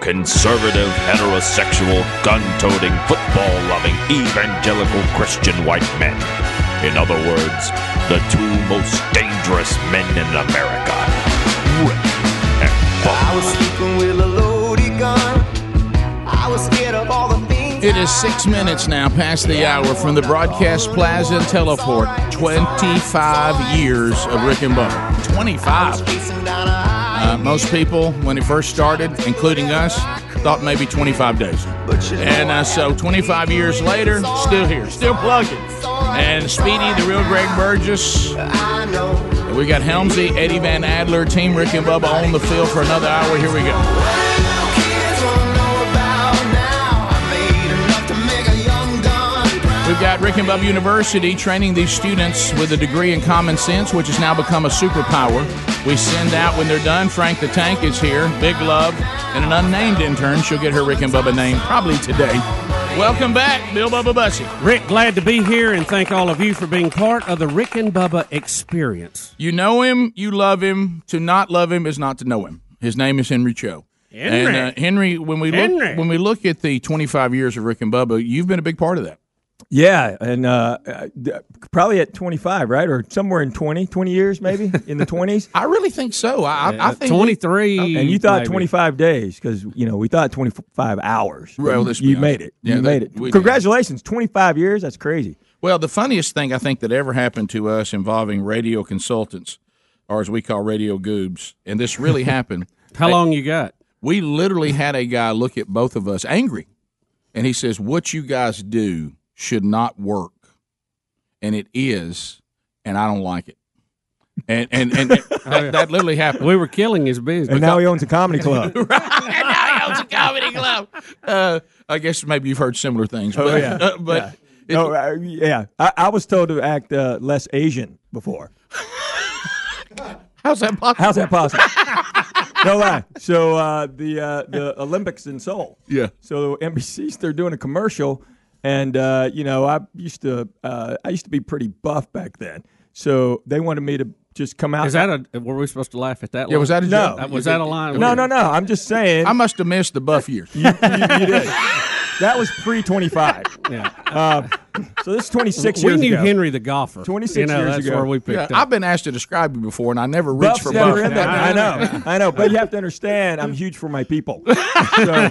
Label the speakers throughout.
Speaker 1: conservative, heterosexual, gun toting, football loving, evangelical Christian white men. In other words, the two most dangerous men in America. Rick and
Speaker 2: I
Speaker 1: Bubba.
Speaker 2: was sleeping with a loaded gun. I was scared of all the things.
Speaker 3: It is six minutes now past the hour from the broadcast plaza and teleport. 25 years of Rick and Bubba. 25.
Speaker 2: Chasing down a high,
Speaker 3: Uh, most people, when it first started, including us, thought maybe 25 days.
Speaker 2: but you know
Speaker 3: And uh, so 25 years later, still here, still plugging. And Speedy, the real Greg Burgess.
Speaker 2: I know.
Speaker 3: We got Helmsy, Eddie Van Adler, Team Rick and Bubba on the field for another hour. Here we go.
Speaker 2: Kids won't know about now. I made enough to make a young gun proud.
Speaker 3: We've got Rick and Bubba University training these students with a degree in common sense, which has now become a superpower. We send out when they're done. Frank the Tank is here. Big love. And an unnamed intern. She'll get her Rick and Bubba name probably today. Welcome back, Bill Bubba Bussy.
Speaker 4: Rick, glad to be here and thank all of you for being part of the Rick and Bubba experience.
Speaker 3: You know him, you love him. To not love him is not to know him. His name is Henry Cho.
Speaker 4: Henry.
Speaker 3: And uh, Henry, when we
Speaker 4: Henry.
Speaker 3: look when we look at the 25 years of Rick and Bubba, you've been a big part of that.
Speaker 5: Yeah, and uh, uh, d- probably at 25, right? Or somewhere in 20, 20 years maybe, in the 20s.
Speaker 3: I really think so. I, I I think Oh. we-
Speaker 4: 23.
Speaker 5: And you thought
Speaker 4: maybe.
Speaker 5: 25 days because, you know, we thought 25 hours. but
Speaker 3: Well,
Speaker 5: you-
Speaker 3: let's be
Speaker 5: you
Speaker 3: honest.
Speaker 5: made it.
Speaker 3: Yeah,
Speaker 5: you
Speaker 3: that-
Speaker 5: made it.
Speaker 3: we did.
Speaker 5: Congratulations, 25 years. That's crazy.
Speaker 3: Well, the funniest thing I think that ever happened to us involving radio consultants, or as we call radio goobs, and this really happened.
Speaker 4: How long you got?
Speaker 3: We literally had a guy look at both of us angry, and he says, "What you guys do should not work, and it is, and I don't like it." And and and, that, that literally happened.
Speaker 4: We were killing his business.
Speaker 5: And now he owns a comedy club.
Speaker 3: now he owns a comedy club. Uh, I guess maybe you've heard similar things. But,
Speaker 5: Oh, yeah.
Speaker 3: uh, but it-
Speaker 5: no, uh, yeah. I, I was told to act uh, less Asian before.
Speaker 3: how's that possible?
Speaker 5: How's that possible? no lie. So uh, the uh, the Olympics in Seoul.
Speaker 3: Yeah.
Speaker 5: So NBC's they're doing a commercial, and uh, you know I used to uh, I used to be pretty buff back then. So they wanted me to just come out.
Speaker 4: Is that a, were we supposed to laugh at that?
Speaker 3: Yeah, was that a
Speaker 5: No.
Speaker 3: joke?
Speaker 4: That- was that a line?
Speaker 5: no, no, no. I'm just saying.
Speaker 3: I must have missed the buff years.
Speaker 5: you did. That was pre 25.
Speaker 4: Yeah.
Speaker 5: Uh, so this is 26
Speaker 4: we
Speaker 5: years
Speaker 4: knew
Speaker 5: ago.
Speaker 4: Henry the golfer.
Speaker 5: 26
Speaker 4: you know,
Speaker 5: years
Speaker 4: that's
Speaker 5: ago.
Speaker 4: where we picked
Speaker 3: Yeah,
Speaker 4: up.
Speaker 3: I've been asked to describe you before, and I never reach
Speaker 5: Buff's
Speaker 3: for
Speaker 5: never
Speaker 3: buff.
Speaker 5: in that. I know, I know. But you have to understand, I'm huge for my people. So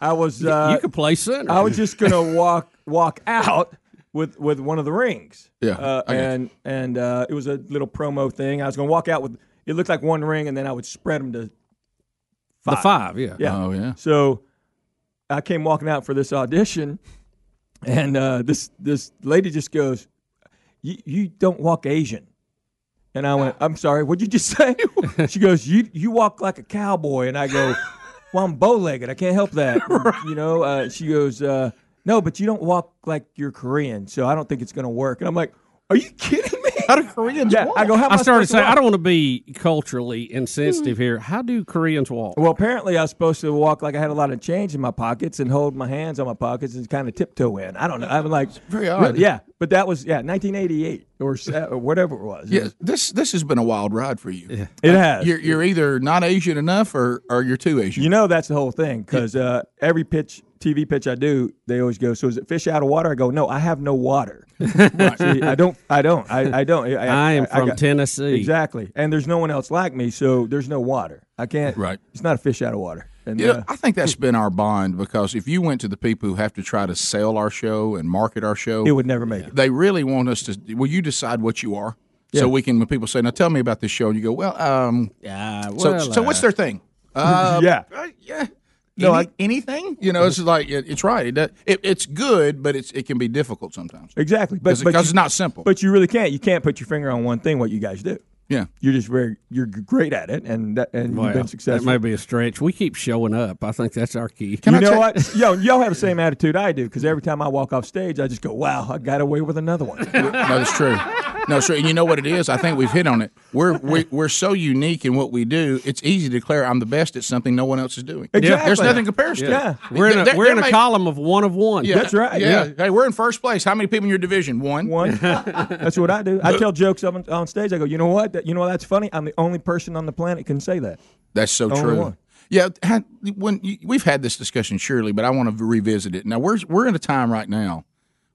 Speaker 5: I was. Uh,
Speaker 4: you could play center.
Speaker 5: I was just gonna walk walk out with with one of the rings.
Speaker 3: Yeah,
Speaker 5: uh,
Speaker 3: I got you.
Speaker 5: and and uh, it was a little promo thing. I was gonna walk out with it looked like one ring, and then I would spread them to
Speaker 4: the five, yeah.
Speaker 5: yeah.
Speaker 3: Oh, yeah.
Speaker 5: So I came walking out for this audition, and uh, this this lady just goes, "You you don't walk Asian." And I
Speaker 3: Uh.
Speaker 5: went, I'm sorry, what'd you just say? she goes, You you walk like a cowboy. And I go, Well, I'm bow legged. I can't help that. You know, uh, she goes, uh, No, but you don't walk like you're Korean. So I don't think it's going to work. And I'm like, Are you kidding me?
Speaker 3: How do Koreans
Speaker 5: Yeah,
Speaker 3: walk?
Speaker 5: I go, How am
Speaker 4: I started
Speaker 5: supposed to
Speaker 4: saying, I
Speaker 5: walk?"
Speaker 4: don't want to be culturally insensitive
Speaker 3: Hmm.
Speaker 4: here. How do Koreans walk?
Speaker 5: Well, apparently I was supposed to walk like I had a lot of change in my pockets and hold my hands on my pockets and kind of tiptoe in. I don't know. I'm like,
Speaker 3: very odd.
Speaker 5: Yeah, but that was yeah, 1988 or, se- or whatever it was.
Speaker 3: Yeah, this this has been a wild ride for you.
Speaker 5: it has.
Speaker 3: You're, you're either not Asian enough, or, or you're too Asian.
Speaker 5: you know that's the whole thing because uh, every pitch, TV pitch I do, they always go. So is it fish out of water? I go, no, I have no water. See, I don't. I don't. I, I don't.
Speaker 4: I am from
Speaker 5: got-
Speaker 4: Tennessee.
Speaker 5: Exactly, and there's no one else like me, so there's no water. I can't.
Speaker 3: Right.
Speaker 5: It's not a fish out of water. And
Speaker 3: You know,
Speaker 5: uh,
Speaker 3: I think that's been our bond because if you went to the people who have to try to sell our show and market our show,
Speaker 5: uh, it would never make it.
Speaker 3: they really want us to. Will you decide what you are?
Speaker 5: Yeah.
Speaker 3: So we can, when people say, "Now tell me about this show," and you go, "Well, um,
Speaker 4: Yeah,
Speaker 3: so so what's their thing?" Uh,
Speaker 5: yeah.
Speaker 3: Uh, yeah.
Speaker 5: No,
Speaker 3: Any-
Speaker 5: I-
Speaker 3: anything? You know, it's like it, it's right. It, does- it, it's good, but it's it can be difficult sometimes
Speaker 5: Exactly, but
Speaker 3: because
Speaker 5: but you-
Speaker 3: it's not simple.
Speaker 5: But you really can't. You can't put your finger on one thing. What you guys do.
Speaker 3: yeah,
Speaker 5: You're just very. You're g- great at it, and that, and you've been
Speaker 4: That
Speaker 5: successful.
Speaker 4: may be a stretch. We keep showing up. I think that's our key.
Speaker 3: Can I
Speaker 5: you know
Speaker 3: tell-
Speaker 5: what? Yo, y'all have the same attitude I do because every time I walk off stage, I just go, "Wow, I got away with another one."
Speaker 3: no, that's true. No, it's true. And you know what it is? I think we've hit on it. We're we, we're so unique in what we do. It's easy to declare I'm the best at something no one else is doing.
Speaker 5: Exactly.
Speaker 3: There's nothing compares to.
Speaker 5: Yeah.
Speaker 3: it.
Speaker 4: We're in a,
Speaker 3: There-
Speaker 4: we're
Speaker 3: there
Speaker 4: in a
Speaker 3: may-
Speaker 4: column of one of one.
Speaker 3: Yeah,
Speaker 5: That's right,
Speaker 3: Yeah.
Speaker 5: yeah.
Speaker 3: Hey, we're in first place. How many people in your division? One.
Speaker 5: One. That's what I do. I tell jokes on, on stage. I go, "You know what? That, you know what? That's funny. I'm the only person on the planet can say that."
Speaker 3: That's so
Speaker 5: Only
Speaker 3: true.
Speaker 5: one.
Speaker 3: Yeah, had- when you- we've had this discussion surely, but I want to revisit it. Now we're we're in a time right now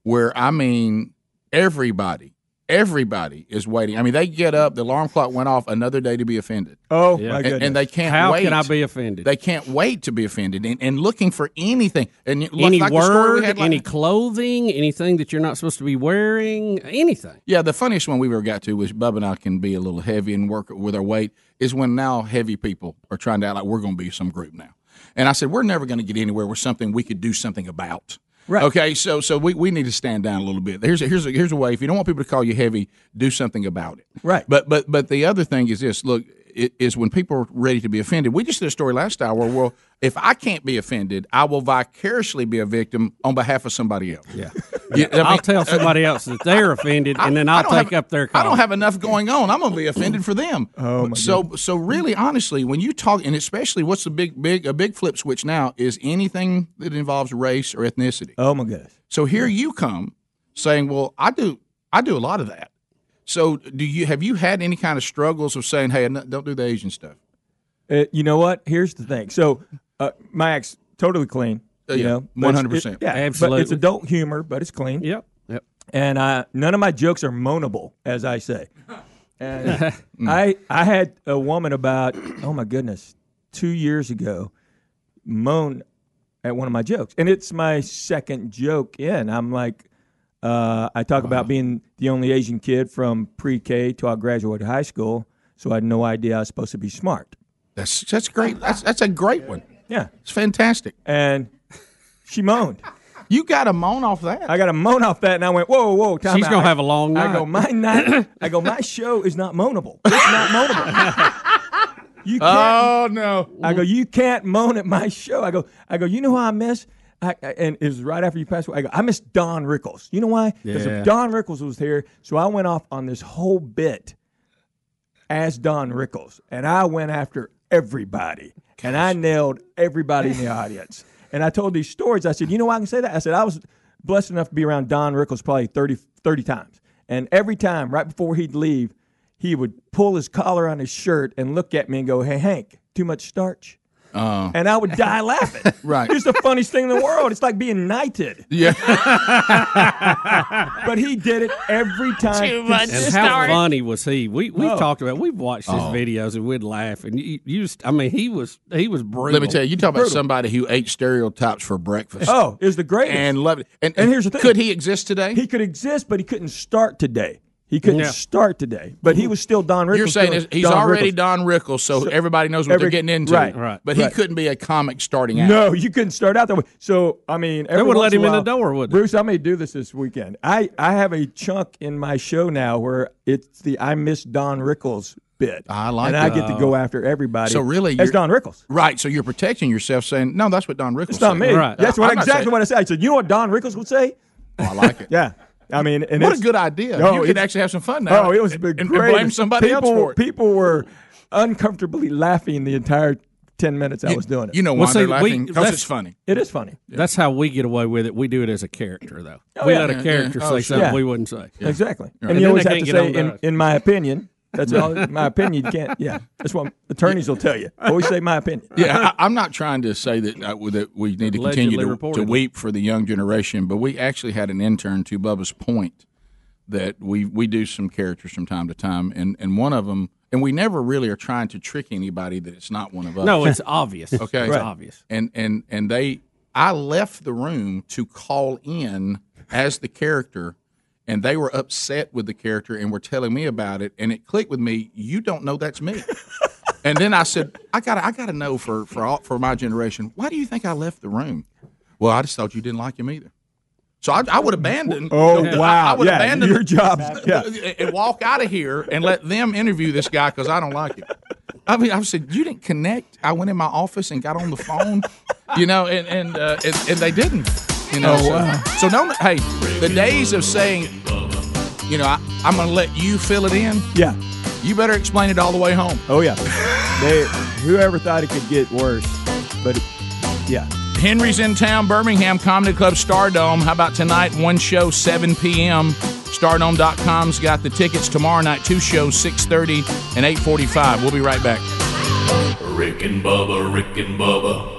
Speaker 3: where I mean everybody, everybody is waiting. I mean they get up, the alarm clock went off another day to be offended,
Speaker 5: Oh
Speaker 4: Yeah.
Speaker 5: my
Speaker 3: and,
Speaker 5: goodness!
Speaker 3: and they can't
Speaker 4: How
Speaker 3: wait.
Speaker 4: can I be offended?
Speaker 3: They can't wait to be offended and, and looking for anything and you- like-
Speaker 4: any
Speaker 3: like the story we
Speaker 4: word,
Speaker 3: had, like-
Speaker 4: any clothing, anything that you're not supposed to be wearing, anything.
Speaker 3: Yeah, the funniest one we've ever got to, which Bub and I can be a little heavy and work with our weight, is when now heavy people are trying to act like we're going to be some group now. And I said, we're never going to get anywhere with something we could do something about.
Speaker 5: Right.
Speaker 3: Okay, so so we, we need to stand down a little bit. Here's a, here's a, here's a way. If you don't want people to call you heavy, do something about it.
Speaker 5: Right.
Speaker 3: But but but the other thing is this. Look, i- is when people are ready to be offended. We just did a story last hour. Well, if I can't be offended, I will vicariously be a victim on behalf of somebody else. Yeah. I mean,
Speaker 4: I'll tell somebody else that they're offended, and then
Speaker 3: I
Speaker 4: I'll
Speaker 3: don't
Speaker 4: take
Speaker 3: have-
Speaker 4: up their.
Speaker 3: I
Speaker 4: call.
Speaker 5: Um,
Speaker 3: don't have enough going on. I'm gonna be offended for them. Oh my so so really, honestly, when you talk, and especially what's the big big a big flip switch now is anything that involves race or ethnicity.
Speaker 5: oh my goodness!
Speaker 3: So here you come saying, well, I do I do a lot of that. So do you have you had any kind of struggles of saying, hey, no- don't do the Asian stuff?
Speaker 5: Uh, you know what? Here's the thing. So uh, my ex totally clean.
Speaker 3: Uh,
Speaker 5: you
Speaker 3: yeah,
Speaker 5: know, but
Speaker 3: 100%.
Speaker 5: it's- it- Yeah, But it's
Speaker 4: Absolutely.
Speaker 5: adult humor, but it's clean.
Speaker 4: Yep. Yep.
Speaker 5: and I, none of my jokes are moanable, as I say. And Uh,
Speaker 3: Mm.
Speaker 5: I, I had a woman about, oh my goodness, two years ago, moan at one of my jokes, and it's my second joke in. I'm like, uh, I talk about being the only Asian kid from pre-K till I graduated high school, so I had no idea I was supposed to be smart.
Speaker 3: That's that's great. That's that's a great one.
Speaker 5: Yeah,
Speaker 3: It's fantastic.
Speaker 5: and she moaned.
Speaker 3: You got a moan off that.
Speaker 5: I got a moan off that, and I went, "Whoa, whoa!" Time
Speaker 4: She's
Speaker 5: out.
Speaker 4: gonna
Speaker 5: I-
Speaker 4: have a long
Speaker 5: I
Speaker 4: night.
Speaker 5: go, my night. I go, my show is not moanable. It's not moanable. You can't.
Speaker 3: oh no.
Speaker 5: I go, you can't moan at my show. I go, I go. You know who I miss? I, I- and it was right after you passed away. I go, I miss Don Rickles. You know why? Because
Speaker 4: Yeah.
Speaker 5: if Don Rickles was here, so I went off on this whole bit as Don Rickles, and I went after everybody, and I nailed everybody in the audience. And I told these stories. I said, you know why I can say that? I said, I was blessed enough to be around Don Rickles probably 30, 30 times. And every time, right before he'd leave, he would pull his collar on his shirt and look at me and go, hey, Hank, too much starch?
Speaker 6: Uh.
Speaker 5: And I would die laughing.
Speaker 3: Right.
Speaker 5: It's the funniest thing in the world. It's like being knighted.
Speaker 3: Yeah.
Speaker 5: But he did it every time.
Speaker 6: Too much
Speaker 4: And
Speaker 5: consistently.
Speaker 4: how
Speaker 6: Sorry.
Speaker 4: funny was he? We we've
Speaker 5: Whoa.
Speaker 4: talked about we've watched
Speaker 3: Oh.
Speaker 4: his videos and we'd laugh and you, you just I mean he was he was brutal.
Speaker 3: Let me tell you, you talk about somebody who ate stereotypes for breakfast.
Speaker 5: Oh, is the greatest.
Speaker 3: and loved it. And,
Speaker 5: And here's the thing.
Speaker 3: could he exist today?
Speaker 5: he could exist, but he couldn't start today. He couldn't
Speaker 4: Yeah.
Speaker 5: start today, but he was still Don Rickles.
Speaker 3: You're saying
Speaker 5: doing
Speaker 3: is- he's
Speaker 5: Don
Speaker 3: already
Speaker 5: Rickles.
Speaker 3: Don Rickles, so, everybody knows what
Speaker 5: every-
Speaker 3: they're getting into.
Speaker 5: right,
Speaker 4: right,
Speaker 3: But he couldn't be a comic starting out.
Speaker 5: No, you couldn't start out that way. So I mean, every
Speaker 4: wouldn't
Speaker 5: once
Speaker 4: let him
Speaker 5: in, a
Speaker 4: in the
Speaker 5: while-
Speaker 4: door, would they?
Speaker 5: Bruce? I may do this this weekend. I I have a chunk in my show now where it's the I miss Don Rickles bit.
Speaker 3: I like
Speaker 5: and I get to go after everybody.
Speaker 3: So really,
Speaker 5: as
Speaker 3: you're-
Speaker 5: Don Rickles.
Speaker 3: Right. So you're protecting yourself, saying, "No, that's what Don Rickles."
Speaker 5: It's not me.
Speaker 3: said."
Speaker 4: Right.
Speaker 5: That's what
Speaker 3: I'm not
Speaker 5: exactly
Speaker 3: saying-
Speaker 5: what I said. I said, you know what Don Rickles would say?
Speaker 3: Oh, I like it.
Speaker 5: Yeah, I mean, and
Speaker 3: What a
Speaker 5: it's-
Speaker 3: good idea.
Speaker 5: No,
Speaker 3: you could
Speaker 5: it's-
Speaker 3: actually have some fun now.
Speaker 5: Oh, it was the
Speaker 3: and, and
Speaker 5: greatest.
Speaker 3: blame somebody
Speaker 5: people,
Speaker 3: else for it.
Speaker 5: People were uncomfortably laughing the entire ten minutes I was doing it.
Speaker 3: You know why
Speaker 4: Well, see,
Speaker 3: they're
Speaker 4: we-
Speaker 3: laughing? Because
Speaker 4: that's-
Speaker 3: it's funny.
Speaker 5: it is funny.
Speaker 4: That's how we get away with it. We do it as a character though. we
Speaker 5: yeah.
Speaker 4: let
Speaker 5: Yeah,
Speaker 4: a character
Speaker 3: yeah. Oh,
Speaker 4: say
Speaker 3: sure.
Speaker 4: something
Speaker 5: Yeah.
Speaker 4: we wouldn't say.
Speaker 5: Exactly. And,
Speaker 4: then
Speaker 5: you always
Speaker 4: they can't
Speaker 5: have to
Speaker 4: get
Speaker 5: say,
Speaker 4: on
Speaker 5: in,
Speaker 4: to us.
Speaker 5: in my opinion. That's all. My opinion. You can't. Yeah. That's what attorneys will tell you. Always say my opinion.
Speaker 3: Yeah, I, I'm not trying to say that uh, that we need to continue
Speaker 4: Allegedly
Speaker 3: to, to
Speaker 4: reported.
Speaker 3: weep for the young generation, but we actually had an intern to Bubba's point that we we do some characters from time to time, and and one of them, and we never really are trying to trick anybody that it's not one of us.
Speaker 4: No, it's obvious.
Speaker 3: Okay.
Speaker 4: It's
Speaker 3: Right.
Speaker 4: obvious.
Speaker 3: and and and they, I left the room to call in as the character. And they were upset with the character and were telling me about it, and it clicked with me. You don't know that's me. And then I said, I got, I got to know for for all, for my generation. Why do you think I left the room? Well, I just thought you didn't like him either. So I, I would abandon.
Speaker 5: Oh
Speaker 3: I- I,
Speaker 5: wow.
Speaker 3: would
Speaker 5: yeah.
Speaker 3: abandon
Speaker 5: your
Speaker 3: the-
Speaker 5: job. Yeah.
Speaker 3: and- and walk out of here and let them interview this guy because I don't like him. I mean, I said you didn't connect. I went in my office and got on the phone, you know, and and uh, and, and they didn't. You
Speaker 5: Oh,
Speaker 3: know, so, so no. Hey, the days of saying, you know, I, I'm going to let you fill it in.
Speaker 5: Yeah.
Speaker 3: You better explain it all the way home.
Speaker 5: Oh yeah. They. Whoever thought it could get worse, but it, yeah.
Speaker 3: Henry's in town, Birmingham Comedy Club, Stardome. How about tonight? One show, 7 p.m. Stardome.com's got the tickets. Tomorrow night, two shows, 6.30 and 8.45. We'll be right back.
Speaker 7: Rick and Bubba, Rick and Bubba.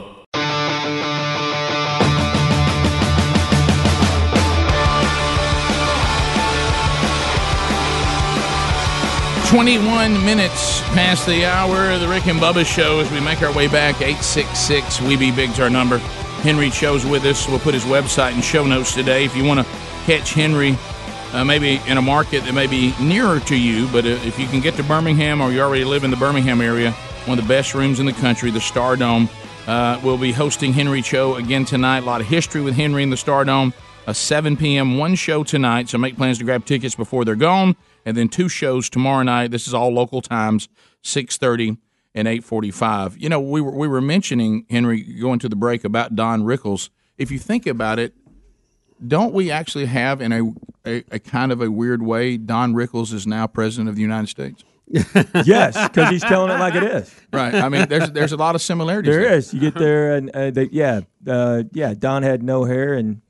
Speaker 3: Twenty-one minutes past the hour of the Rick and Bubba show as we make our way back. Eight six six. We be big's our number. Henry shows with us. We'll put his website and show notes today. If you want to catch Henry, uh, maybe in a market that may be nearer to you, but uh, if you can get to Birmingham or you already live in the Birmingham area, one of the best rooms in the country, the Star Dome. Uh, we'll be hosting Henry Cho again tonight. A lot of history with Henry in the Star Dome. A 7 p.m. one show tonight, so make plans to grab tickets before they're gone, and then two shows tomorrow night. This is all local times, 6:30 and 8:45. You know, we were we were mentioning Henry going to the break about Don Rickles. If you think about it, don't we actually have in a a, a kind of a weird way Don Rickles is now president of the United States?
Speaker 5: yes, because he's telling it like it is.
Speaker 3: Right. I mean, there's there's a lot of similarities.
Speaker 5: There is. You get there, and uh, they, yeah, uh, yeah. Don had no hair, and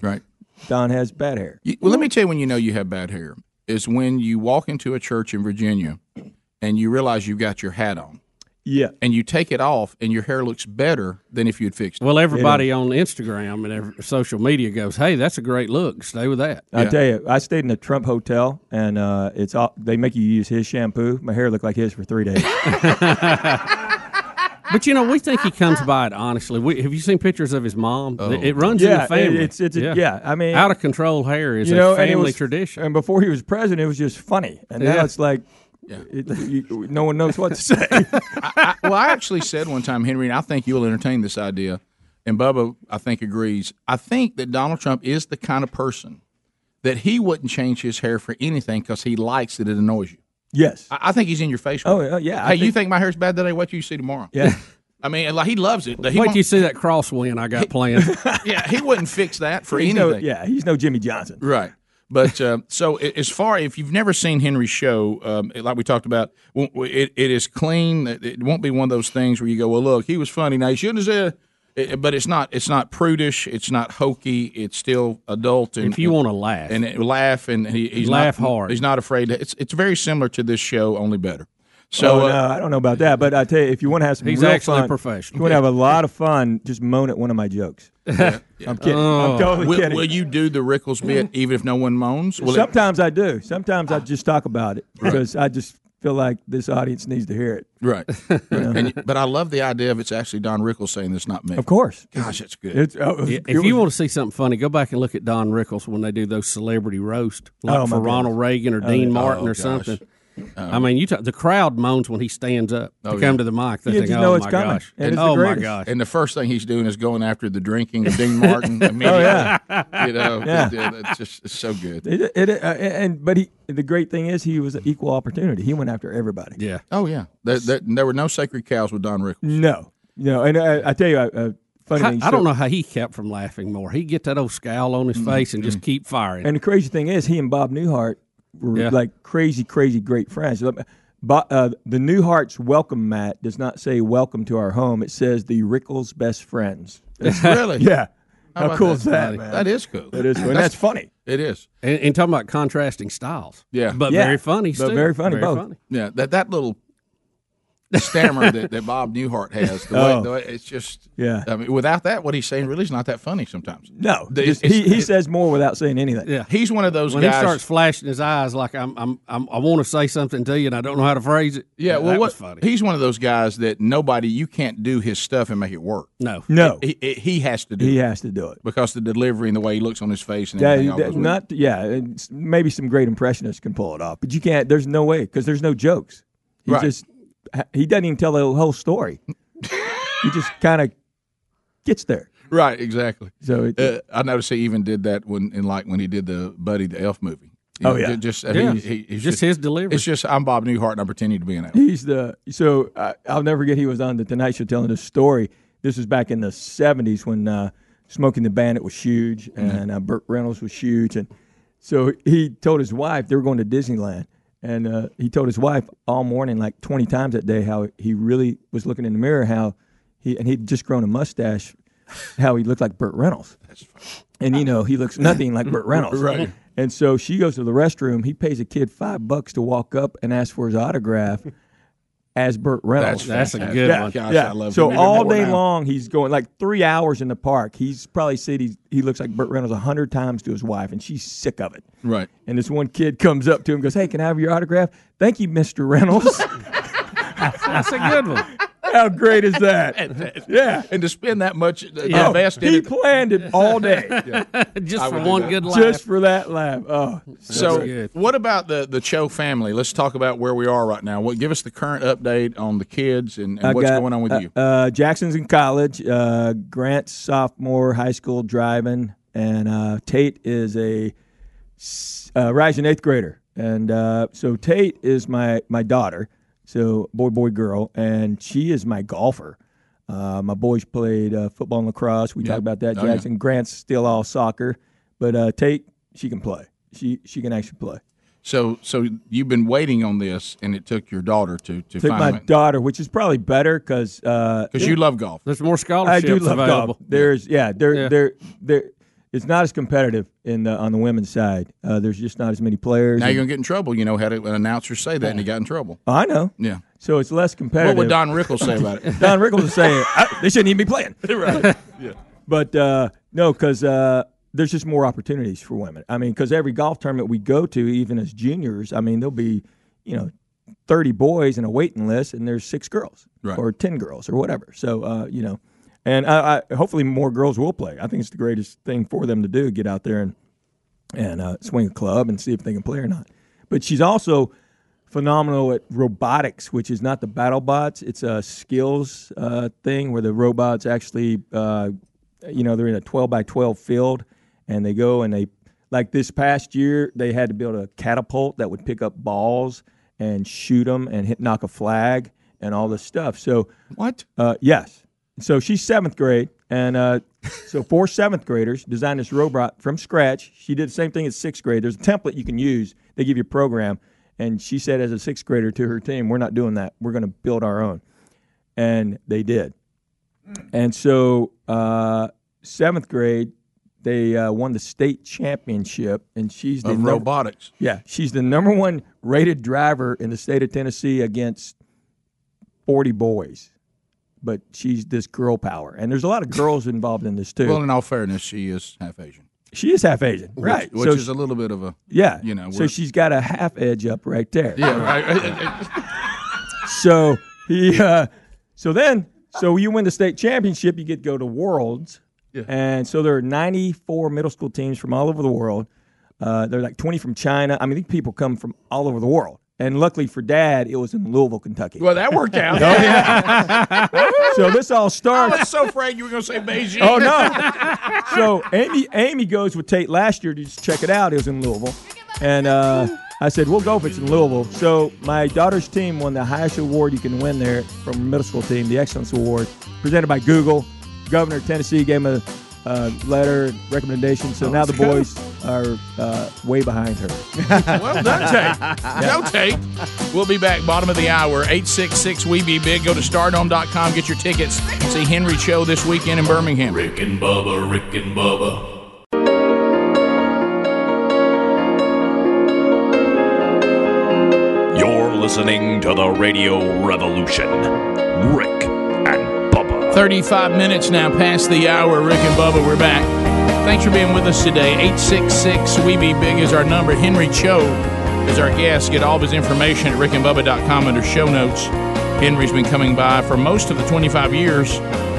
Speaker 3: Right.
Speaker 5: Don has bad hair.
Speaker 3: You- well, let me tell you when you know you have bad hair is when you walk into a church in Virginia and you realize you've got your hat on
Speaker 5: Yeah,
Speaker 3: and you take it off and your hair looks better than if you had fixed it.
Speaker 4: Well, everybody on Instagram and every, social media goes, "Hey, that's a great look. Stay with that."
Speaker 5: I tell you, I stayed in a Trump hotel, and uh, it's all, they make you use his shampoo. My hair looked like his for three days.
Speaker 4: But you know, we think he comes by it honestly. We, have you seen pictures of his mom?
Speaker 3: Oh.
Speaker 4: It runs in
Speaker 5: Yeah,
Speaker 4: the family.
Speaker 5: it- it's- it's a- yeah, I mean-
Speaker 4: out of control hair is
Speaker 5: you know,
Speaker 4: a
Speaker 5: and it
Speaker 4: family
Speaker 5: was,
Speaker 4: tradition.
Speaker 5: And before he was president, it was just funny, and now
Speaker 4: Yeah.
Speaker 5: it's like. It, you, no one knows what to say.
Speaker 3: I, well, I actually said one time, Henry, and I think you'll entertain this idea, and Bubba, I think, agrees. I think that Donald Trump is the kind of person that he wouldn't change his hair for anything because he likes it, it annoys you.
Speaker 5: yes.
Speaker 3: I, I think he's in your face. with
Speaker 5: Oh,
Speaker 3: it.
Speaker 5: uh, yeah, I
Speaker 3: Hey, you
Speaker 5: think-
Speaker 3: think my hair's bad today? What do you see tomorrow?
Speaker 5: Yeah.
Speaker 3: I mean, like he loves it. but He
Speaker 4: Wait,
Speaker 3: won't-
Speaker 4: till you see that crosswind I got playing?
Speaker 3: yeah, he wouldn't fix that for
Speaker 5: He's
Speaker 3: anything.
Speaker 5: no, yeah, he's no Jimmy Johnson.
Speaker 3: Right. But uh, so a- as far if you've never seen Henry's show, um, it- like we talked about, w- w- it, it is clean. It- It won't be one of those things where you go, "Well, look, he was funny. Now he shouldn't have." Said. it- it- But it's not. It's not prudish. It's not hokey. It's still adult. And
Speaker 4: if you want to laugh,
Speaker 3: and it- laugh and he, he's
Speaker 4: Laugh
Speaker 3: not,
Speaker 4: hard.
Speaker 3: He's not afraid. It's it's very similar to this show, only better. So
Speaker 5: oh,
Speaker 3: uh,
Speaker 5: no, I don't know about that, but I tell you, if you want to have some
Speaker 4: He's
Speaker 5: real
Speaker 4: actually
Speaker 5: fun,
Speaker 4: professional.
Speaker 5: If you want to have a lot of fun, just moan at one of my jokes. I'm kidding.
Speaker 4: Oh.
Speaker 5: I'm totally
Speaker 3: will,
Speaker 5: kidding.
Speaker 3: will you do the Rickles bit even if no one moans? Will it,
Speaker 5: Sometimes I do. Sometimes I just talk about it because I just feel like this audience needs to hear it.
Speaker 3: right. And- but I love the idea of it's actually Don Rickles saying this, not me.
Speaker 5: Of course.
Speaker 3: Gosh, that's good.
Speaker 5: It's, oh, it
Speaker 4: if
Speaker 5: was-
Speaker 4: you want to see something funny, go back and look at Don Rickles when they do those celebrity roast, like
Speaker 5: Oh, my
Speaker 4: for
Speaker 5: goodness.
Speaker 4: Ronald Reagan or Dean Martin
Speaker 3: Oh,
Speaker 4: or
Speaker 3: gosh.
Speaker 4: something. I mean, you talk, the crowd moans when he stands up
Speaker 3: Oh,
Speaker 4: to come to the mic. They
Speaker 5: You
Speaker 4: think,
Speaker 5: just
Speaker 4: "Oh
Speaker 5: know it's
Speaker 4: my
Speaker 5: coming."
Speaker 4: gosh!
Speaker 5: And it's the
Speaker 4: oh my
Speaker 5: greatest.
Speaker 4: gosh!
Speaker 3: And the first thing he's doing is going after the drinking of Dean Martin. immediately.
Speaker 5: Oh, yeah.
Speaker 3: You know,
Speaker 5: Yeah.
Speaker 3: yeah, that's just it's so good.
Speaker 5: It, it, uh, and but he, the great thing is he was an equal opportunity. He went after everybody.
Speaker 4: Yeah,
Speaker 3: Oh, yeah. There, there, there were no sacred cows with Don Rickles.
Speaker 5: No, no, and I, I tell you, a uh, funny
Speaker 4: I,
Speaker 5: thing.
Speaker 4: I
Speaker 5: so-
Speaker 4: don't know how he kept from laughing more. He'd get that old scowl on
Speaker 3: Mm-hmm.
Speaker 4: his face and just keep firing.
Speaker 5: And the crazy thing is, he and Bob Newhart were
Speaker 4: Yeah.
Speaker 5: like crazy, crazy great friends. Bo- uh, the Newhart's welcome mat does not say "Welcome to our home." It says "The Rickles' best friends."
Speaker 3: really?
Speaker 5: Yeah, how,
Speaker 3: about
Speaker 5: cool is that,
Speaker 3: buddy?
Speaker 5: man?
Speaker 3: That is cool.
Speaker 5: That is, and that's, funny.
Speaker 3: It is.
Speaker 4: And, and talking about contrasting styles.
Speaker 3: Yeah.
Speaker 4: But
Speaker 5: Yeah.
Speaker 4: very funny.
Speaker 5: But
Speaker 4: still.
Speaker 5: very funny, both.
Speaker 3: Yeah. That that little stammer that, that Bob Newhart has, the, way,
Speaker 5: Oh.
Speaker 3: the way it's just,
Speaker 5: Yeah.
Speaker 3: I mean, without that, what he's saying really is not that funny sometimes.
Speaker 5: No,
Speaker 3: The-
Speaker 5: just-
Speaker 3: it's-
Speaker 5: he, he
Speaker 3: it-
Speaker 5: says more without saying anything.
Speaker 4: Yeah.
Speaker 3: He's one of those
Speaker 4: When
Speaker 3: guys.
Speaker 4: he starts flashing his eyes like I'm, I'm, I'm I want to say something to you and I don't know how to phrase it.
Speaker 3: yeah, well,
Speaker 4: that
Speaker 3: what,
Speaker 4: was funny.
Speaker 3: he's one of those guys that nobody, you can't do his stuff and make it work.
Speaker 4: no,
Speaker 5: No,
Speaker 3: He, he, he has to do
Speaker 5: he
Speaker 3: it.
Speaker 5: has to do it.
Speaker 3: because the delivery and the way he looks on his face and
Speaker 5: Yeah,
Speaker 3: everything all
Speaker 5: that-
Speaker 3: goes with
Speaker 5: not yeah. it's- Maybe some great impressionists can pull it off, but you can't. There's no way because there's no jokes. He
Speaker 3: Right.
Speaker 5: just he doesn't even tell the whole story. he just kind of gets there.
Speaker 3: it. right. Exactly.
Speaker 5: So it,
Speaker 3: Uh, I noticed he even did that when in like when he did the Buddy the Elf movie. You
Speaker 5: Oh, yeah.
Speaker 3: ju- just I
Speaker 4: Yeah.
Speaker 3: mean, he- he's
Speaker 4: just, his delivery.
Speaker 3: It's just I'm Bob Newhart and I'm pretending to be an elf.
Speaker 5: he's the so I, I'll never forget. He was on the Tonight Show telling this story. This was back in the '70s when uh, Smoking the Bandit was huge and uh, Burt Reynolds was huge, and so he told his wife they were going to Disneyland, and uh, he told his wife all morning, like 20 times that day, how he really was looking in the mirror, how he and he'd just grown a mustache, how he looked like Burt Reynolds. And you know, he looks nothing like Burt Reynolds.
Speaker 3: Right.
Speaker 5: And so she goes to the restroom. He pays a kid five bucks to walk up and ask for his autograph. as Burt Reynolds.
Speaker 4: That's a good
Speaker 5: yeah,
Speaker 4: one.
Speaker 3: Gosh,
Speaker 5: yeah.
Speaker 3: I love
Speaker 5: so
Speaker 3: him even
Speaker 5: all
Speaker 3: more
Speaker 5: day
Speaker 3: now.
Speaker 5: long he's going like three hours in the park. He's probably said he's, he looks like Burt Reynolds a hundred times to his wife, and she's sick of it.
Speaker 3: Right.
Speaker 5: And this one kid comes up to him, and goes, "Hey, can I have your autograph? Thank you, Mister Reynolds.
Speaker 4: That's a good one.
Speaker 5: How great is that? yeah.
Speaker 8: And to spend that much, uh,
Speaker 4: Yeah.
Speaker 8: invest in
Speaker 5: He
Speaker 8: it.
Speaker 5: planned it all day
Speaker 4: Just
Speaker 3: I
Speaker 4: for
Speaker 3: would do
Speaker 4: one
Speaker 3: that.
Speaker 4: good laugh.
Speaker 5: just for that laugh. Oh,
Speaker 3: So,
Speaker 4: good.
Speaker 3: what about the the Cho family? Let's talk about where we are right now. What give us the current update on the kids and, and
Speaker 5: I
Speaker 3: what's
Speaker 5: got,
Speaker 3: going on with
Speaker 5: uh,
Speaker 3: you?
Speaker 5: Uh, Jackson's in college. Uh, Grant's sophomore high school driving, and uh, Tate is a s- uh, rising eighth grader. And uh, so Tate is my my daughter. So boy, boy, girl, and she is my golfer. Uh, my boys played uh, football and lacrosse. We talked about that.
Speaker 3: Oh, yeah.
Speaker 5: Jackson, Grant's still all soccer, but uh, Tate she can play. She she can actually play.
Speaker 3: So, so you've been waiting on this, and it took your daughter to to
Speaker 5: Took my
Speaker 3: find
Speaker 5: daughter, which is probably better because uh,
Speaker 3: because you love golf.
Speaker 4: There's more
Speaker 5: I
Speaker 4: scholarships
Speaker 5: do love
Speaker 4: available.
Speaker 5: golf. There's yeah, there
Speaker 4: Yeah.
Speaker 5: there there. It's not as competitive in the on the women's side. Uh, there's just not as many players.
Speaker 3: Now you're gonna get in trouble. You know how to an announcer say that, and he got in trouble.
Speaker 5: Oh, I know.
Speaker 3: Yeah.
Speaker 5: So it's less
Speaker 3: What
Speaker 5: competitive.
Speaker 3: would Don Rickles say about it?
Speaker 5: Don Rickles is saying "I- they shouldn't even be playing. right. Yeah. But uh, no, because uh, there's just more opportunities for women. I mean, because every golf tournament we go to, even as juniors, I mean, there'll be you know 30 boys in a waiting list, and there's six girls
Speaker 3: Right.
Speaker 5: or 10 girls or whatever. So uh, you know, and I, I hopefully more girls will play. I think it's the greatest thing for them to do: get out there and and uh, swing a club and see if they can play or not. But she's also phenomenal at robotics, which is not the battle bots. It's a skills uh, thing where the robots actually, uh, you know, they're in a 12 by 12 field and they go and they, like this past year, they had to build a catapult that would pick up balls and shoot them and hit knock a flag and all this stuff. So,
Speaker 3: What?
Speaker 5: uh, yes. So she's seventh grade, and uh, so four seventh graders designed this robot from scratch. She did the same thing as sixth grade. There's a template you can use. They give you a program, and she said as a sixth grader to her team, "We're not doing that. We're going to build our own," and they did. And so uh, seventh grade, they uh, won the state championship, and she's the
Speaker 3: Of
Speaker 5: number-
Speaker 3: robotics.
Speaker 5: yeah, she's the number one rated driver in the state of Tennessee against 40 boys. But she's this girl power. And there's a lot of girls involved in this too.
Speaker 3: Well, in all fairness, she is half Asian,
Speaker 5: she is half Asian. right.
Speaker 3: Which
Speaker 5: so
Speaker 3: is a little bit of a
Speaker 5: yeah.
Speaker 3: you know,
Speaker 5: so
Speaker 3: we're-
Speaker 5: she's got a half edge up right there.
Speaker 3: yeah. Right.
Speaker 5: So he uh, so then so you win the state championship, you get to go to worlds. And so there are 94 middle school teams from all over the world. Uh, they're like 20 from China. I mean, these people come from all over the world. And luckily for dad, it was in Louisville, Kentucky.
Speaker 3: Well, that worked out.
Speaker 5: So this all
Speaker 3: I
Speaker 5: starts.
Speaker 3: was so afraid you were going to say Beijing.
Speaker 5: Oh no! So Amy, Amy goes with Tate last year to just check it out. It was in Louisville, and uh, I said we'll go if it's in Louisville. So my daughter's team won the highest award you can win there from a middle school team, the Excellence Award, presented by Google. Governor of Tennessee gave him a, uh letter recommendation.
Speaker 3: Oh,
Speaker 5: So now the boys are uh, way behind her.
Speaker 3: Well done, Tate. Go, Tate. We'll be back bottom of the hour, 866 We Be Big. Go to stardome.com, get your tickets. See Henry Cho this weekend in Birmingham.
Speaker 7: Rick and Bubba, Rick and Bubba.
Speaker 1: You're listening to the Radio Revolution. Rick and Bubba.
Speaker 8: 35 minutes now past the hour. Rick and Bubba, we're back. Thanks for being with us today. 866 We Be Big is our number. Henry Cho is our guest. Get all of his information at rickandbubba.com under show notes. Henry's been coming by for most of the 25 years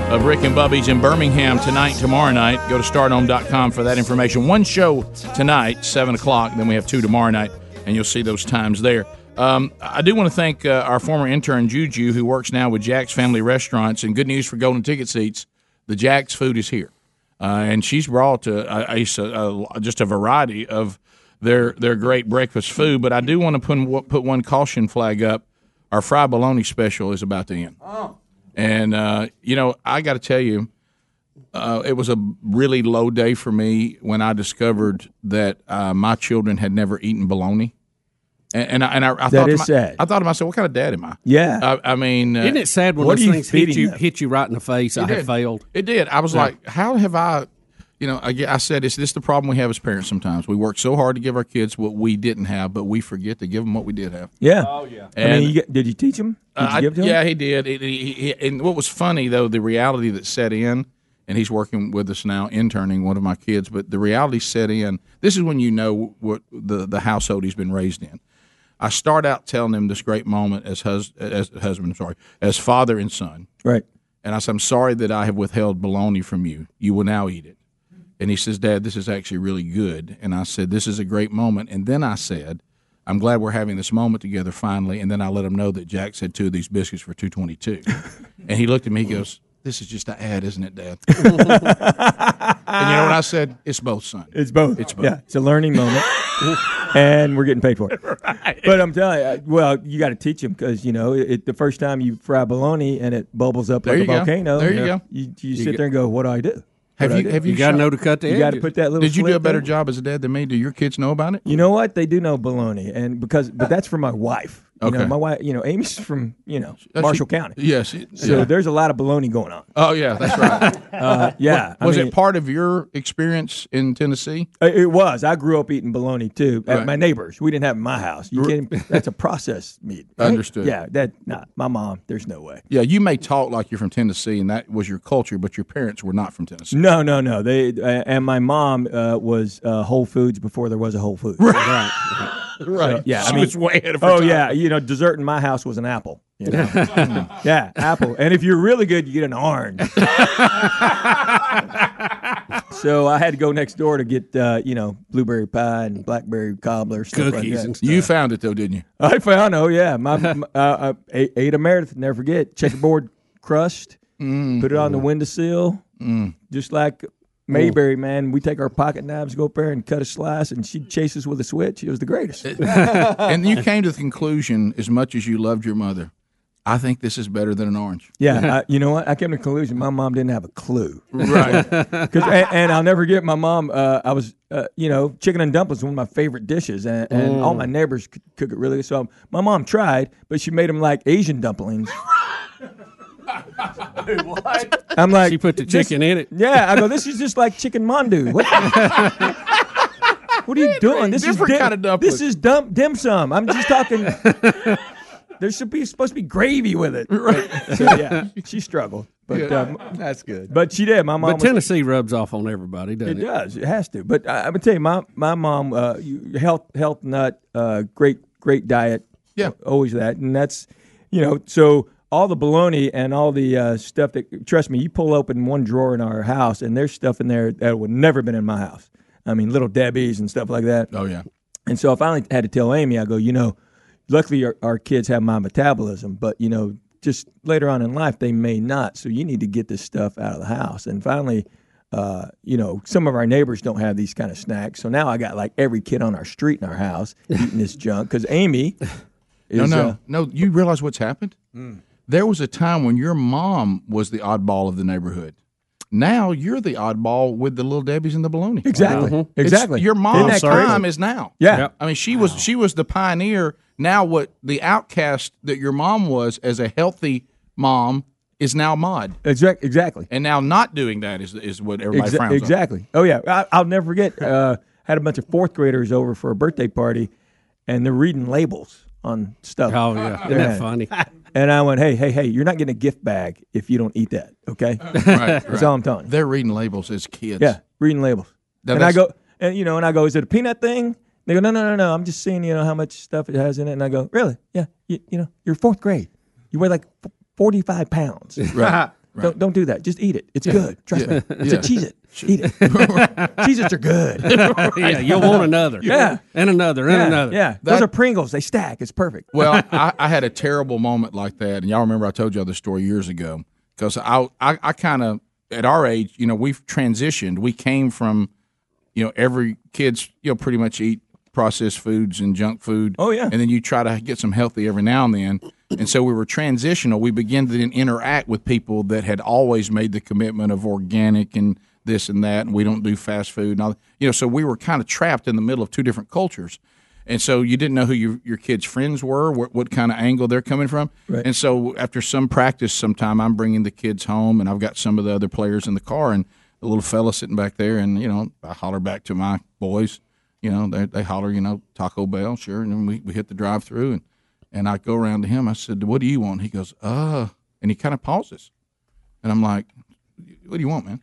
Speaker 8: of Rick and Bubby's in Birmingham tonight, tomorrow night. Go to stardome.com for that information. One show tonight, 7 o'clock, then we have two tomorrow night, and you'll see those times there. Um, I do want to thank uh, our former intern Juju, who works now with Jack's Family Restaurants. And good news for Golden Ticket Seats: the Jack's food is here, uh, and she's brought uh, a, a, a, just a variety of their their great breakfast food. But I do want to put put one caution flag up: our fried bologna special is about to end. And uh, you know, I got to tell you, uh, it was a really low day for me when I discovered that uh, my children had never eaten bologna. And, and I, and I, I thought to
Speaker 5: is
Speaker 8: my-
Speaker 5: sad.
Speaker 8: I thought to myself, what kind of dad am I?
Speaker 5: Yeah.
Speaker 8: I, I mean, uh,
Speaker 4: Isn't it sad when
Speaker 5: What are
Speaker 4: those
Speaker 5: you
Speaker 4: things hit
Speaker 5: feeding
Speaker 4: you
Speaker 5: them?
Speaker 4: hit you right in the face? I have failed.
Speaker 3: It did. I was like, how have I? you know, I, ge- I said, is this the problem we have as parents sometimes? We work so hard to give our kids what we didn't have, but we forget to give them what we did have.
Speaker 5: Yeah. Oh yeah. I
Speaker 3: And-
Speaker 5: mean, you get, did you teach him? Did
Speaker 3: Uh,
Speaker 5: you give it to him?
Speaker 3: yeah, he did. It- he- he- and what was funny though, the reality that set in, and he's working with us now, interning one of my kids. But the reality set in. This is when you know what the the household he's been raised in. I start out telling him this great moment as hus as husband, sorry, as father and son,
Speaker 5: Right.
Speaker 3: and I said, "I'm sorry that I have withheld bologna from you. You will now eat it." And he says, "Dad, this is actually really good." And I said, "This is a great moment." And then I said. I'm glad we're having this moment together finally. And then I let him know that Jack said two of these biscuits for two twenty two, and he looked at me. He goes, "This is just an ad, isn't it, Dad?" and you know what I said? It's both, son.
Speaker 5: It's both.
Speaker 3: It's both.
Speaker 5: Yeah, it's a learning moment, and we're getting paid for it. But I'm telling you, I- well, you got to teach them because you know it, the first time you fry bologna and it bubbles up
Speaker 3: There
Speaker 5: like
Speaker 3: you
Speaker 5: a
Speaker 3: go.
Speaker 5: volcano.
Speaker 3: There you
Speaker 5: you
Speaker 3: go.
Speaker 5: You, you sit there and go, "What do I do?"
Speaker 3: have
Speaker 5: What do
Speaker 3: you
Speaker 5: I do?
Speaker 3: have you,
Speaker 4: You got to
Speaker 3: shot-
Speaker 4: know to cut the
Speaker 5: You
Speaker 4: edges.
Speaker 5: got to put that little.
Speaker 3: Did you do a
Speaker 5: slit
Speaker 3: better
Speaker 5: there.
Speaker 3: job as a dad than me? Do your kids know about it?
Speaker 5: You know what? They do know bologna, and because but that's for my wife. You
Speaker 3: Okay.
Speaker 5: know, my wife. You know, Amy's from you know
Speaker 3: Uh, she-
Speaker 5: Marshall County,
Speaker 3: Yes. it-
Speaker 5: so
Speaker 3: yeah.
Speaker 5: there's a lot of bologna going on. Uh,
Speaker 3: Oh yeah, that's right.
Speaker 5: Yeah, I
Speaker 3: Uh, Was
Speaker 5: mean,
Speaker 3: it part of your experience in Tennessee?
Speaker 5: Uh, It was. I grew up eating bologna too at
Speaker 3: Right.
Speaker 5: my neighbors. We didn't have it in my house. You can't, that's a processed meat.
Speaker 3: Understood.
Speaker 5: Yeah, that not my mom. There's no way.
Speaker 3: Yeah, you may talk like you're from Tennessee, and that was your culture, but your parents were not from Tennessee.
Speaker 5: No, no, no. They uh, and my mom uh, was uh, Whole Foods before there was a Whole Foods. Right.
Speaker 3: Right.
Speaker 5: yeah,
Speaker 3: She
Speaker 5: I mean-
Speaker 3: was way ahead of her
Speaker 5: Oh
Speaker 3: time.
Speaker 5: yeah, you know, dessert in my house was an apple. you know. yeah, apple. And if you're really good, you get an orange. so I had to go next door to get uh, you know blueberry pie and blackberry cobbler stuff like
Speaker 4: cookies
Speaker 5: that.
Speaker 4: and stuff.
Speaker 3: You found it though, didn't you?
Speaker 5: I found. Oh yeah, my, m uh, I ate a Meredith. Never forget checkerboard crust. Put it on the windowsill, just like Mayberry. Man, we take our pocket knives, go up there and cut a slice, and she'd chase us with a switch. It was the greatest.
Speaker 3: and you came to the conclusion, as much as you loved your mother, I think this is better than an orange.
Speaker 5: Yeah, I, you know what? I came to the conclusion my mom didn't have a clue.
Speaker 3: Right.
Speaker 5: 'Cause- and, and I'll never forget my mom. Uh, I was, uh, you know, chicken and dumplings one of my favorite dishes, and, and all my neighbors could cook it really. good. So my mom tried, but she made them like Asian dumplings. I'm like,
Speaker 4: She put the
Speaker 5: this-
Speaker 4: chicken in it.
Speaker 5: Yeah, I go. This is just like chicken mandu. What, What are you doing? This
Speaker 3: Different
Speaker 5: is dim,
Speaker 3: kind of dumpling.
Speaker 5: This is dump dim sum. I'm just talking. there should be supposed to be gravy with it. Right. So, yeah, she struggled, but um,
Speaker 4: That's good.
Speaker 5: but she did. My mom.
Speaker 4: But
Speaker 5: was-
Speaker 4: Tennessee rubs off on everybody, doesn't
Speaker 5: it
Speaker 4: it?
Speaker 5: does. It has to. But I, I'm gonna tell you, my my mom, uh, you, health health nut, uh, great great diet.
Speaker 3: Yeah.
Speaker 5: always that, and that's you know so. All the bologna and all the uh, stuff that, trust me, you pull open one drawer in our house and there's stuff in there that would never been in my house. I mean, little Debbie's and stuff like that.
Speaker 3: Oh yeah.
Speaker 5: And so I finally had to tell Amy, I go, you know, luckily our, our kids have my metabolism, but you know, just later on in life they may not. So you need to get this stuff out of the house. And finally, uh, you know, some of our neighbors don't have these kind of snacks. So now I got like every kid on our street in our house eating this junk because Amy
Speaker 3: No,
Speaker 5: is
Speaker 3: no,
Speaker 5: uh,
Speaker 3: no. You realize what's happened?
Speaker 5: mm.
Speaker 3: There was a time when your mom was the oddball of the neighborhood. Now you're the oddball with the little Debbie's and the bologna.
Speaker 5: exactly,
Speaker 3: It's-
Speaker 5: exactly
Speaker 3: your
Speaker 5: Isn't
Speaker 3: mom's
Speaker 5: that
Speaker 3: time
Speaker 5: crazy?
Speaker 3: is now.
Speaker 5: Yeah.
Speaker 3: I mean, she was she was the pioneer. Now, what the outcast that your mom was as a healthy mom is now mod,
Speaker 5: Exact- exactly.
Speaker 3: and now not doing that is is what everybody
Speaker 5: Exa-
Speaker 3: frowns on.
Speaker 5: exactly. Oh yeah, I, I'll never forget. Uh, had a bunch of fourth graders over for a birthday party, and they're reading labels on stuff.
Speaker 4: Oh yeah, isn't
Speaker 5: Yeah.
Speaker 4: that funny?
Speaker 5: And I went, hey, hey, hey, you're not getting a gift bag if you don't eat that. Okay,
Speaker 3: Right,
Speaker 5: that's
Speaker 3: right.
Speaker 5: all I'm telling. you.
Speaker 3: They're reading labels as kids.
Speaker 5: Yeah, reading labels.
Speaker 3: Now
Speaker 5: and I
Speaker 3: that's-
Speaker 5: go, and you know, and I go, is it a peanut thing? They go, no, no, no, no. I'm just seeing, you know, how much stuff it has in it. And I go, really? Yeah. You, you know, you're fourth grade. You weigh like f- 45 pounds.
Speaker 3: Right.
Speaker 5: Don't, don't do that. Just eat it. It's good. Trust
Speaker 3: Yeah.
Speaker 5: me. It's
Speaker 3: Yeah.
Speaker 5: a cheese it. Eat it. cheese its are good.
Speaker 4: yeah, you'll want another.
Speaker 5: Yeah.
Speaker 4: and another, and
Speaker 5: Yeah,
Speaker 4: another.
Speaker 5: yeah.
Speaker 3: That-
Speaker 5: Those are Pringles. They stack. It's perfect.
Speaker 3: well, I, I had a terrible moment like that, and y'all remember I told y'all this story years ago because I I, I kind of at our age, you know, we've transitioned. We came from, you know, every kids you know pretty much eat processed foods and junk food.
Speaker 5: Oh, yeah.
Speaker 3: and then you try to get some healthy every now and then. And so we were transitional. We began to then interact with people that had always made the commitment of organic and this and that, and we don't do fast food and all. that. You know, so we were kind of trapped in the middle of two different cultures. And so you didn't know who your, your kids' friends were, what, what kind of angle they're coming from. And so after some practice, sometime I'm bringing the kids home, and I've got some of the other players in the car, and the little fella sitting back there, and you know, I holler back to my boys. You know, they, they holler, you know, Taco Bell, sure. And then we, we hit the drive through, and and I go around to him. I said, "What do you want?" He goes, "Uh," and he kind of pauses, and I'm like, "What do you want, man?"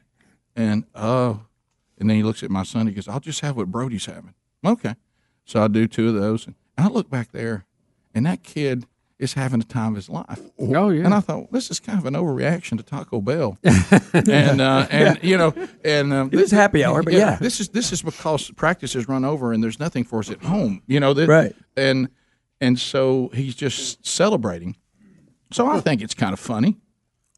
Speaker 3: And uh, and then he looks at my son. He goes, "I'll just have what Brody's having." Okay, so I do two of those, and I look back there, and that kid is having the time of his life.
Speaker 4: Oh, yeah.
Speaker 3: And I thought this is kind of an overreaction to Taco Bell, and uh, and you know, and um,
Speaker 5: It is happy hour, but yeah.
Speaker 3: this is this is because practice has run over and there's nothing for us at home. You know that,
Speaker 5: Right.
Speaker 3: And and so he's just celebrating. So I think it's kind of funny,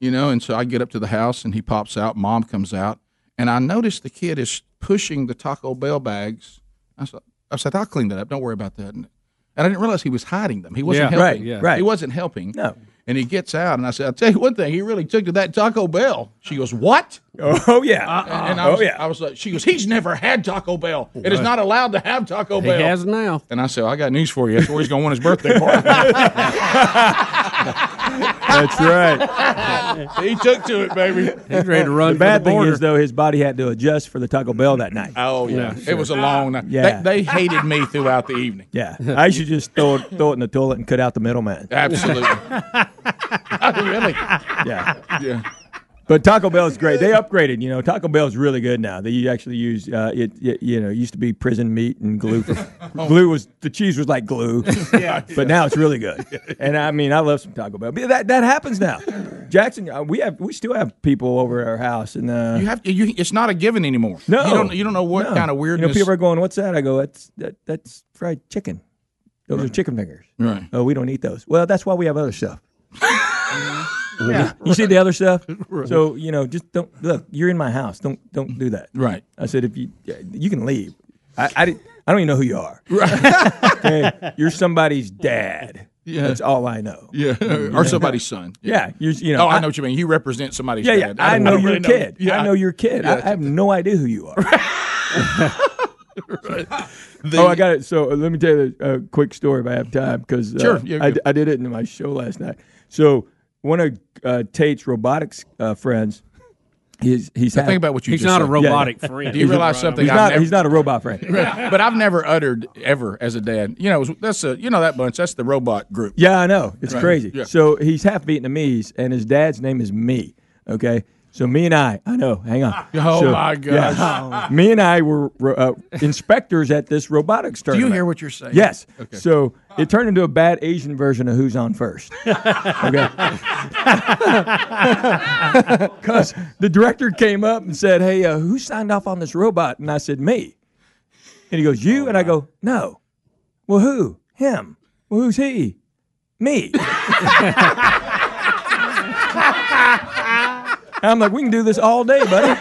Speaker 3: you know. And so I get up to the house and he pops out. Mom comes out, and I notice the kid is pushing the Taco Bell bags. I said, I said, I'll clean that up. Don't worry about that. And I didn't realize he was hiding them. He wasn't
Speaker 4: Yeah,
Speaker 3: helping.
Speaker 5: right, yeah. right.
Speaker 3: He wasn't helping.
Speaker 5: No.
Speaker 3: And he gets out, and I said, I'll tell you one thing. He really took to that Taco Bell. She goes, What?
Speaker 5: Oh yeah.
Speaker 3: Uh-uh. And I was,
Speaker 5: oh yeah.
Speaker 3: I was like, she goes, he's never had Taco Bell. It is not allowed to have Taco
Speaker 4: He
Speaker 3: Bell.
Speaker 4: has now.
Speaker 3: and I said, I got news for you. That's where he's going to want his birthday party.
Speaker 5: That's right.
Speaker 3: he took to it, baby.
Speaker 4: He's ready to run.
Speaker 5: The
Speaker 4: for
Speaker 5: bad
Speaker 4: the
Speaker 5: thing
Speaker 4: border.
Speaker 5: is though, his body had to adjust for the Taco Bell that night.
Speaker 3: Oh, yeah. It was a long night.
Speaker 5: Yeah.
Speaker 3: They, they hated me throughout the evening.
Speaker 5: Yeah, I should just throw it, throw it in the toilet and cut out the middleman.
Speaker 3: Absolutely. Oh, really?
Speaker 5: Yeah,
Speaker 3: Yeah.
Speaker 5: but Taco Bell is great. They upgraded. You know, Taco Bell is really good now. They actually use uh, it, it. You know, it used to be prison meat and glue. glue was the cheese was like glue. yeah, but now it's really good. And I mean, I love some Taco Bell. But that that happens now. Jackson, uh, we have we still have people over at our house and. Uh,
Speaker 3: You have to, you, it's not a given anymore.
Speaker 5: no,
Speaker 3: You don't, you don't know what
Speaker 5: No.
Speaker 3: kind of
Speaker 5: You know,
Speaker 3: weirdness.
Speaker 5: people are going, "What's that?" I go, "That's that, that's fried chicken. Those are chicken fingers."
Speaker 3: Right.
Speaker 5: Oh, we don't eat those. Well, that's why we have other stuff. You see the other stuff. So you know, just don't look. You're in my house. Don't don't do that.
Speaker 3: Right.
Speaker 5: I said, if you yeah, you can leave. I I, didn't- I don't even know who you are. Right. okay. You're somebody's dad.
Speaker 3: Yeah.
Speaker 5: That's all I know. Yeah.
Speaker 3: Yeah. or somebody's son.
Speaker 5: you're, you know.
Speaker 3: Oh, I, know what you mean. You represent somebody's
Speaker 5: Yeah, yeah.
Speaker 3: dad.
Speaker 5: I,
Speaker 3: don't-
Speaker 5: know
Speaker 3: don't
Speaker 5: your
Speaker 3: really
Speaker 5: kid.
Speaker 3: Yeah,
Speaker 5: I know your kid. I, I have no idea who you are.
Speaker 3: the-
Speaker 5: Oh, I got it. So uh, let me tell you a quick story if I have time because uh,
Speaker 3: Sure. Yeah,
Speaker 5: I,
Speaker 3: yeah.
Speaker 5: I did it in my show last night. So one of uh, Tate's robotics uh, friends, he's he's
Speaker 3: Now,
Speaker 5: having-
Speaker 3: Think about what you
Speaker 4: He's
Speaker 3: just
Speaker 4: not a
Speaker 3: said.
Speaker 4: robotic friend.
Speaker 3: Do you realize something?
Speaker 5: He's
Speaker 3: I've
Speaker 5: not,
Speaker 3: never-
Speaker 5: he's not a robot friend.
Speaker 3: but I've never uttered ever as a dad. You know, that's a you know that bunch. That's the robot group.
Speaker 5: Yeah, I know. It's
Speaker 3: Right.
Speaker 5: crazy.
Speaker 3: Yeah.
Speaker 5: So he's half Vietnamese, and his dad's name is Me. Okay. So me and I, I know. Hang on.
Speaker 3: Oh,
Speaker 5: So-
Speaker 3: my gosh.
Speaker 5: yeah. me and I were uh, inspectors at this robotics
Speaker 3: Do
Speaker 5: tournament.
Speaker 3: you hear what you're saying?
Speaker 5: Yes. So it turned into a bad Asian version of Who's on First. Okay. Because the director came up and said, "Hey, uh, who signed off on this robot?" And I said, "Me." And he goes, "You?" and I go, "No." Well, who? Him. Well, who's he? Me. I'm like, we can do this all day, buddy.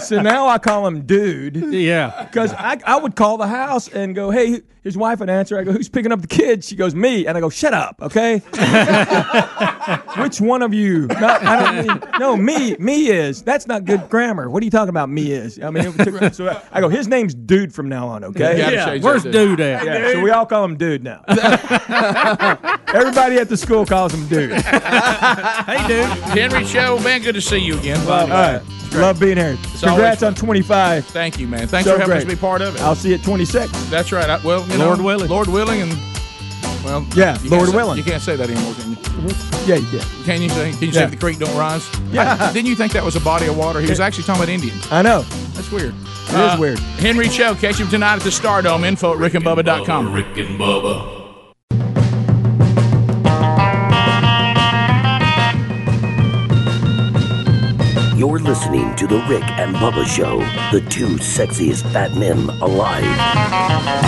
Speaker 5: so now I call him dude.
Speaker 4: Yeah.
Speaker 5: Because I, I would call the house and go, hey, his wife would answer. I go, who's picking up the kids? She goes, me. And I go, shut up, okay? Which one of you? Not, I don't mean, no, me, me is. That's not good grammar. What are you talking about, me is? I mean, it took, so I, I go, his name's Dude from now on, okay?
Speaker 3: Yeah.
Speaker 4: Yeah.
Speaker 3: change
Speaker 4: Where's
Speaker 3: that, dude.
Speaker 4: dude at?
Speaker 5: Yeah, so we all call him Dude now. Everybody at the school calls him Dude.
Speaker 3: Henry Show, man, good to see you again.
Speaker 5: All right. Love being here. Congrats
Speaker 3: always-
Speaker 5: on 25.
Speaker 3: Thank you, man. Thanks
Speaker 5: So
Speaker 3: for having
Speaker 5: great.
Speaker 3: us be part of it.
Speaker 5: I'll see you at 26.
Speaker 3: That's right. I, well, you know,
Speaker 4: Lord willing.
Speaker 3: Lord willing, and well,
Speaker 5: Yeah,
Speaker 3: you can't
Speaker 5: Lord
Speaker 3: say-
Speaker 5: willing.
Speaker 3: You can't say that anymore. Can you?
Speaker 5: Yeah, yeah.
Speaker 3: Can you say? Can you
Speaker 5: Yeah.
Speaker 3: say the creek don't rise?
Speaker 5: Yeah.
Speaker 3: I- didn't you think that was a body of water? He was actually talking about Indians.
Speaker 5: I know.
Speaker 3: That's weird. It
Speaker 5: is weird.
Speaker 3: Henry Cho, catch him tonight at the Stardome. Info at rickandbubba.com.
Speaker 7: Rick and Bubba.
Speaker 9: You're listening to The Rick and Bubba Show, the two sexiest fat men alive.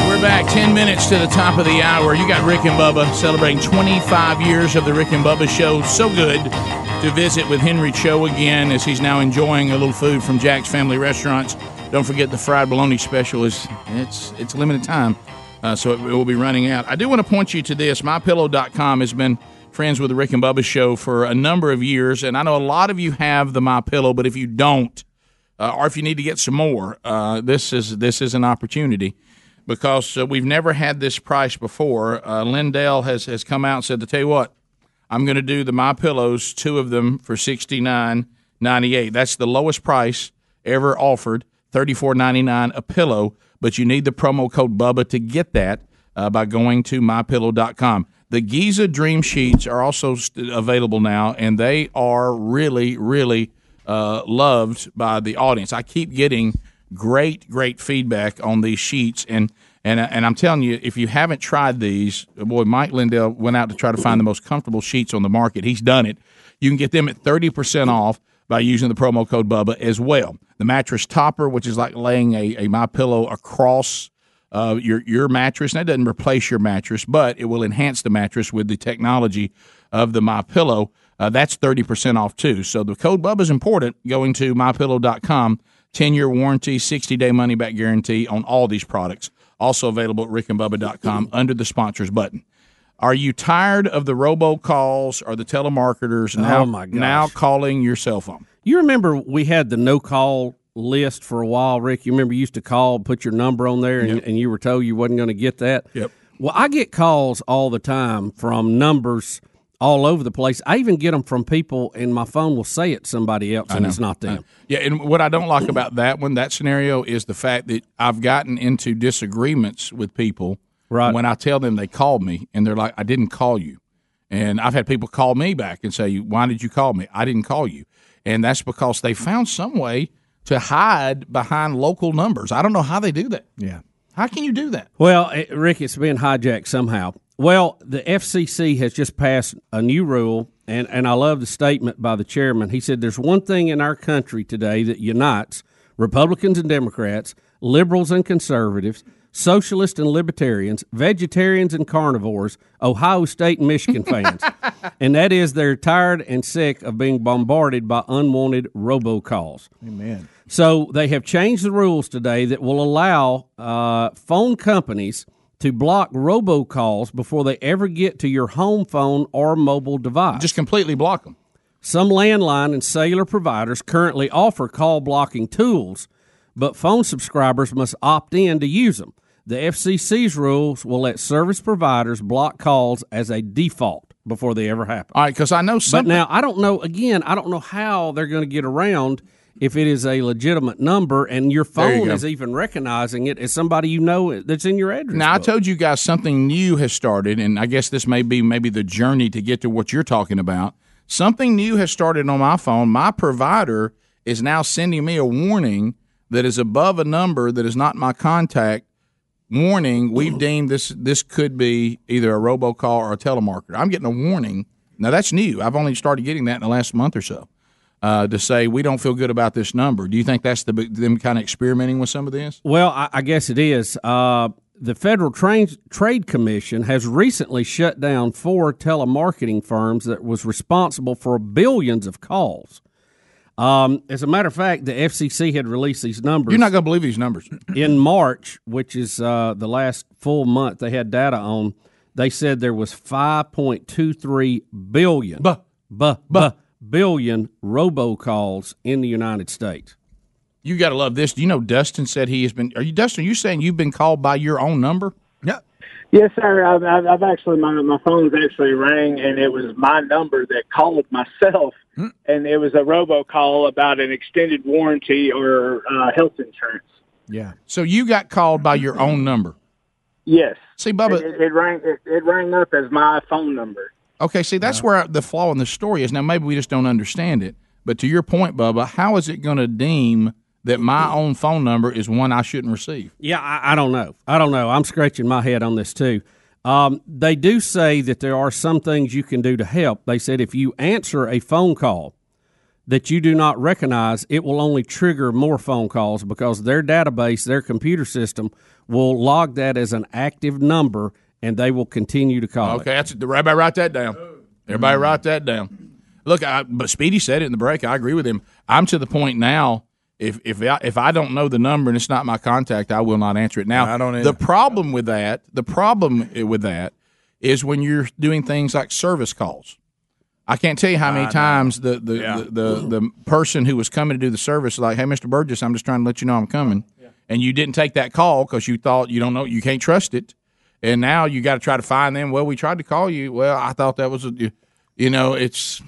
Speaker 3: We're back 10 minutes to the top of the hour. You got Rick and Bubba celebrating 25 years of the Rick and Bubba show. So good to visit with Henry Cho again as he's now enjoying a little food from Jack's Family Restaurants. Don't forget the fried bologna special is it's it's limited time, uh, so it, it will be running out. I do want to point you to this. MyPillow.com has been friends with the Rick and Bubba show for a number of years, and I know a lot of you have the My Pillow, but if you don't, uh, or if you need to get some more, uh, this is this is an opportunity because uh, we've never had this price before. Uh, Lindell has has come out and said, "To tell you what, I'm going to do the My Pillows, two of them for sixty nine ninety eight. That's the lowest price ever offered, thirty four ninety nine a pillow. But you need the promo code Bubba to get that uh, by going to mypillow.com. The Giza Dream Sheets are also st- available now, and they are really, really uh, loved by the audience. I keep getting great, great feedback on these sheets, and and and I'm telling you, if you haven't tried these, boy, Mike Lindell went out to try to find the most comfortable sheets on the market. He's done it. You can get them at 30% off by using the promo code Bubba as well. The mattress topper, which is like laying a, a my pillow across uh, your your mattress. And that doesn't replace your mattress, but it will enhance the mattress with the technology of the My Pillow. Uh, that's thirty percent off too. So the code Bubba is important. Going to mypillow.com, ten year warranty, sixty day money back guarantee on all these products. Also available at rickandbubba.com under the sponsors button. Are you tired of the robocalls or the telemarketers now,
Speaker 4: Oh my gosh.
Speaker 3: now calling your cell phone?
Speaker 4: You remember we had the no call list for a while, Rick. You remember you used to call, put your number on there, and, and you were told you wasn't going to get that.
Speaker 3: Yep.
Speaker 4: Well, I get calls all the time from numbers all over the place. I even get them from people, and my phone will say it's somebody else, and it's not them.
Speaker 3: Yeah, and what I don't like about that one, that scenario, is the fact that I've gotten into disagreements with people
Speaker 4: Right.
Speaker 3: when I tell them they called me, and they're like, "I didn't call you," and I've had people call me back and say, "Why did you call me? I didn't call you," and that's because they found some way to hide behind local numbers. I don't know how they do that. Yeah, how can you do that?
Speaker 4: Well, it, Rick, it's been hijacked somehow. Well, the FCC has just passed a new rule, and, and I love the statement by the chairman. He said, There's one thing in our country today that unites Republicans and Democrats, liberals and conservatives, socialists and libertarians, vegetarians and carnivores, Ohio State and Michigan fans, and that is they're tired and sick of being bombarded by unwanted robocalls. So they have changed the rules today that will allow uh, phone companies to block robocalls before they ever get to your home phone or mobile device.
Speaker 3: Just completely block them.
Speaker 4: Some landline and cellular providers currently offer call blocking tools, but phone subscribers must opt in to use them. The FCC's rules will let service providers block calls as a default before they ever happen.
Speaker 3: All right, because I know
Speaker 4: But
Speaker 3: some.
Speaker 4: now I don't know. Again, I don't know how they're going to get around if it is a legitimate number and your
Speaker 3: you
Speaker 4: phone
Speaker 3: go.
Speaker 4: is even recognizing it as somebody you know that's in your address.
Speaker 3: Now I
Speaker 4: book.
Speaker 3: told you guys something new has started, and I guess this may be maybe the journey to get to what you're talking about. Something new has started on my phone. My provider is now sending me a warning that is above a number that is not my contact. Warning: We've deemed this this could be either a robocall or a telemarketer. I'm getting a warning. Now that's new. I've only started getting that in the last month or so. Uh, to say we don't feel good about this number. Do you think that's the them kind of experimenting with some of this?
Speaker 4: Well, I, I guess it is. Uh, the Federal Train, Trade Commission has recently shut down four telemarketing firms that was responsible for billions of calls. Um, as a matter of fact, the FCC had released these numbers.
Speaker 3: You're not going to believe these numbers.
Speaker 4: in March, which is uh, the last full month they had data on, they said there was 5.23 billion,
Speaker 3: Buh.
Speaker 4: buh, buh, billion robocalls in the United States.
Speaker 3: You got to love this. Do you know Dustin said he has been? Are you Dustin? Are you saying you've been called by your own number?
Speaker 10: Yes, sir. I've, I've, I've actually my my phone's actually rang, and it was my number that called myself,
Speaker 5: Hmm.
Speaker 10: and it was a robocall about an extended warranty or uh, health insurance.
Speaker 3: So you got called by your own number.
Speaker 10: Yes,
Speaker 3: See,
Speaker 10: it,
Speaker 3: Bubba.
Speaker 10: it, it rang it, it rang up as my phone number.
Speaker 3: Okay, see that's where the flaw in the story is. Now maybe we just don't understand it. But to your point, Bubba, how is it going to deem that my own phone number is one I shouldn't receive?
Speaker 4: Yeah, I, I don't know. I don't know. I'm scratching my head on this too. Um, they do say that there are some things you can do to help. They said if you answer a phone call that you do not recognize, it will only trigger more phone calls because their database, their computer system, will log that as an active number and they will continue to call.
Speaker 3: Okay,
Speaker 4: It.
Speaker 3: that's everybody write that down. Everybody write that down. Look, I, but Speedy said it in the break. I agree with him. I'm to the point now. If if I, if I don't know the number and it's not my contact, I will not answer it. Now
Speaker 5: I don't either.
Speaker 3: The problem with that, the problem i- with that, is when you're doing things like service calls. I can't tell you how many times the the, the, the the person who was coming to do the service was like, "Hey, Mister Burgess, I'm just trying to let you know I'm coming," and you didn't take that call because you thought you don't know, you can't trust it, and now you got to try to find them. Well, we tried to call you. Well, I thought that was a. You know, it's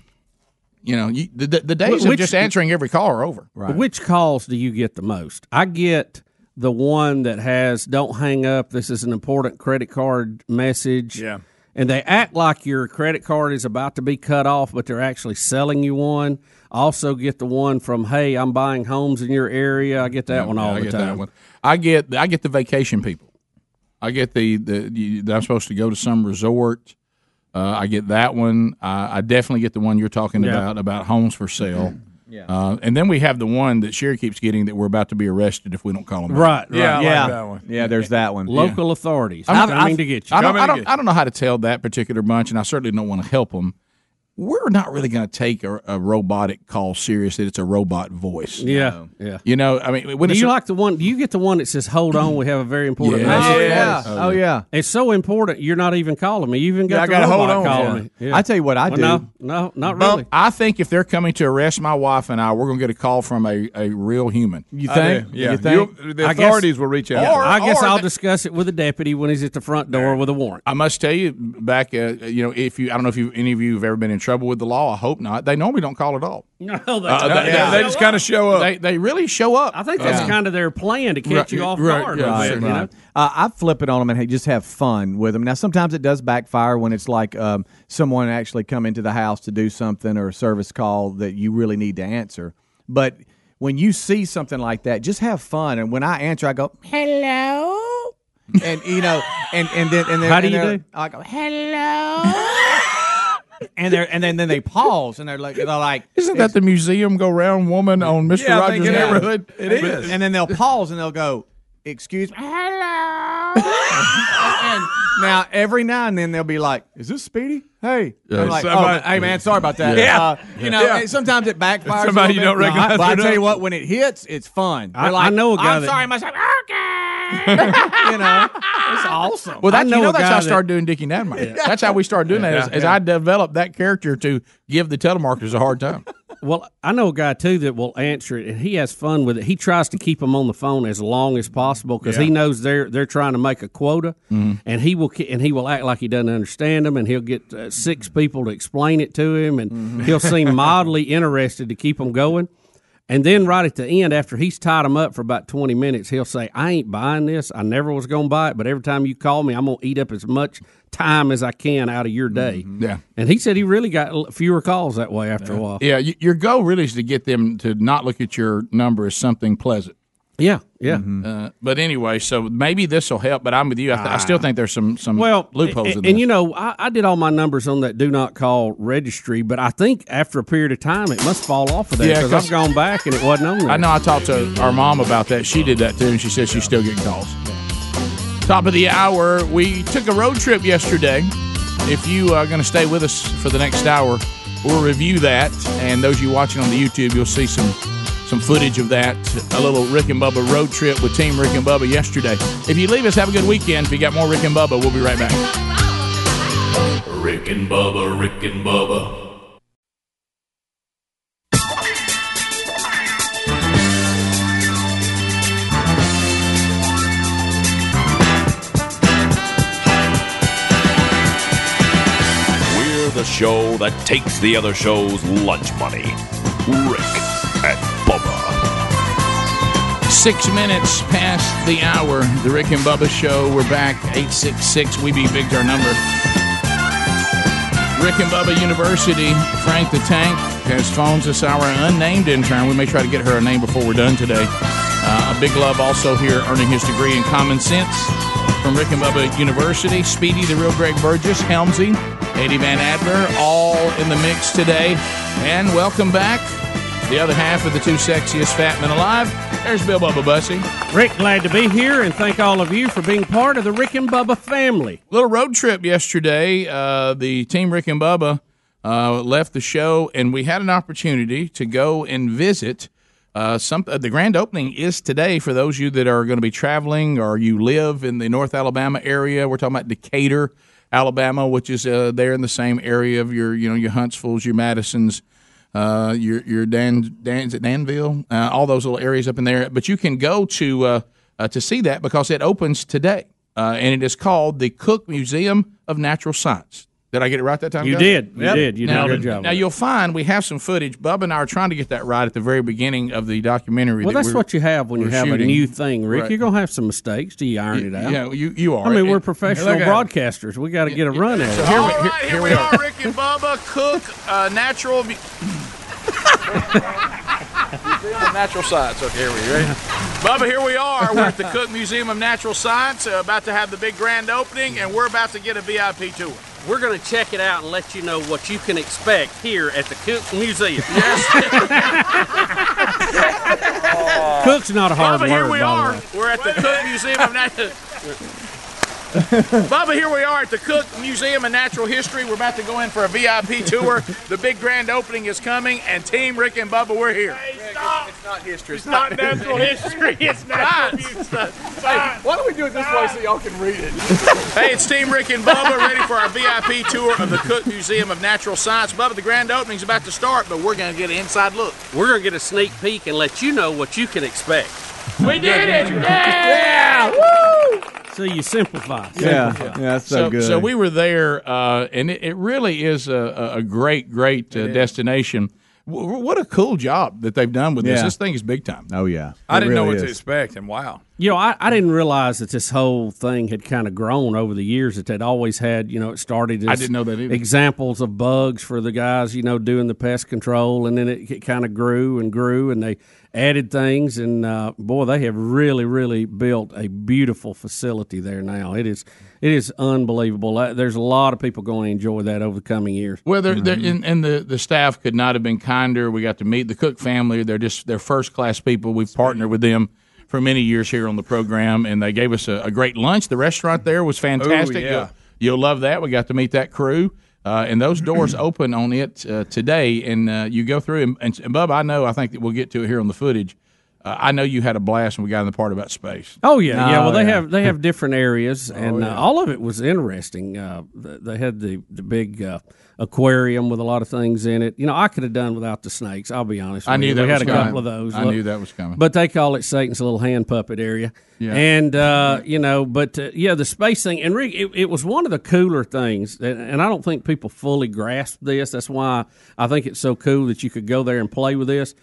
Speaker 3: you know you, the, the the days of
Speaker 4: Which-
Speaker 3: just answering every call are over.
Speaker 4: Which calls do you get the most? I get the one that has "Don't hang up. This is an important credit card message."
Speaker 3: Yeah.
Speaker 4: And they act like your credit card is about to be cut off, but they're actually selling you one. I also get the one from "Hey, I'm buying homes in your area." I get that one
Speaker 3: Yeah,
Speaker 4: all
Speaker 3: I
Speaker 4: the
Speaker 3: get
Speaker 4: time.
Speaker 3: That one. I get I get the vacation people. I get the the you, that I'm supposed to go to some resort. Uh, I get that one. I, I definitely get the one you're talking
Speaker 4: Yeah.
Speaker 3: about about homes for sale. Yeah. Uh, and then we have the one that Sherry keeps getting that we're about to be arrested if we don't call them. back.
Speaker 4: Right, right.
Speaker 11: Yeah,
Speaker 5: Yeah.
Speaker 11: yeah. that one. Yeah, there's that one.
Speaker 4: Local authorities
Speaker 3: I'm-
Speaker 4: coming
Speaker 3: I'm-
Speaker 4: to get you.
Speaker 3: I don't,
Speaker 11: Coming
Speaker 3: I,
Speaker 11: to
Speaker 3: don't,
Speaker 11: get
Speaker 3: I don't know how to tell that particular bunch, and I certainly don't want to help them. We're not really going to take a, a robotic call seriously. It's a robot voice.
Speaker 4: yeah, yeah.
Speaker 3: You know, I mean, when
Speaker 4: Do
Speaker 3: it's
Speaker 4: you like the one? Do you get the one that says "Hold on, we have a very important
Speaker 3: Yeah.
Speaker 4: message"?
Speaker 11: Oh
Speaker 3: Yes.
Speaker 11: yeah.
Speaker 3: Oh,
Speaker 11: Oh yeah.
Speaker 4: It's so important. You're not even calling me. You even got
Speaker 11: Yeah, I
Speaker 4: the
Speaker 11: gotta
Speaker 4: robot
Speaker 11: hold on.
Speaker 4: calling
Speaker 11: Yeah.
Speaker 4: me. Yeah.
Speaker 11: I tell you what I
Speaker 4: Well,
Speaker 11: do.
Speaker 4: No, no, not
Speaker 3: Well,
Speaker 4: really.
Speaker 3: I think if they're coming to arrest my wife and I, we're going to get a call from a, a real human.
Speaker 11: You
Speaker 3: Uh,
Speaker 11: think?
Speaker 3: yeah.
Speaker 11: You think?
Speaker 3: You-
Speaker 11: the
Speaker 4: I guess-
Speaker 11: authorities will reach out.
Speaker 3: Or-
Speaker 4: I guess
Speaker 3: or
Speaker 4: I'll
Speaker 3: they-
Speaker 4: discuss it with the deputy when he's at the front door with a warrant.
Speaker 3: I must tell you, back, uh, you know, if you, I don't know if you, any of you have ever been in trouble with the law. I hope not. They normally don't call at all.
Speaker 4: No, that's
Speaker 3: Uh,
Speaker 11: Yeah,
Speaker 3: they- Yeah.
Speaker 11: They just kind of show up.
Speaker 3: They, they really show up.
Speaker 4: I think that's
Speaker 3: Uh,
Speaker 4: kind of their plan to catch
Speaker 3: Right,
Speaker 4: you off
Speaker 3: right,
Speaker 4: guard.
Speaker 3: yeah,
Speaker 4: a bit,
Speaker 3: right,
Speaker 4: you know?
Speaker 3: right.
Speaker 11: Uh, I flip it on them and hey, just have fun with them. Now, sometimes it does backfire when it's like um, someone actually come into the house to do something or a service call that you really need to answer. But when you see something like that, just have fun. And when I answer, I go hello, and you know, and and then and then
Speaker 4: How do
Speaker 11: and
Speaker 4: you
Speaker 11: they're-
Speaker 4: do?
Speaker 11: I go hello, and they and then then they pause and they're like they're like
Speaker 3: Isn't that the museum go round woman on Mr.
Speaker 11: Yeah, I
Speaker 3: Rogers'
Speaker 11: think it is.
Speaker 3: neighborhood?
Speaker 11: It is. And then they'll pause and they'll go, "Excuse me, hello." and now every now and then they'll be like, "Is this Speedy?" Hey, I'm like, somebody- "Oh, hey man, sorry about that."
Speaker 3: Yeah.
Speaker 11: Uh, you know, and sometimes it backfires. a
Speaker 3: Somebody you
Speaker 11: little bit.
Speaker 3: don't recognize
Speaker 11: But I
Speaker 3: it
Speaker 11: tell
Speaker 3: up.
Speaker 11: you what, when it hits, it's fun.
Speaker 4: I-
Speaker 11: They're like,
Speaker 4: I know a guy
Speaker 11: I'm
Speaker 4: that-
Speaker 11: sorry, myself. Okay, you know, it's awesome.
Speaker 3: Well,
Speaker 4: I
Speaker 3: that,
Speaker 4: know
Speaker 3: you know
Speaker 4: a
Speaker 3: that's
Speaker 4: guy
Speaker 3: how I
Speaker 4: that-
Speaker 3: started doing Dickie Nadmeyer. That's how we started doing that. As, as I developed that character to give the telemarketers a hard time.
Speaker 4: Well, I know a guy too that will answer it, and he has fun with it. He tries to keep them on the phone as long as possible because he knows they're they're trying to make a quota,
Speaker 12: Mm-hmm.
Speaker 3: Mm-hmm.
Speaker 4: and he will ki- and he will act like he doesn't understand them, and he'll get uh, six people to explain it to him, and
Speaker 3: Mm-hmm.
Speaker 4: he'll seem mildly interested to keep them going. And then right at the end, after he's tied them up for about twenty minutes, he'll say, "I ain't buying this. I never was going to buy it, but every time you call me, I'm going to eat up as much time as I can out of your day."
Speaker 3: Mm-hmm. Yeah.
Speaker 4: And he said he really got l- fewer calls that way after a while.
Speaker 3: Yeah, y- your goal really is to get them to not look at your number as something pleasant.
Speaker 4: Yeah, yeah.
Speaker 3: Uh, but anyway, so maybe this will help. But I'm with you. I, th-
Speaker 4: Ah.
Speaker 3: I still think there's some some
Speaker 4: Well,
Speaker 3: loopholes
Speaker 4: and,
Speaker 3: in
Speaker 4: and
Speaker 3: this.
Speaker 4: you know, I, I did all my numbers on that do not call registry, but I think after a period of time, it must fall off of there
Speaker 3: Yeah,
Speaker 4: because
Speaker 3: 'cause-
Speaker 4: I've gone back and it wasn't on there.
Speaker 3: I know I talked to our mom about that. She did that too, and she says she's still getting calls. Top of the hour, we took a road trip yesterday. If you are going to stay with us for the next hour, we'll review that. And those of you watching on the YouTube, you'll see some some footage of that. A little Rick and Bubba road trip with Team Rick and Bubba yesterday. If you leave us, have a good weekend. If you got more Rick and Bubba, we'll be right back.
Speaker 7: Rick and Bubba, Rick and Bubba.
Speaker 1: We're the show that takes the other show's lunch money. Rick and Bubba.
Speaker 3: Six minutes past the hour. The Rick and Bubba Show. We're back. 866. We be big's our number. Rick and Bubba University. Frank the Tank has phones this hour. An unnamed intern. We may try to get her a name before we're done today. Uh, a big love also here earning his degree in common sense from Rick and Bubba University. Speedy, the real Greg Burgess, Helmsy, Eddie Van Adler, all in the mix today. And welcome back. The other half of the two sexiest fat men alive. There's Bill Bubba Bussy.
Speaker 4: Rick, glad to be here and thank all of you for being part of the Rick and Bubba family.
Speaker 3: little road trip yesterday. Uh, the team Rick and Bubba uh, left the show, and we had an opportunity to go and visit. Uh, some uh, the grand opening is today for those of you that are going to be traveling or you live in the North Alabama area. We're talking about Decatur, Alabama, which is uh, there in the same area of your you know your Huntsville's, your Madison's, uh, your your Dan Dan's at Danville, uh, all those little areas up in there. But you can go to uh, uh, to see that because it opens today, uh, and it is called the Cook Museum of Natural Science. Did I get it right that time?
Speaker 4: You
Speaker 3: guys?
Speaker 4: did. You Yep. did. You did a
Speaker 3: now,
Speaker 4: good job.
Speaker 3: Now you'll find we have some footage. Bubba and I are trying to get that right at the very beginning of the documentary.
Speaker 4: Well,
Speaker 3: that
Speaker 4: that's
Speaker 3: we're-
Speaker 4: what you have when you
Speaker 3: we're
Speaker 4: have
Speaker 3: shooting.
Speaker 4: a new thing, Rick.
Speaker 3: Right.
Speaker 4: You're gonna have some mistakes. Do you iron it out?
Speaker 3: yeah, you- you are.
Speaker 4: I mean,
Speaker 3: It-
Speaker 4: we're professional
Speaker 3: look at-
Speaker 4: broadcasters. We got to get a run at
Speaker 3: So
Speaker 4: it.
Speaker 3: here, we, here, here we are, Rick and Bubba, cook, uh, natural. Be- Museum of Natural Science. Okay, here we are. Ready? Bubba, here we are. We're at the Cook Museum of Natural Science, uh, about to have the big grand opening, and we're about to get a VIP tour.
Speaker 13: We're going to check it out and let you know what you can expect here at the Cook Museum.
Speaker 4: Cook's not a hard
Speaker 3: Bubba,
Speaker 4: word.
Speaker 3: here we
Speaker 4: by
Speaker 3: are.
Speaker 4: The way.
Speaker 3: We're at the Cook Museum of Natural. Bubba, here we are at the Cook Museum of Natural History. We're about to go in for a VIP tour. The big grand opening is coming, and Team Rick and Bubba, we're here. It's not history. It's
Speaker 14: not natural history, it's natural
Speaker 3: Hey, why don't we do it this way so y'all can read it? hey, it's Team Rick and Bubba ready for our VIP tour of the Cook Museum of Natural Science. Bubba, the grand opening's about to start, but we're going to get an inside look.
Speaker 13: We're going to get a sneak peek and let you know what you can expect.
Speaker 3: We did it!
Speaker 13: Yeah!
Speaker 3: Woo!
Speaker 4: So you simplify.
Speaker 11: Yeah. Yeah, that's so good.
Speaker 3: So we were there, uh, and it, it really is a, a a great, great uh, destination. W- what a cool job that they've done with this.
Speaker 4: Yeah.
Speaker 3: This thing is big time.
Speaker 11: Oh yeah,
Speaker 2: I didn't know what to expect, and wow.
Speaker 4: You know, I, I didn't realize that this whole thing had kind of grown over the years. That they'd always had, you know, it started as
Speaker 3: I didn't know that either.
Speaker 4: examples of bugs for the guys, you know, doing the pest control, and then it, it kind of grew and grew, and they added things. And uh, boy, they have really, really built a beautiful facility there now. It is, it is unbelievable. Uh, There's a lot of people going to enjoy that over the coming years.
Speaker 3: Well, they're, they're,
Speaker 4: Mm-hmm.
Speaker 3: and, and the, the staff could not have been kinder. We got to meet the Cook family. They're just they're first class people. We've partnered with them for many years here on the program, and they gave us a, a great lunch. The restaurant there was fantastic.
Speaker 2: Ooh, yeah.
Speaker 3: You'll- You'll love that. We got to meet that crew. Uh, and those doors open on it uh, today. And uh, you go through, and, and, and Bub, I know, I think that we'll get to it here on the footage. Uh, I know you had a blast when we got in the part about space.
Speaker 4: Oh yeah, yeah.
Speaker 3: Oh,
Speaker 4: Well, they
Speaker 3: yeah. Oh,
Speaker 4: have they have different areas, and
Speaker 3: yeah.
Speaker 4: uh, all of it was interesting. Uh, th- they had the the big uh, aquarium with a lot of things in it. You know, I could have done without the snakes. I'll be honest.
Speaker 3: I
Speaker 4: with
Speaker 3: knew
Speaker 4: you.
Speaker 3: that
Speaker 4: we
Speaker 3: was
Speaker 4: had a
Speaker 3: coming.
Speaker 4: couple of those.
Speaker 3: I
Speaker 4: Look-
Speaker 3: knew that was coming.
Speaker 4: But they call it Satan's little hand puppet area.
Speaker 3: Yeah.
Speaker 4: And uh, you know, but uh, yeah, the space thing. And Rick, it, it was one of the cooler things, and, and I don't think people fully grasp this. That's why I think it's so cool that you could go there and play with this.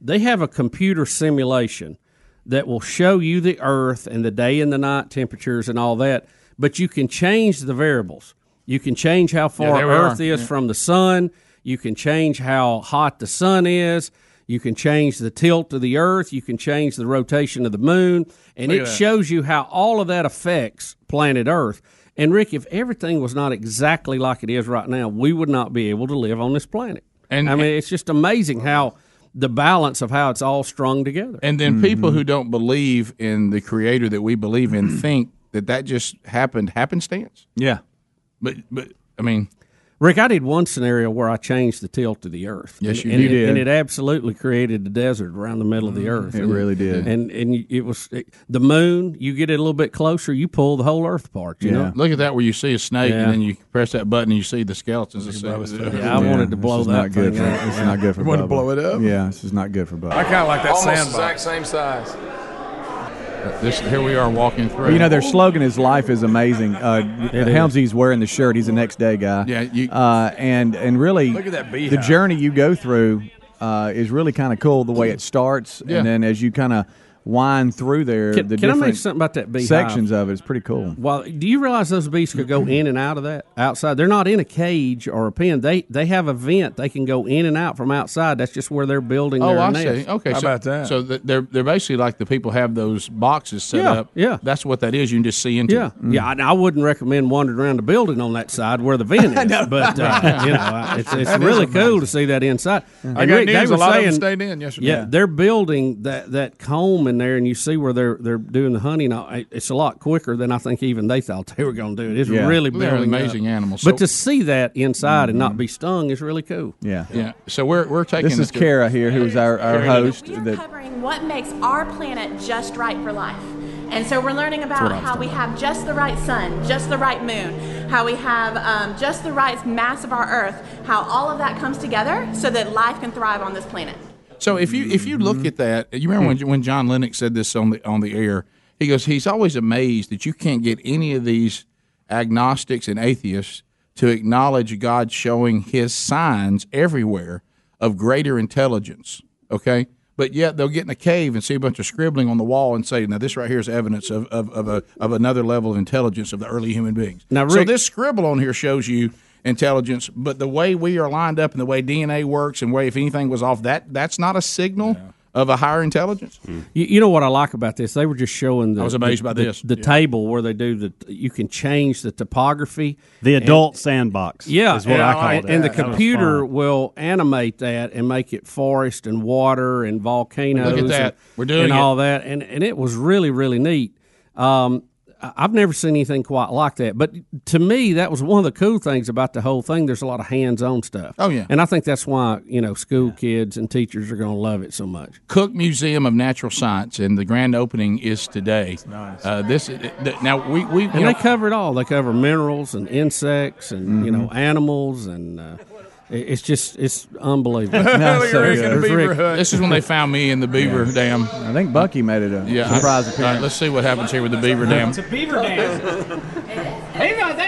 Speaker 4: They have a computer simulation that will show you the Earth and the day and the night temperatures and all that. But you can change the variables. You can change how far
Speaker 3: there we
Speaker 4: Earth
Speaker 3: are.
Speaker 4: is
Speaker 3: Yeah.
Speaker 4: from the sun. You can change how hot the sun is. You can change the tilt of the Earth. You can change the rotation of the moon, and
Speaker 3: Look
Speaker 4: it
Speaker 3: at that.
Speaker 4: shows you how all of that affects planet Earth. And Rick, if everything was not exactly like it is right now, we would not be able to live on this planet. And I mean, it's just amazing how the balance of how it's all strung together.
Speaker 3: And then
Speaker 11: Mm-hmm.
Speaker 3: people who don't believe in the creator that we believe in think that that just happened happenstance.
Speaker 11: Yeah.
Speaker 3: But but I mean,
Speaker 4: Rick, I did one scenario where I changed the tilt of the Earth.
Speaker 3: Yes,
Speaker 4: And-
Speaker 3: you
Speaker 4: and
Speaker 3: did.
Speaker 4: it-
Speaker 3: You did.
Speaker 4: and it absolutely created a desert around the middle of the Earth.
Speaker 11: Mm-hmm. It
Speaker 4: And-
Speaker 11: really did.
Speaker 4: And and it was it- the moon. You get it a little bit closer, you pull the whole Earth apart. You know.
Speaker 3: look at that where you see a snake
Speaker 4: Yeah.
Speaker 3: and then you press that button and you see the skeletons. Of snakes.
Speaker 4: Yeah, I wanted to blow
Speaker 11: this is
Speaker 4: that
Speaker 11: not good
Speaker 4: thing
Speaker 11: for,
Speaker 4: up.
Speaker 11: This is not good for
Speaker 3: You wanted to
Speaker 11: Bubba.
Speaker 3: blow it up?
Speaker 11: Yeah, this is not good for Bubba.
Speaker 2: kinda like that
Speaker 15: Almost
Speaker 2: sandbox.
Speaker 15: exact same size.
Speaker 3: This here we are walking through.
Speaker 11: You know, their slogan is "Life is amazing." Uh,
Speaker 3: It is.
Speaker 11: Helmsy's wearing the shirt; he's a next day guy.
Speaker 3: Yeah, you-
Speaker 11: uh, and and really,
Speaker 3: Look at that beehive.
Speaker 11: the journey you go through uh, is really kind of cool. The way it starts,
Speaker 4: Yeah.
Speaker 11: and then as you kind of wind through there,
Speaker 4: Can-
Speaker 11: the
Speaker 4: can I mention
Speaker 11: different
Speaker 4: something about that beehive?
Speaker 11: sections of it is pretty cool.
Speaker 4: Well, do you realize those bees could go in and out of that outside? They're not in a cage or a pen. They they have a vent. They can go in and out from outside. That's just where they're building.
Speaker 3: Oh,
Speaker 4: their
Speaker 3: I
Speaker 4: nest.
Speaker 3: see. Okay, so, So th- they're they're basically like the people have those boxes set
Speaker 4: Yeah,
Speaker 3: up. Yeah, that's what that is. You can just see into.
Speaker 4: Yeah, yeah. I, I wouldn't recommend wandering around the building on that side where the vent is. But uh, you know, I- it's, it's
Speaker 3: That is Mm-hmm.
Speaker 4: really
Speaker 3: amazing.
Speaker 4: cool to see that inside. And
Speaker 3: I got
Speaker 4: Rick, they
Speaker 3: news, a
Speaker 4: were
Speaker 3: lot of them
Speaker 4: saying-
Speaker 3: stayed in yesterday.
Speaker 4: Yeah, they're building that that comb in there, and you see where they're they're doing the honey. Now it's a lot quicker than I think even they thought they were going to do it. It's
Speaker 3: Yeah.
Speaker 4: really
Speaker 3: They're
Speaker 4: building
Speaker 3: amazing
Speaker 4: up.
Speaker 3: animals.
Speaker 4: But to
Speaker 3: So-
Speaker 4: see that inside and not be stung is really cool.
Speaker 11: Mm-hmm. Yeah,
Speaker 3: yeah. So we're we're taking
Speaker 11: This is
Speaker 3: it to-
Speaker 11: Kara here, who's our, our
Speaker 3: Kara,
Speaker 11: host. that
Speaker 16: covering what makes our planet just right for life. And so we're learning
Speaker 11: what
Speaker 16: about
Speaker 11: I was
Speaker 16: how we have just the right sun, just the right moon, how we have um, just the right mass of our Earth, how all of that comes together so that life can thrive on this planet.
Speaker 3: So if you if you
Speaker 4: Mm-hmm.
Speaker 3: look at that, you remember
Speaker 4: Hmm.
Speaker 3: when when John Lennox said this on the on the air. He goes, he's always amazed that you can't get any of these agnostics and atheists to acknowledge God showing his signs everywhere of greater intelligence. Okay? But yet they'll get in a cave and see a bunch of scribbling on the wall and say, now this right here is evidence of, of, of, a, of another level of intelligence of the early human beings.
Speaker 4: Now,
Speaker 3: so
Speaker 4: Rick-
Speaker 3: this scribble on here shows you intelligence, but the way we are lined up and the way DNA works and way if anything was off, that that's not a signal of a higher intelligence.
Speaker 4: You, you know what I like about this? They were just showing. The,
Speaker 3: I was amazed
Speaker 4: the,
Speaker 3: by
Speaker 4: the-
Speaker 3: this.
Speaker 4: The
Speaker 3: Yeah.
Speaker 4: table where they do the you can change the topography.
Speaker 17: The
Speaker 4: and-
Speaker 17: adult sandbox.
Speaker 4: Yeah,
Speaker 17: is what
Speaker 4: and,
Speaker 17: I called it.
Speaker 4: and the
Speaker 17: That was
Speaker 4: computer
Speaker 17: fun.
Speaker 4: will animate that and make it forest and water and volcanoes.
Speaker 3: Look at that.
Speaker 4: And,
Speaker 3: We're doing
Speaker 4: and
Speaker 3: it.
Speaker 4: all that, and and it was really really neat. Um, I- I've never seen anything quite like that. But to me, that was one of the cool things about the whole thing. There's a lot of hands-on stuff.
Speaker 3: Oh, yeah.
Speaker 4: and I think that's why you know school kids and teachers are going to love it so much.
Speaker 3: Cook Museum of Natural Science, and the grand opening is today. nice. Uh, this th- now we we
Speaker 4: and they cover it all. They cover minerals and insects and you know animals and uh, it- it's just it's unbelievable. There's Rick.
Speaker 3: This is when they found me in the beaver dam.
Speaker 11: I think Bucky made it a
Speaker 3: Yeah,
Speaker 11: surprise
Speaker 3: I- all
Speaker 11: appearance.
Speaker 3: right, let's see what happens here with the beaver dam.
Speaker 2: beaver dam. He's not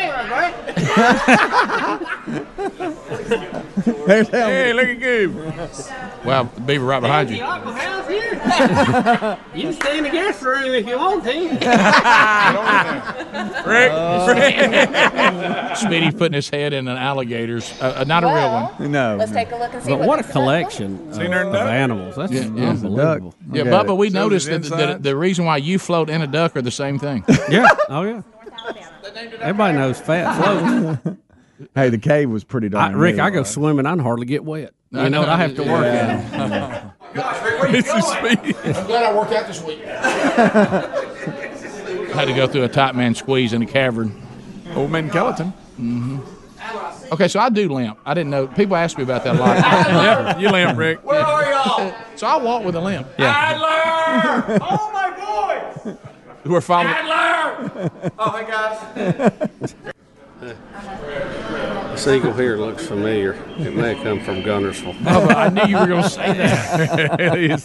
Speaker 11: There's Elmer.
Speaker 3: Hey, look at Goob. Wow, the beaver right behind you.
Speaker 2: Uncle Hal's here.
Speaker 12: You can stay in the guest room if you want to.
Speaker 3: Rick,
Speaker 12: Oh.
Speaker 3: Speedy putting his head in an alligator's, uh, uh, not
Speaker 18: Well,
Speaker 3: a real one.
Speaker 11: No,
Speaker 18: Let's take a look and see
Speaker 4: But
Speaker 18: what
Speaker 4: what a
Speaker 18: this duck looks
Speaker 4: collection of, of animals. That's unbelievable.
Speaker 3: Yeah, Bubba, we noticed that the, the, the reason why you float and a duck are the same thing.
Speaker 4: yeah, oh yeah. Everybody knows fat flows.
Speaker 11: hey, the cave was pretty
Speaker 4: I,
Speaker 11: darn.
Speaker 4: Rick,
Speaker 11: neat.
Speaker 4: I go swimming. I hardly get wet. You know, I have to work at it.
Speaker 3: I'm glad I worked out this week. Had to go through a tight man squeeze in a cavern. Old man Kellerton. hmm Okay, so I do limp. I didn't know. People ask me about that a lot.
Speaker 19: Yeah, you limp, Rick.
Speaker 3: Where are y'all? So I walk with a limp.
Speaker 2: Adler! Oh my boys!
Speaker 3: We're following.
Speaker 2: Adler! Oh my gosh.
Speaker 17: This eagle here looks familiar. It may come from Gunnersville.
Speaker 3: Oh, I knew you were going to say that.
Speaker 17: His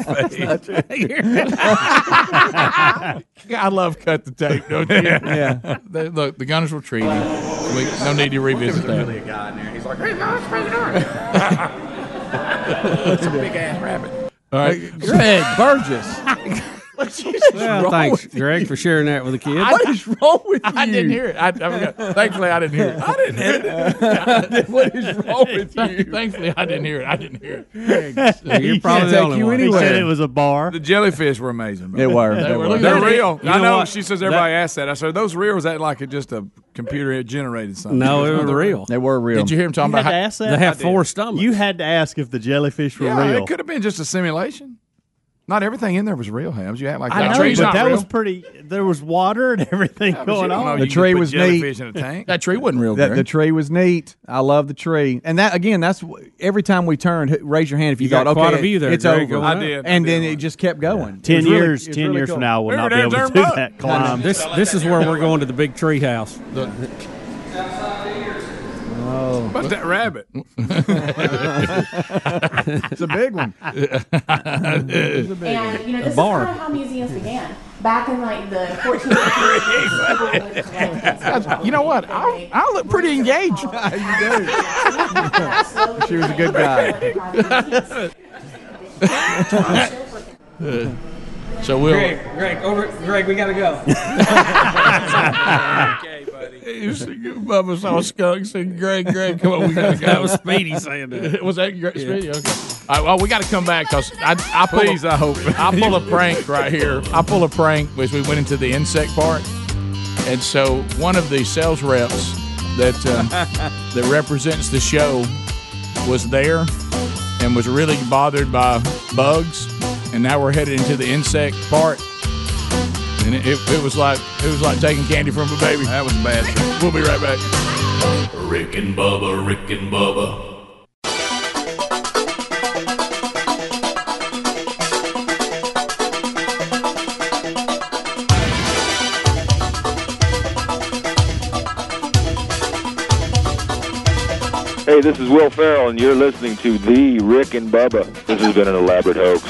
Speaker 3: face. I love cut the tape, don't you?
Speaker 2: Yeah.
Speaker 3: They- look, the Gunners were treating. We, no need to revisit
Speaker 2: There
Speaker 3: that.
Speaker 2: was really a guy in there. He's like, hey, guys, bring it on. That's a big ass rabbit.
Speaker 3: All right,
Speaker 2: Greg
Speaker 11: Burgess.
Speaker 2: What's
Speaker 4: Well,
Speaker 2: wrong
Speaker 4: thanks,
Speaker 2: with
Speaker 4: Greg, for sharing that with the kids.
Speaker 3: What
Speaker 11: is wrong with
Speaker 3: I didn't hear it. I, I forgot. thankfully, I didn't hear it. I didn't hear it.
Speaker 11: what is wrong with
Speaker 3: you? Thankfully, I didn't hear it. I didn't hear it.
Speaker 19: He can't take you anywhere. The jellyfish were amazing.
Speaker 11: They were. They were.
Speaker 19: They're
Speaker 11: They-
Speaker 19: real.
Speaker 11: you
Speaker 19: I
Speaker 11: know
Speaker 19: know.
Speaker 11: what?
Speaker 19: She says everybody asked that. I said those real. Was that like it just a computer generated something?
Speaker 4: No,
Speaker 19: It
Speaker 4: they
Speaker 19: was
Speaker 4: were real.
Speaker 11: They were real.
Speaker 19: Did you hear him talking
Speaker 17: You had
Speaker 19: about
Speaker 17: to
Speaker 19: how-
Speaker 17: ask that?
Speaker 19: They have
Speaker 17: I did.
Speaker 19: four
Speaker 4: stomachs.
Speaker 17: You had to ask if the jellyfish were
Speaker 19: Yeah,
Speaker 17: real.
Speaker 19: it could have been just a simulation. Not everything in there was real. Hams, you act like
Speaker 17: I
Speaker 19: that.
Speaker 17: know,
Speaker 19: Tree's
Speaker 17: but
Speaker 19: not
Speaker 17: that
Speaker 19: real.
Speaker 17: was pretty. There was water and everything
Speaker 19: Yeah, but you
Speaker 17: going
Speaker 19: don't know
Speaker 17: on.
Speaker 19: you can put jellyfish in a tank. That
Speaker 3: tree wasn't real.
Speaker 11: That, the tree was neat. I love the tree, and that again. That's wh- every time we turned. h- Raise your hand if you,
Speaker 4: You got
Speaker 11: thought,
Speaker 4: quite
Speaker 11: okay,
Speaker 4: a view there,
Speaker 11: it's
Speaker 4: Greg,
Speaker 11: over.
Speaker 4: going I up. did, I
Speaker 11: and then it just kept going. It
Speaker 17: Ten
Speaker 11: was really-
Speaker 17: years,
Speaker 11: it was
Speaker 17: ten
Speaker 11: really
Speaker 17: years
Speaker 11: cool.
Speaker 17: from now, we'll not be
Speaker 11: Remember
Speaker 17: able to
Speaker 11: that
Speaker 17: do
Speaker 11: turnbuckle?
Speaker 17: that climb.
Speaker 4: This this is where we're going to the big tree house.
Speaker 11: Oh.
Speaker 19: What's that rabbit?
Speaker 11: it's a big one.
Speaker 3: It's a big
Speaker 16: And you know, this
Speaker 3: Bar.
Speaker 16: is kind of how museums began back in like the 14th.
Speaker 3: You know what? I, I look pretty engaged.
Speaker 11: you do. she was a good guy.
Speaker 3: so we'll.
Speaker 12: Greg, Greg, over, Greg, we gotta go.
Speaker 3: okay, buddy. Bubba saw skunks and Greg, Greg, come on, we gotta go.
Speaker 2: That was Speedy saying that.
Speaker 3: was that Greg,
Speaker 2: Yeah.
Speaker 3: Speedy? Okay. All right, well, we got to come back because I, I pull
Speaker 19: Please,
Speaker 3: a,
Speaker 19: I hope.
Speaker 3: I pull a prank right here. I pull a prank as we went into the insect part, and so one of the sales reps that um, that represents the show was there and was really bothered by bugs, and now we're headed into the insect part. And it, it, it was like it was like taking candy from a baby. That was bad. We'll be right back.
Speaker 7: Rick and Bubba, Rick and Bubba.
Speaker 20: Hey, this is Will Farrell, and you're listening to The Rick and Bubba. This has been an elaborate hoax.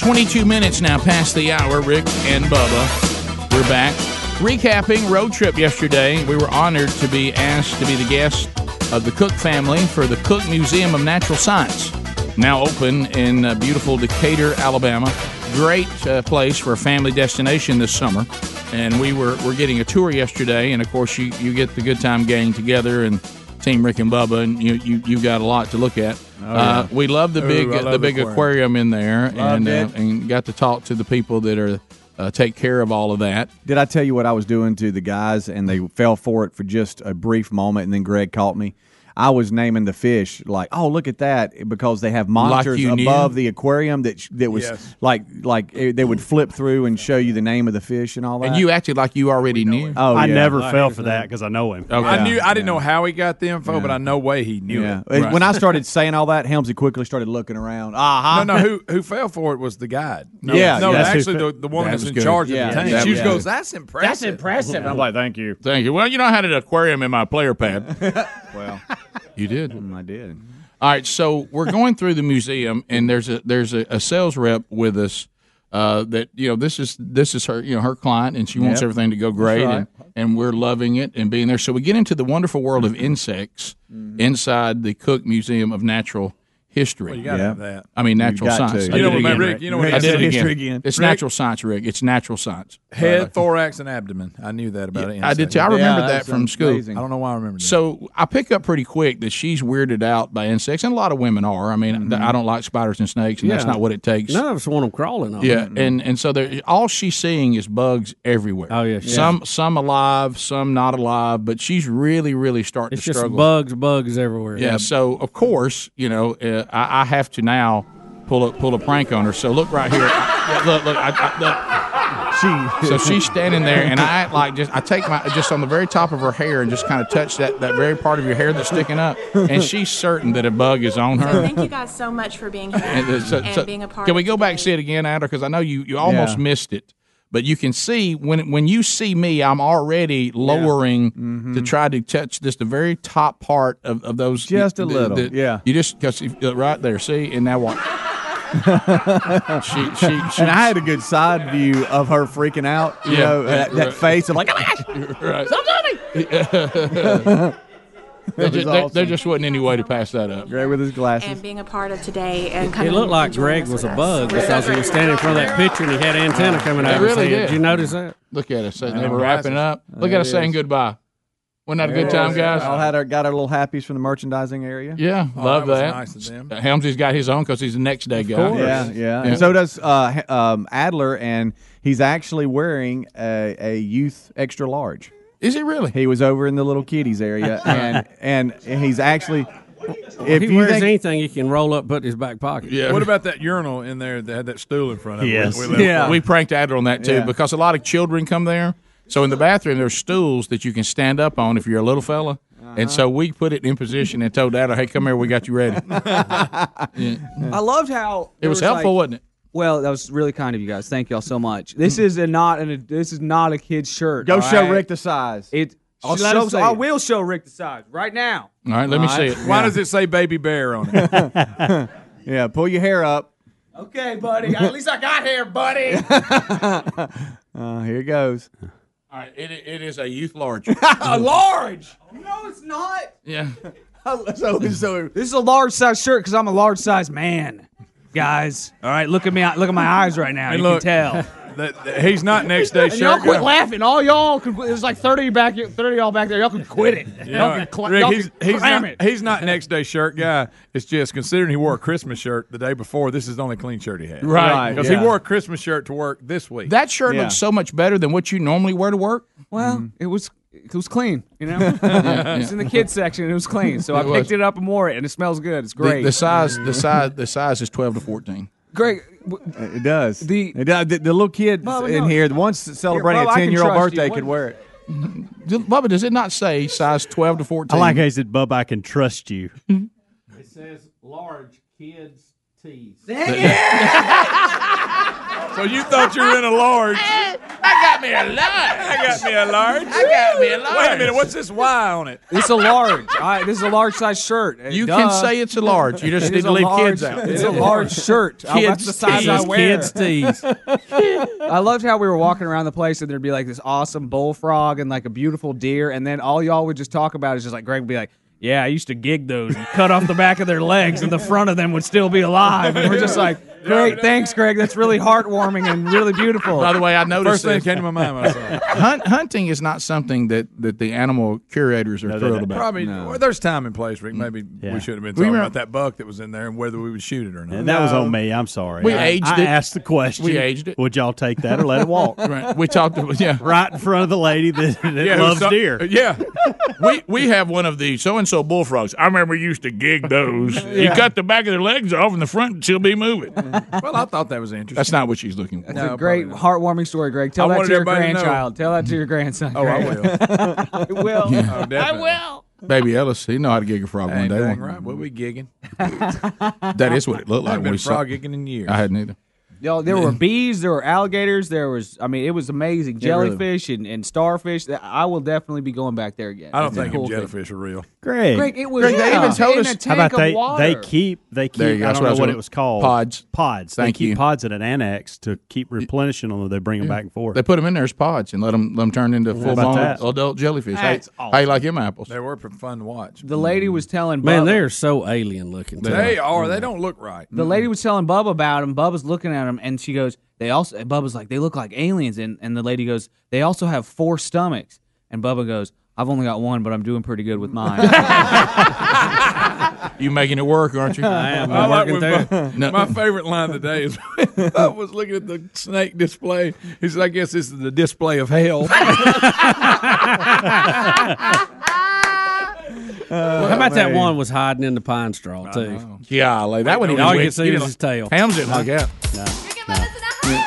Speaker 3: 22 minutes now past the hour, Rick and Bubba. We're back. Recapping road trip yesterday, we were honored to be asked to be the guest of the Cook family for the Cook Museum of Natural Science, now open in uh, beautiful Decatur, Alabama. Great uh, place for a family destination this summer. And we were, were getting a tour yesterday, and of course, you, you get the Good Time Gang together and Team Rick and Bubba, and you, you, you've got a lot to look at.
Speaker 19: Oh, yeah.
Speaker 3: uh, we love the
Speaker 19: Ooh,
Speaker 3: big
Speaker 19: I love
Speaker 3: the big
Speaker 19: aquarium.
Speaker 3: aquarium in there,
Speaker 19: Loved
Speaker 3: and uh,
Speaker 19: it.
Speaker 3: and got to talk to the people that are uh, take care of all of that.
Speaker 11: Did I tell you what I was doing to the guys and they fell for it for just a brief moment and then Greg caught me? I was naming the fish like, oh, look at that because they have monitors
Speaker 19: you knew?
Speaker 11: above the aquarium that sh- that was
Speaker 19: Yes.
Speaker 11: like like eh, they would flip through and show you the name of the fish and all that.
Speaker 19: And you acted like you already knew.
Speaker 11: Oh,
Speaker 19: I
Speaker 11: yeah.
Speaker 19: never
Speaker 11: fell
Speaker 19: for that
Speaker 11: because I know him.
Speaker 19: I knew. I didn't know how he got the info,
Speaker 11: Yeah.
Speaker 19: but I know way he knew
Speaker 11: Yeah.
Speaker 19: it.
Speaker 11: When I started saying all that, Helmsy quickly started looking around. Ah,
Speaker 19: No,
Speaker 3: uh-huh.
Speaker 11: Aha.
Speaker 19: no. Who who fell for it was the guide. No,
Speaker 11: Yeah,
Speaker 19: no.
Speaker 11: that's who
Speaker 19: actually,
Speaker 11: fe-
Speaker 19: the, the woman
Speaker 11: That
Speaker 19: that's
Speaker 11: was
Speaker 19: in
Speaker 11: good.
Speaker 19: charge of
Speaker 11: Yeah,
Speaker 19: the tank.
Speaker 11: that
Speaker 19: she
Speaker 11: was
Speaker 19: just goes,
Speaker 11: good.
Speaker 19: "That's impressive.
Speaker 2: That's impressive. I'm
Speaker 19: like,
Speaker 3: thank you, thank you. Well, you know, I had an aquarium in my player pad.
Speaker 11: well,
Speaker 3: you did.
Speaker 19: Mm,
Speaker 11: I did.
Speaker 3: All right, so we're going through the museum, and there's a there's a, a sales rep with us uh, that you know this is this is her you know her client, and she wants
Speaker 19: Yep.
Speaker 3: everything to go great,
Speaker 19: That's
Speaker 3: and, and we're loving it and being there. So we get into the wonderful world of insects inside the Cook Museum of Natural
Speaker 19: Mm-hmm.
Speaker 3: History.
Speaker 19: Well, you gotta Yeah. have that.
Speaker 3: I mean,
Speaker 19: You
Speaker 3: natural
Speaker 19: got
Speaker 3: science.
Speaker 19: to.
Speaker 3: I
Speaker 19: You
Speaker 3: did
Speaker 19: know
Speaker 3: it
Speaker 19: what,
Speaker 3: again.
Speaker 19: Rick, you know what
Speaker 3: I
Speaker 19: it
Speaker 3: did
Speaker 19: is.
Speaker 3: it again.
Speaker 19: History again.
Speaker 3: It's
Speaker 19: Rick-
Speaker 3: natural science, Rick. It's natural science.
Speaker 19: head, thorax, and abdomen. I knew that about
Speaker 3: Yeah,
Speaker 19: it.
Speaker 3: I did too. I remember that from school.
Speaker 19: I don't know why I remember.
Speaker 3: So I pick up pretty quick that she's weirded out by insects, and a lot of women are. I mean,
Speaker 19: Mm-hmm.
Speaker 3: th- I don't like spiders and snakes, and that's
Speaker 4: Yeah.
Speaker 3: not what it takes.
Speaker 4: None of us want them crawling on.
Speaker 3: Yeah, and and so there, all she's seeing is bugs everywhere. Oh yeah,
Speaker 4: sure.
Speaker 3: some some alive, some not alive, but she's really really starting
Speaker 4: it's
Speaker 3: to
Speaker 4: just
Speaker 3: struggle.
Speaker 4: bugs, bugs everywhere.
Speaker 3: Yeah, so of course you know uh, I, I have to now pull a pull a prank on her. So look right here, I- look look. I, I, look.
Speaker 11: She
Speaker 3: so she's standing there, and I act like just I take my just on the very top of her hair and just kind of touch that that very part of your hair that's sticking up, and she's certain that a bug is on
Speaker 16: So
Speaker 3: her.
Speaker 16: thank you guys so much for being here
Speaker 3: And, uh,
Speaker 16: and,
Speaker 3: so- so-
Speaker 16: being a part.
Speaker 3: can we
Speaker 16: of
Speaker 3: go back and see it again, Adler? Because I know you, you almost
Speaker 19: Yeah.
Speaker 3: missed it, but you can see when when you see me, I'm already lowering
Speaker 11: Mm-hmm.
Speaker 3: to try to touch just the very top part of, of those.
Speaker 11: Just a
Speaker 3: the-
Speaker 11: little,
Speaker 3: the-
Speaker 11: yeah.
Speaker 3: You just because right there, see, and now what? she, she, she,
Speaker 11: and I had a good side view of her freaking out. You
Speaker 3: Yeah,
Speaker 11: know,
Speaker 3: yeah,
Speaker 11: that, that
Speaker 3: right.
Speaker 11: face of like, oh my
Speaker 3: gosh,
Speaker 2: Right.
Speaker 3: Stop
Speaker 11: That
Speaker 3: there,
Speaker 11: was
Speaker 3: just, there,
Speaker 11: awesome.
Speaker 3: there just wasn't any way to pass that up.
Speaker 11: Greg with his
Speaker 16: today
Speaker 11: glasses.
Speaker 16: And being a part of today and
Speaker 4: It
Speaker 16: coming.
Speaker 4: looked like
Speaker 16: and joining
Speaker 4: Greg
Speaker 16: us
Speaker 4: was
Speaker 16: with
Speaker 4: a
Speaker 16: us.
Speaker 4: bug because he was standing in front of that picture and he had antenna coming out
Speaker 3: It
Speaker 4: of his
Speaker 3: really
Speaker 4: head.
Speaker 3: did.
Speaker 4: Did you notice that?
Speaker 3: Look at us. They
Speaker 4: Yeah.
Speaker 3: were wrapping up. Look at us
Speaker 4: There it
Speaker 3: saying
Speaker 4: is.
Speaker 3: goodbye. Wasn't that a
Speaker 11: There
Speaker 3: good
Speaker 11: it
Speaker 3: time,
Speaker 11: is.
Speaker 3: guys?
Speaker 11: All had our, got our little happies from the merchandising area.
Speaker 3: Yeah,
Speaker 4: Oh,
Speaker 3: love that. Uh, Helmsy's got his own because he's the next day guy.
Speaker 11: Yeah, yeah. And so does uh, H- um, Adler, and he's actually wearing a, a youth extra large.
Speaker 3: Is he really?
Speaker 11: He was over in the little kiddies area, and and he's actually. If
Speaker 4: he
Speaker 11: you
Speaker 4: wears
Speaker 11: think,
Speaker 4: anything, he can roll up, put in his back pocket.
Speaker 19: What about that urinal in there that had that stool in front of
Speaker 3: Yes.
Speaker 19: it? We- we left
Speaker 3: yeah.
Speaker 19: for-
Speaker 3: We pranked Adler on that too
Speaker 19: Yeah.
Speaker 3: because a lot of children come there. So in the bathroom, there's stools that you can stand up on if you're a little fella.
Speaker 4: Uh-huh.
Speaker 3: And so we put it in position and told Adler, "Hey, come here, we got you ready."
Speaker 12: I loved how
Speaker 3: It was helpful, wasn't it?
Speaker 12: Well, that was really kind of you guys. Thank y'all so much. This is a not an, this is not a kid's shirt.
Speaker 11: Go
Speaker 12: all
Speaker 11: show
Speaker 12: right?
Speaker 11: Rick the size.
Speaker 12: It. I'll
Speaker 11: Let
Speaker 12: show,
Speaker 11: us see
Speaker 12: I
Speaker 11: it.
Speaker 12: will show Rick the size right now.
Speaker 3: All right, let me
Speaker 11: All
Speaker 3: see
Speaker 11: right.
Speaker 3: it.
Speaker 19: Why
Speaker 11: Yeah.
Speaker 19: does it say baby bear on it?
Speaker 11: yeah, pull your hair up.
Speaker 12: Okay, buddy. At least I got here, buddy.
Speaker 11: Uh, here goes.
Speaker 3: All right, it, it is a youth large.
Speaker 12: a large. No, it's not.
Speaker 3: Yeah.
Speaker 12: so, so this is a large size shirt because I'm a large size man, guys. All right, look at me. Look at my eyes right now.
Speaker 19: And
Speaker 12: you
Speaker 19: look,
Speaker 12: can tell.
Speaker 19: that- that- he's not next day
Speaker 12: And
Speaker 19: shirt.
Speaker 12: y'all quit
Speaker 19: guy.
Speaker 12: laughing. All y'all could. There's like thirty back. Thirty y'all back there. Y'all could quit it. Y'all
Speaker 19: Yeah,
Speaker 12: could cla-
Speaker 19: Rick,
Speaker 12: y'all
Speaker 19: he's,
Speaker 12: could
Speaker 19: he's,
Speaker 12: clam
Speaker 19: not,
Speaker 12: it.
Speaker 19: he's not next day shirt guy. It's just considering he wore a Christmas shirt the day before. This is the only clean shirt he had,
Speaker 3: Right, Right,
Speaker 19: Because
Speaker 3: yeah.
Speaker 19: he wore a Christmas shirt to work this week.
Speaker 3: That shirt looks so much better than what you normally wear to work. Mm-hmm.
Speaker 12: Well, it was it was clean. You know,
Speaker 3: Yeah,
Speaker 12: it's
Speaker 3: yeah.
Speaker 12: in the kids section. It was clean, so I
Speaker 3: It was.
Speaker 12: picked it up and wore it, and it smells good. It's
Speaker 3: The-
Speaker 12: great.
Speaker 3: The, size, the size, the size is twelve to fourteen.
Speaker 12: Greg,
Speaker 11: It does. The it does. The, the little kid
Speaker 3: Bubba,
Speaker 11: in
Speaker 3: no.
Speaker 11: here, the ones celebrating
Speaker 3: Here, Bubba, I
Speaker 11: a
Speaker 3: can
Speaker 11: ten year old
Speaker 3: trust you.
Speaker 11: birthday,
Speaker 3: What-
Speaker 11: could wear it.
Speaker 3: Bubba, does it not say size twelve to fourteen?
Speaker 17: I like how he said, Bub, I can trust you.
Speaker 4: It says large kids tees.
Speaker 19: so you thought you were in a large.
Speaker 2: I
Speaker 8: got
Speaker 2: got
Speaker 8: me a large. I
Speaker 2: got me a large.
Speaker 8: I got me a large.
Speaker 2: Wait a minute, what's this Y on it?
Speaker 12: It's a large. All right, this is a large size shirt. Uh,
Speaker 2: You
Speaker 12: duh.
Speaker 2: can say it's a large. You just
Speaker 12: It
Speaker 2: need
Speaker 12: is
Speaker 2: to
Speaker 12: a
Speaker 2: leave
Speaker 12: large-
Speaker 2: kids out.
Speaker 12: It's a large shirt. I- that's the size I wear. I loved how we were walking around the place and there'd be like this awesome bullfrog and like a beautiful deer, and then all y'all would just talk about is just like Greg would be like, "Yeah, I used to gig those and cut off the back of their legs, and the front of them would still be alive." And we're just like, "Great, thanks, Greg. That's really heartwarming and really beautiful."
Speaker 8: By the way, I noticed
Speaker 3: First thing
Speaker 8: this.
Speaker 3: that came to my mind when I Hunt, hunting is not something that, that the animal curators are
Speaker 2: No, they
Speaker 3: thrilled
Speaker 2: don't.
Speaker 3: about.
Speaker 2: Probably well, there's time and place, Rick. Maybe
Speaker 17: Yeah.
Speaker 2: we should have been
Speaker 17: We
Speaker 2: talking
Speaker 17: remember-
Speaker 2: about that buck that was in there and whether we would shoot it or not.
Speaker 17: And that was on me. I'm sorry.
Speaker 2: We
Speaker 17: I,
Speaker 2: aged
Speaker 17: I
Speaker 2: it.
Speaker 17: asked the question.
Speaker 2: We aged it.
Speaker 17: Would y'all take that or let it walk?
Speaker 2: Right. We talked. About, yeah.
Speaker 17: Right in front of the lady that, that
Speaker 2: Yeah,
Speaker 17: loves
Speaker 2: so-
Speaker 17: deer.
Speaker 3: uh,
Speaker 2: Yeah.
Speaker 1: we we have one of the so and so bullfrogs. I remember you used to gig those. You
Speaker 2: Yeah.
Speaker 1: cut the back of their legs off in the front, and she'll be moving.
Speaker 2: Well, I thought that was interesting.
Speaker 3: That's not what she's looking for.
Speaker 12: That's a great, heartwarming story, Greg. Tell
Speaker 3: I
Speaker 12: that
Speaker 3: wanted
Speaker 12: to your
Speaker 3: everybody to know.
Speaker 12: grandchild. Tell that to your grandson.
Speaker 3: Oh, I
Speaker 12: I will.
Speaker 2: Oh,
Speaker 12: Uh, I will.
Speaker 3: Yeah. Oh, Baby Ellis, he know how to gig a frog one day.
Speaker 2: Dang
Speaker 3: One-
Speaker 2: right. We'll be gigging.
Speaker 3: That is what it looked
Speaker 2: I
Speaker 3: like when
Speaker 2: haven't
Speaker 3: we
Speaker 2: been
Speaker 3: saw.
Speaker 2: frog gigging in years.
Speaker 3: I hadn't either.
Speaker 12: Y'all, there were bees, there were alligators, there was. I mean, it was amazing.
Speaker 3: Yeah, really.
Speaker 12: Jellyfish and, and starfish. That- I will definitely be going back there again.
Speaker 2: I don't
Speaker 12: It's a
Speaker 2: think
Speaker 12: cool thing.
Speaker 2: jellyfish are real.
Speaker 17: Greg.
Speaker 12: Greg, it was.
Speaker 17: Greg, they
Speaker 12: yeah,
Speaker 17: even told
Speaker 12: in
Speaker 17: us-
Speaker 12: a
Speaker 17: How
Speaker 12: tank
Speaker 17: about
Speaker 12: of
Speaker 17: they-
Speaker 12: water.
Speaker 17: they keep- they keep-
Speaker 3: There you go.
Speaker 17: I
Speaker 3: That's
Speaker 17: don't
Speaker 3: what I
Speaker 17: know
Speaker 3: was
Speaker 17: what
Speaker 3: doing.
Speaker 17: it was called.
Speaker 3: Pods.
Speaker 17: Pods.
Speaker 3: Thank
Speaker 17: they keep
Speaker 3: you.
Speaker 17: pods at an annex to keep replenishing them. They bring them back and forth.
Speaker 3: They put them in there as pods and let them, turn into
Speaker 17: How
Speaker 3: full
Speaker 17: about
Speaker 3: blown
Speaker 17: that?
Speaker 3: adult jellyfish. Hey,
Speaker 17: That's
Speaker 3: hey, like him apples.
Speaker 2: They were fun to watch.
Speaker 12: The lady was telling
Speaker 4: Man,
Speaker 12: Bubba-
Speaker 4: they're so alien looking. too.
Speaker 2: Mm.
Speaker 4: Mm-hmm.
Speaker 2: They are.
Speaker 8: Mm.
Speaker 2: They don't look right.
Speaker 12: The lady was telling Bubba about him. Bubba's looking at him, and she goes, "They also." and Bubba's like, "They look like aliens," and and the lady goes, "They also have four stomachs." And Bubba goes, "I've only got one, but I'm doing pretty good with mine."
Speaker 3: you making it work, aren't you?
Speaker 2: I
Speaker 4: am.
Speaker 2: I like when
Speaker 3: there.
Speaker 2: Bub- My favorite line today is I was looking at the snake display. He said, I guess this is the display of hell.
Speaker 4: How about that
Speaker 3: man.
Speaker 4: one was hiding in the pine straw too?
Speaker 3: Yeah, like that one. he was
Speaker 4: All you
Speaker 3: weak.
Speaker 4: could see
Speaker 3: He
Speaker 4: was
Speaker 3: didn't-
Speaker 4: his tail. Uh-huh.
Speaker 3: Hams didn't like that.
Speaker 17: No,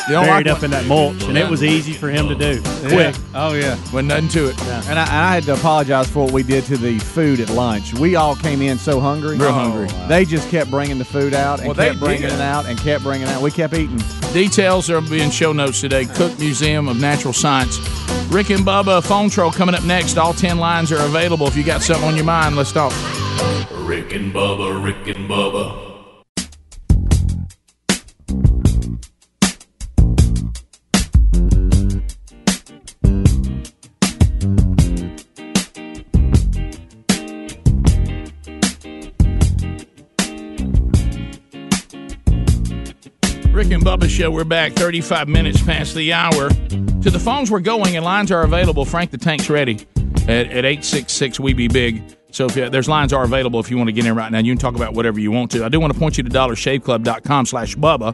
Speaker 3: You don't
Speaker 17: Buried
Speaker 3: like
Speaker 17: up in that mulch, and it was easy for him to do. Quick.
Speaker 3: Oh yeah. Wasn't nothing to it.
Speaker 11: And I, and I had to apologize for what we did to the food at lunch. We all came in so hungry. Oh,
Speaker 3: Real hungry.
Speaker 11: They just kept bringing the food out and
Speaker 3: Well, they
Speaker 11: kept bringing
Speaker 3: did.
Speaker 11: it out and kept bringing it out. We kept eating.
Speaker 3: Details are being show notes today. Cook Museum of Natural Science. Rick and Bubba phone troll coming up next. All ten lines are available. If you got something on your mind, let's talk.
Speaker 7: Rick and Bubba, Rick and Bubba,
Speaker 3: Rick and Bubba show. We're back 35 minutes past the hour. To the phones we're going and lines are available. Frank the Tank's ready at, at 866 We Be Big. So if you, there's lines are available if you want to get in right now. You can talk about whatever you want to. I do want to point you to dollarshaveclub.com slash Bubba.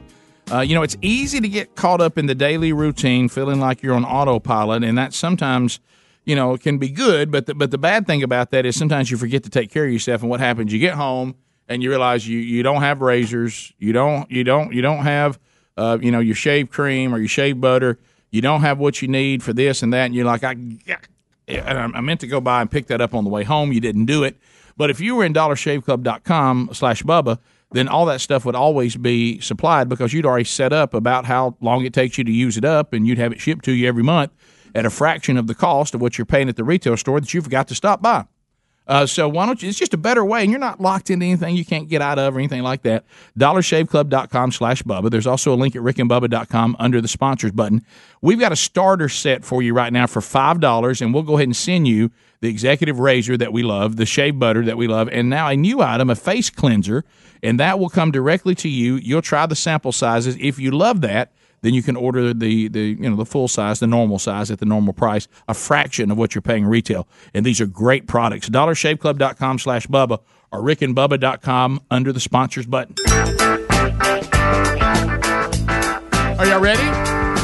Speaker 3: Uh, you know, it's easy to get caught up in the daily routine, feeling like you're on autopilot, and that sometimes, you know, can be good. But the, but the bad thing about that is sometimes you forget to take care of yourself, and what happens? You get home and you realize you, you don't have razors, you don't you don't you don't have, uh, you know, your shave cream or your shave butter, you don't have what you need for this and that, and you're like, I, and I I meant to go by and pick that up on the way home. You didn't do it. But if you were in dollarshaveclub.com slash Bubba, then all that stuff would always be supplied because you'd already set up about how long it takes you to use it up and you'd have it shipped to you every month at a fraction of the cost of what you're paying at the retail store that you forgot to stop by. Uh, so why don't you? It's just a better way, and you're not locked into anything you can't get out of or anything like that. DollarShaveClub.com slash Bubba. There's also a link at RickandBubba.com under the sponsors button. We've got a starter set for you right now for $5, and we'll go ahead and send you the executive razor that we love, the shave butter that we love, and now a new item, a face cleanser, and that will come directly to you. You'll try the sample sizes. If you love that, then you can order the the you know the full size, the normal size at the normal price, a fraction of what you're paying retail. And these are great products. DollarShaveClub.com slash Bubba or RickandBubba.com under the sponsors button. Are y'all ready?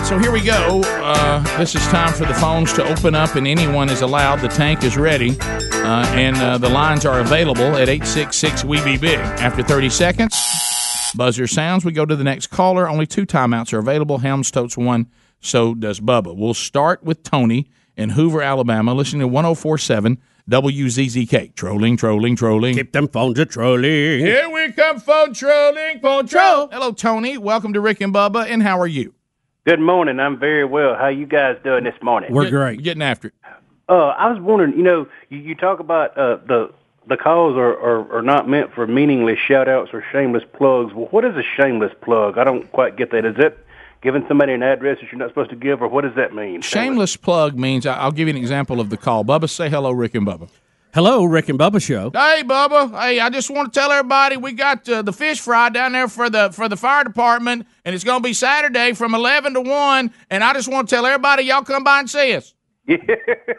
Speaker 3: So here we go. Uh, this is time for the phones to open up, and anyone is allowed. The tank is ready, uh, and uh, the lines are available at 866 We Be Big. After 30 seconds, buzzer sounds. We go to the next caller. Only two timeouts are available. Helms totes one, so does Bubba. We'll start with Tony in Hoover, Alabama, listening to 1047 WZZK. Trolling, trolling, trolling. Keep them phones a trolling. Here we come, phone trolling, phone troll. Hello, Tony. Welcome to Rick and Bubba, and how are you?
Speaker 21: Good morning. I'm very well. How you guys doing this morning?
Speaker 3: We're great. Getting after it.
Speaker 21: Uh, I was wondering, you know, you, you talk about uh, the the calls are, are, are not meant for meaningless shout outs or shameless plugs. Well, what is a shameless plug? I don't quite get that. Is it giving somebody an address that you're not supposed to give, or what does that mean?
Speaker 3: Shameless plug means I- I'll give you an example of the call. Bubba, say hello, Rick and Bubba.
Speaker 4: Hello, Rick and Bubba Show.
Speaker 2: Hey, Bubba. Hey, I just want to tell everybody we got uh, the fish fry down there for the for the fire department, and it's going to be Saturday from eleven to one. And I just want to tell everybody y'all come by and see us.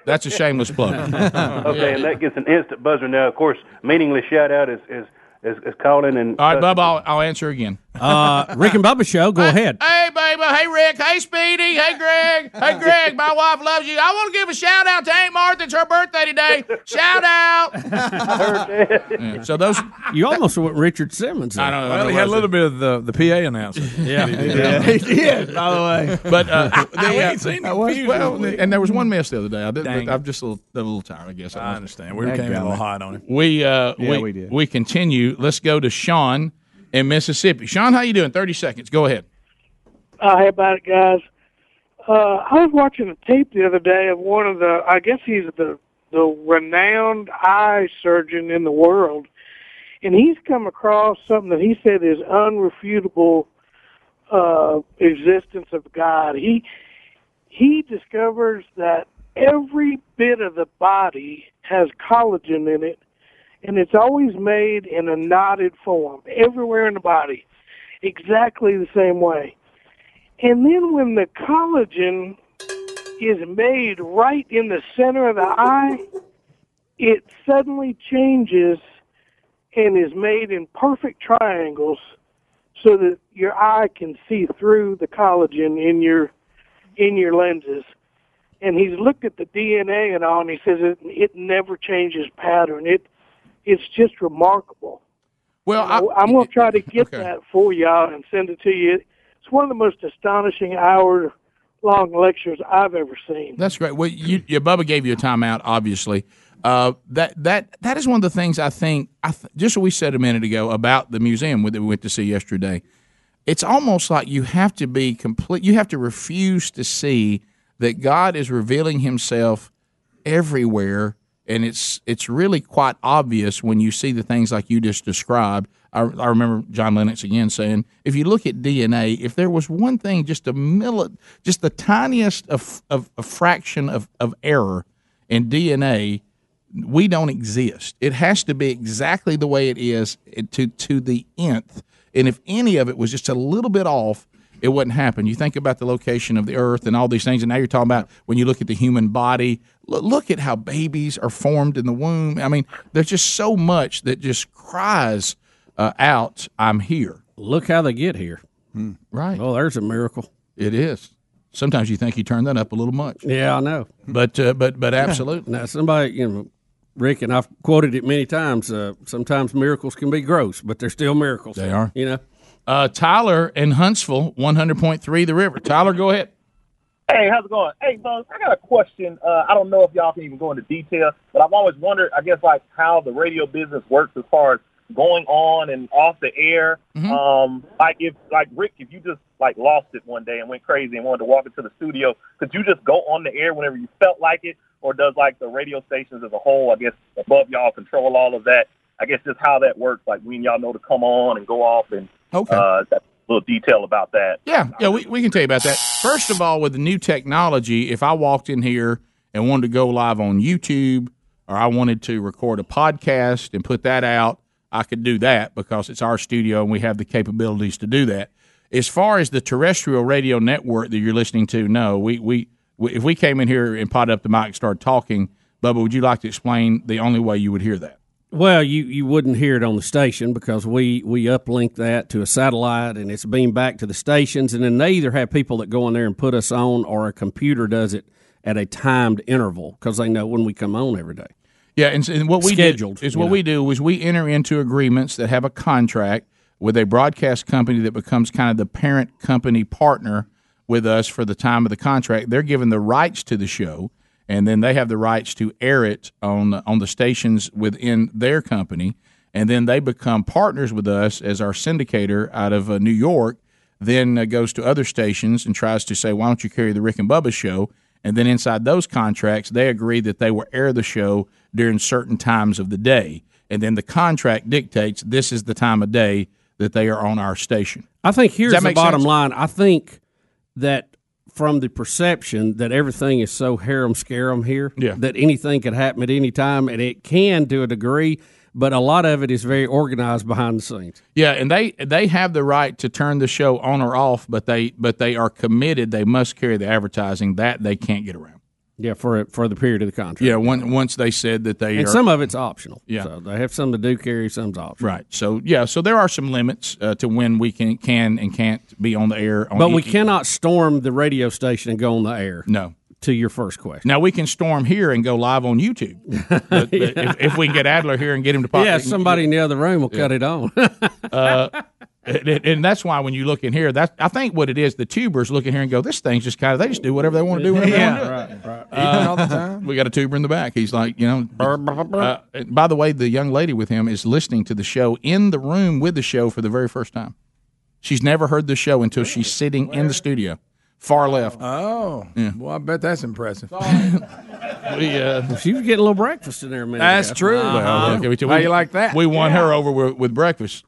Speaker 3: That's a shameless plug.
Speaker 21: okay, and that gets an instant buzzer. Now, of course, meaningless shout out is is, is, is calling and uh,
Speaker 3: All right, Bubba, I'll, I'll answer again.
Speaker 4: Uh, Rick and Bubba Show, go ahead.
Speaker 2: Hey, baby. Hey, Rick. Hey, Speedy. Hey, Greg. Hey, Greg. My wife loves you. I want to give a shout out to Aunt Martha. It's her birthday today. Shout out.
Speaker 3: Yeah, So those
Speaker 4: you almost went Richard Simmons.
Speaker 3: I know.
Speaker 19: Well, he had a little bit of the, the PA announcement.
Speaker 3: Yeah.
Speaker 19: He did, by the way.
Speaker 3: But uh, the,
Speaker 19: I
Speaker 3: uh,
Speaker 19: ain't seen
Speaker 3: that
Speaker 19: him
Speaker 3: was-
Speaker 19: confused
Speaker 3: well,
Speaker 19: all week.
Speaker 3: and there was one miss the other day. I did,
Speaker 19: Dang
Speaker 3: but I'm just a little, a little tired, I guess. I understand.
Speaker 19: We came in a little hot on him.
Speaker 3: We uh,
Speaker 19: Yeah,
Speaker 3: we,
Speaker 19: we
Speaker 3: we
Speaker 19: did.
Speaker 3: continue. Let's go to Sean in Mississippi. Sean, how you doing? Thirty seconds. Go ahead.
Speaker 22: Uh, hey about it, guys. Uh, I was watching a tape the other day of one of the. I guess he's the the renowned eye surgeon in the world, and he's come across something that he said is unrefutable uh, existence of God. He he discovers that every bit of the body has collagen in it, and it's always made in a knotted form everywhere in the body, exactly the same way. And then when the collagen is made right in the center of the eye, it suddenly changes and is made in perfect triangles so that your eye can see through the collagen in your in your lenses. And he's looked at the DNA and all, and he says it, it never changes pattern. It it's just remarkable.
Speaker 3: Well,
Speaker 22: I, am going to try to get that for y'all and send it to you. It's one of the most astonishing hour-long lectures I've ever seen.
Speaker 3: That's great. Well, you, your Bubba gave you a timeout, obviously. Uh, that that that is one of the things I think. I th- just what we said a minute ago about the museum that we went to see yesterday. It's almost like you have to be complete. You have to refuse to see that God is revealing Himself everywhere, and it's it's really quite obvious when you see the things like you just described. I, I remember John Lennox again saying, if you look at DNA, if there was one thing, just a milli, just the tiniest of, of a fraction of, of error in DNA, we don't exist. It has to be exactly the way it is eh, to to the nth. And if any of it was just a little bit off, it wouldn't happen. You think about the location of the Earth and all these things, and now you're talking about when you look at the human body. Look, look at how babies are formed in the womb. I mean, there's just so much that just cries uh, out, "I'm here." Hmm.
Speaker 4: Look how they get here.
Speaker 3: Right.
Speaker 4: Oh, there's a miracle.
Speaker 3: It is. Sometimes you think you turn that up a little much.
Speaker 4: Yeah, I know.
Speaker 3: But uh, but but absolutely.
Speaker 4: now somebody, you know, Rick and I've quoted it many times. Uh, sometimes miracles can be gross, but they're still miracles.
Speaker 3: They are.
Speaker 4: You know.
Speaker 3: Uh, Tyler in Huntsville, 100.3 The River. Tyler, go ahead.
Speaker 20: Hey, how's it going? Hey, Bugs, I got a question. Uh, I don't know if y'all can even go into detail, but I've always wondered, I guess, like how the radio business works as far as going on and off the air. Um, like if, like Rick, if you just like lost it one day and went crazy and wanted to walk into the studio, could you just go on the air whenever you felt like it, or does like the radio stations as a whole, I guess, above y'all control all of that? I guess just how that works, like when y'all know to come on and go off, and
Speaker 3: Okay.
Speaker 20: uh, that little detail about that.
Speaker 3: Yeah, yeah, we, we can tell you about that. First of all, with the new technology, if I walked in here and wanted to go live on YouTube or I wanted to record a podcast and put that out, I could do that because it's our studio and we have the capabilities to do that. As far as the terrestrial radio network that you're listening to, no, we, we, we if we came in here and potted up the mic and started talking, Bubba, would you like to explain the only way you would hear that?
Speaker 4: Well, you, you wouldn't hear it on the station because we, we uplink that to a satellite and it's beamed back to the stations. And then they either have people that go in there and put us on, or a computer does it at a timed interval because they know when we come on every day.
Speaker 3: Yeah, and, s- and what we
Speaker 4: Scheduled,
Speaker 3: do is
Speaker 4: you
Speaker 3: what
Speaker 4: know.
Speaker 3: we do is we enter into agreements that have a contract with a broadcast company that becomes kind of the parent company partner with us for the time of the contract. They're given the rights to the show, and then they have the rights to air it on on the stations within their company, and then they become partners with us as our syndicator out of uh, New York then uh, goes to other stations and tries to say, why don't you carry the Rick and Bubba show? And then inside those contracts, they agree that they will air the show during certain times of the day. And then the contract dictates this is the time of day that they are on our station.
Speaker 4: I think
Speaker 3: Does
Speaker 4: here's
Speaker 3: that
Speaker 4: the
Speaker 3: make
Speaker 4: bottom
Speaker 3: sense?
Speaker 4: line. I think that from the perception that everything is so harem scarum here,
Speaker 3: Yeah.
Speaker 4: that anything could happen at any time, and it can to a degree, but a lot of it is very organized behind the scenes.
Speaker 3: Yeah, and they they have the right to turn the show on or off, but they but they are committed. They must carry the advertising that they can't get around.
Speaker 4: Yeah, for for the period of the contract.
Speaker 3: Yeah, one, once they said that they
Speaker 4: And
Speaker 3: are-
Speaker 4: some of it's optional.
Speaker 3: Yeah.
Speaker 4: So they have some that do carry, some's optional.
Speaker 3: right. So yeah, so there are some limits uh, to when we can can and can't be on the air. On
Speaker 4: But we
Speaker 3: e-
Speaker 4: cannot storm the radio station and go on the air.
Speaker 3: No.
Speaker 4: To your first question.
Speaker 3: Now we can storm here and go live on YouTube. But, but if, if we get Adler here and get him to pop,
Speaker 4: Yeah, somebody in the other room will cut it on.
Speaker 3: uh, and, and that's why when you look in here, that I think what it is, the tubers look in here and go, "This thing's just kind of they just do whatever they want to do." Whenever they want to do it."
Speaker 14: right, right.
Speaker 3: Uh, We got a tuber in the back. He's like, you know. uh, and by the way, the young lady with him is listening to the show in the room with the show for the very first time. She's never heard the show until she's sitting in the studio, far left.
Speaker 19: Oh, well, I bet that's impressive.
Speaker 3: we, uh,
Speaker 4: she was getting a little breakfast in there, man.
Speaker 19: That's true. Uh-huh.
Speaker 3: Well, look, we-
Speaker 19: How you like that?
Speaker 3: We won
Speaker 19: Yeah.
Speaker 3: her over with, with breakfast.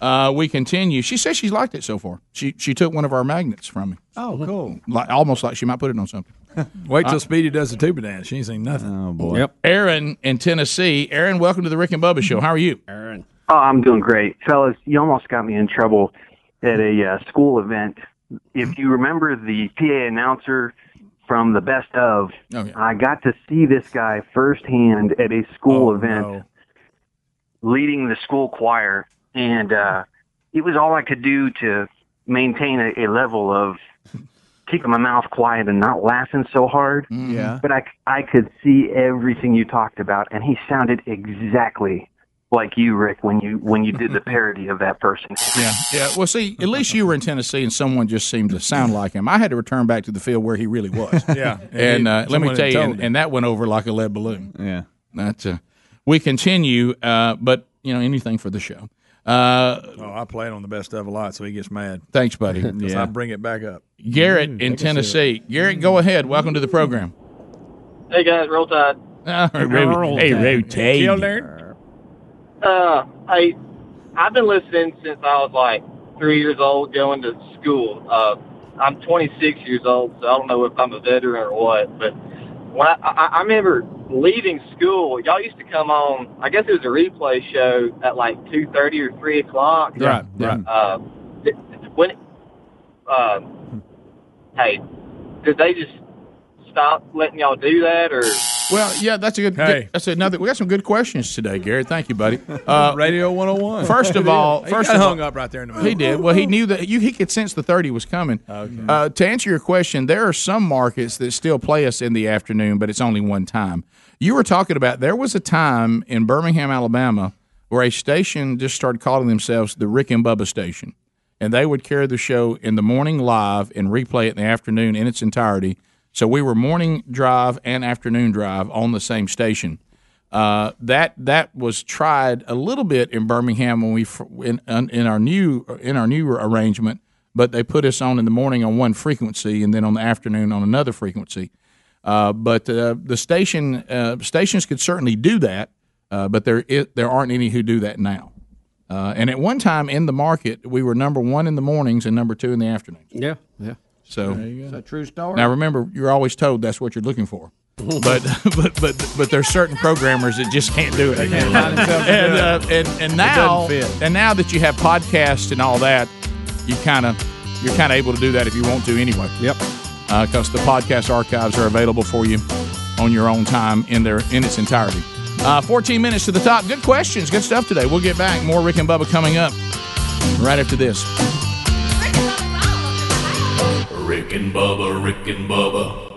Speaker 3: Uh, we continue. She says she's liked it so far. She she took one of our magnets from me,
Speaker 19: Oh, cool.
Speaker 3: like, almost like she might put it on something.
Speaker 19: Wait till
Speaker 3: Uh,
Speaker 19: Speedy does the tuba dance. She ain't seen nothing. Oh boy.
Speaker 3: Yep. Aaron in Tennessee. Aaron, welcome to the Rick and Bubba Show. How are you?
Speaker 4: Aaron.
Speaker 23: Oh, I'm doing great, fellas. You almost got me in trouble at a uh, school event. If you remember the PA announcer from the best of, I got to see this guy firsthand at a school event, leading the school choir, and uh, it was all I could do to maintain a, a level of keeping my mouth quiet and not laughing so hard.
Speaker 11: Yeah.
Speaker 23: But I, c- I could see everything you talked about, and he sounded exactly like you, Rick, when you when you did the parody of that person.
Speaker 3: Yeah, yeah. Well, see, at least you were in Tennessee, and someone just seemed to sound like him. I had to return back to the field where he really was.
Speaker 19: Yeah.
Speaker 3: and uh, let me
Speaker 19: Someone
Speaker 3: tell you,
Speaker 19: told
Speaker 3: and,
Speaker 19: him.
Speaker 3: and that went over like a lead balloon.
Speaker 11: Yeah,
Speaker 3: that uh, we continue, uh, but you know anything for the show. Uh,
Speaker 19: oh, I play it on the best of a lot, so he gets mad.
Speaker 3: Thanks, buddy.
Speaker 19: 'Cause
Speaker 3: Yeah.
Speaker 19: I Mm, bring it back up.
Speaker 3: Garrett in Tennessee. Garrett, go ahead. Welcome to the program.
Speaker 9: Hey guys, roll tide.
Speaker 3: Ro- hey, rotate.
Speaker 9: Uh, I I've been listening since I was like three years old, going to school. Uh, I'm 26 years old, so I don't know if I'm a veteran or what. But when I, I, I remember leaving school, y'all used to come on. I guess it was a replay show at like 2:30 or 3 o'clock.
Speaker 3: Right, right.
Speaker 9: Uh, th- when uh, hey, did they just stop letting y'all do that or?
Speaker 3: Well, yeah, that's a good.
Speaker 9: Hey.
Speaker 3: That's another. We got some good questions today, Garrett. Thank you, buddy. Uh,
Speaker 19: Radio 101.
Speaker 3: First of all,
Speaker 19: He
Speaker 3: first
Speaker 19: got
Speaker 3: of all-
Speaker 19: hung up right there in the middle.
Speaker 3: He did. Well, he knew that you. He could sense the thirty was coming. Okay. Uh, to answer your question, there are some markets that still play us in the afternoon, but it's only one time. You were talking about there was a time in Birmingham, Alabama, where a station just started calling themselves the Rick and Bubba Station, and they would carry the show in the morning live and replay it in the afternoon in its entirety. So we were morning drive and afternoon drive on the same station. Uh, that that was tried a little bit in Birmingham when we f- in in our new in our new arrangement, but they put us on in the morning on one frequency and then on the afternoon on another frequency. Uh, but uh, the station uh, stations could certainly do that, uh, but there it, there aren't any who do that now. Uh, and at one time in the market, we were number one in the mornings and number two in the afternoons.
Speaker 4: Yeah, yeah.
Speaker 3: So
Speaker 17: It's a true story.
Speaker 3: now remember, you're always told that's what you're looking for, but but but but there's certain programmers that just can't do it.
Speaker 19: can't line themselves to do
Speaker 3: and,
Speaker 19: it.
Speaker 3: uh, and and
Speaker 19: It doesn't
Speaker 3: now
Speaker 19: fit.
Speaker 3: and now that you have podcasts and all that, you kind of you're kind of able to do that if you want to anyway.
Speaker 4: Yep.
Speaker 3: Because the podcast archives are available for you on your own time in their in its entirety. Uh, 14 minutes to the top. Good questions. Good stuff today. We'll get back. More Rick and Bubba coming up right after this.
Speaker 7: Rick and Bubba, Rick and Bubba.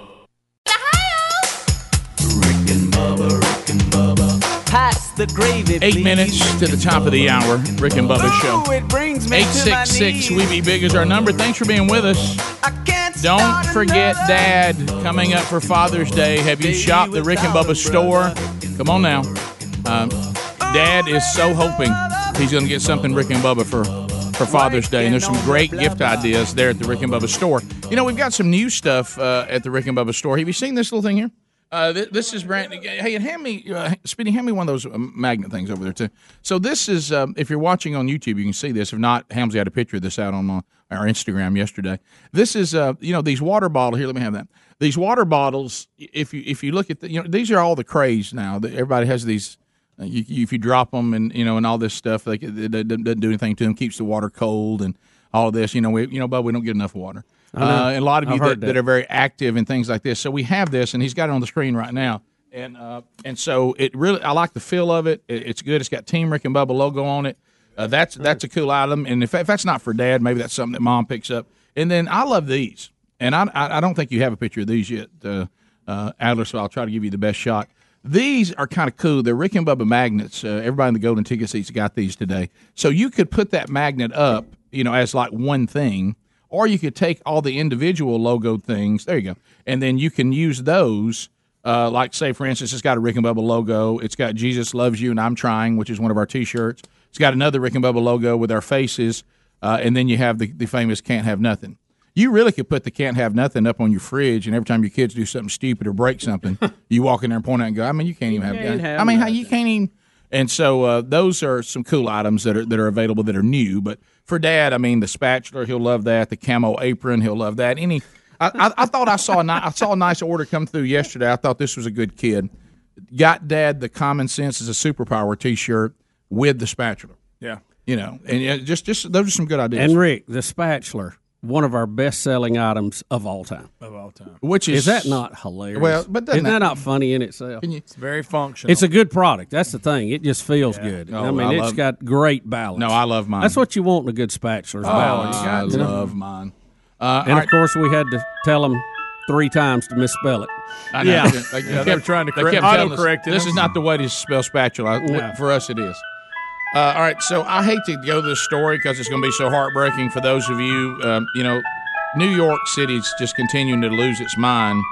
Speaker 24: Pass the gravy.
Speaker 3: Eight minutes to the top of the hour. Rick and Bubba Show.
Speaker 24: It brings me to my
Speaker 3: 866 We Be Big is our number. Thanks for being with us. Don't forget Dad coming up for Father's Day. Have you shopped the Rick and Bubba store? Come on now. Um, Dad is so hoping he's going to get something Rick and Bubba for for Father's Day, and there's some great gift ideas there at the Rick and Bubba store. You know, we've got some new stuff uh, at the Rick and Bubba store. Have you seen this little thing here? Uh, th- this is brand. Hey, and hand me, uh, Speedy, hand me one of those um, magnet things over there too. So this is, um, if you're watching on YouTube, you can see this. If not, Hamzy had a picture of this out on uh, our Instagram yesterday. This is, uh, you know, these water bottle here. Let me have that. These water bottles. If you if you look at the, you know, these are all the craze now. That Everybody has these. Uh, you, you- if you drop them and you know and all this stuff, like it, it doesn't doesn't do anything to them. Keeps the water cold and all this. You know, we you know, but we don't get enough water.
Speaker 2: I know.
Speaker 3: Uh, and a lot of
Speaker 2: I've
Speaker 3: you that,
Speaker 2: heard
Speaker 3: that.
Speaker 2: that.
Speaker 3: are very active and things like this. So we have this, and he's got it on the screen right now. And uh, and so it really, I like the feel of it. It- It's good. It's got Team Rick and Bubba logo on it. Uh, that's that's a cool item. And if, if that's not for Dad, maybe that's something that Mom picks up. And then I love these. And I I, I don't think you have a picture of these yet, uh, uh, Adler. So I'll try to give you the best shot. These are kind of cool. They're Rick and Bubba magnets. Uh, everybody in the golden ticket seats got these today. So you could put that magnet up, you know, as like one thing, or you could take all the individual logo things. There you go, and then you can use those. Uh, like say for instance, it's got a Rick and Bubba logo. It's got Jesus loves you and I'm trying, which is one of our T-shirts. It's got another Rick and Bubba logo with our faces, uh, and then you have the, the famous can't have nothing. You really could put the can't have nothing up on your fridge, and every time your kids do something stupid or break something, you walk in there and point out and go, I mean, you can't even have.
Speaker 2: can't have
Speaker 3: I mean, how you can't even. And so uh, those are some cool items that are that are available that are new. But for Dad, I mean, the spatula, he'll love that. The camo apron, he'll love that. Any, I, I, I thought I saw a ni- I saw a nice order come through yesterday. I thought this was a good kid. Got Dad the common sense is a superpower T-shirt with the spatula.
Speaker 2: Yeah.
Speaker 3: You know, and yeah, just just those are some good ideas.
Speaker 4: And Rick, the spatula, one of our best selling items of all time.
Speaker 2: Of all time.
Speaker 4: Which is- Is that not hilarious?
Speaker 2: Well, but doesn't
Speaker 4: Isn't that not funny in itself?
Speaker 2: it's very functional.
Speaker 4: It's a good product. That's the thing. It just feels good.
Speaker 2: Oh,
Speaker 4: I mean,
Speaker 2: I
Speaker 4: it's
Speaker 2: love-
Speaker 4: got great balance.
Speaker 2: No, I love mine.
Speaker 4: That's what you want in a good spatula. is
Speaker 2: Oh,
Speaker 4: balance.
Speaker 2: you got
Speaker 4: You know?
Speaker 2: to. love mine. Uh, all
Speaker 4: and
Speaker 2: right.
Speaker 4: of course, we had to tell them three times to misspell it.
Speaker 2: I know. They, they kept they kept telling us, This is not the way to spell spatula.
Speaker 4: No.
Speaker 3: For us, it is. Uh, all right, so I hate to go to this story because it's going to be so heartbreaking for those of you. Um, you know, New York City's just continuing to lose its mind.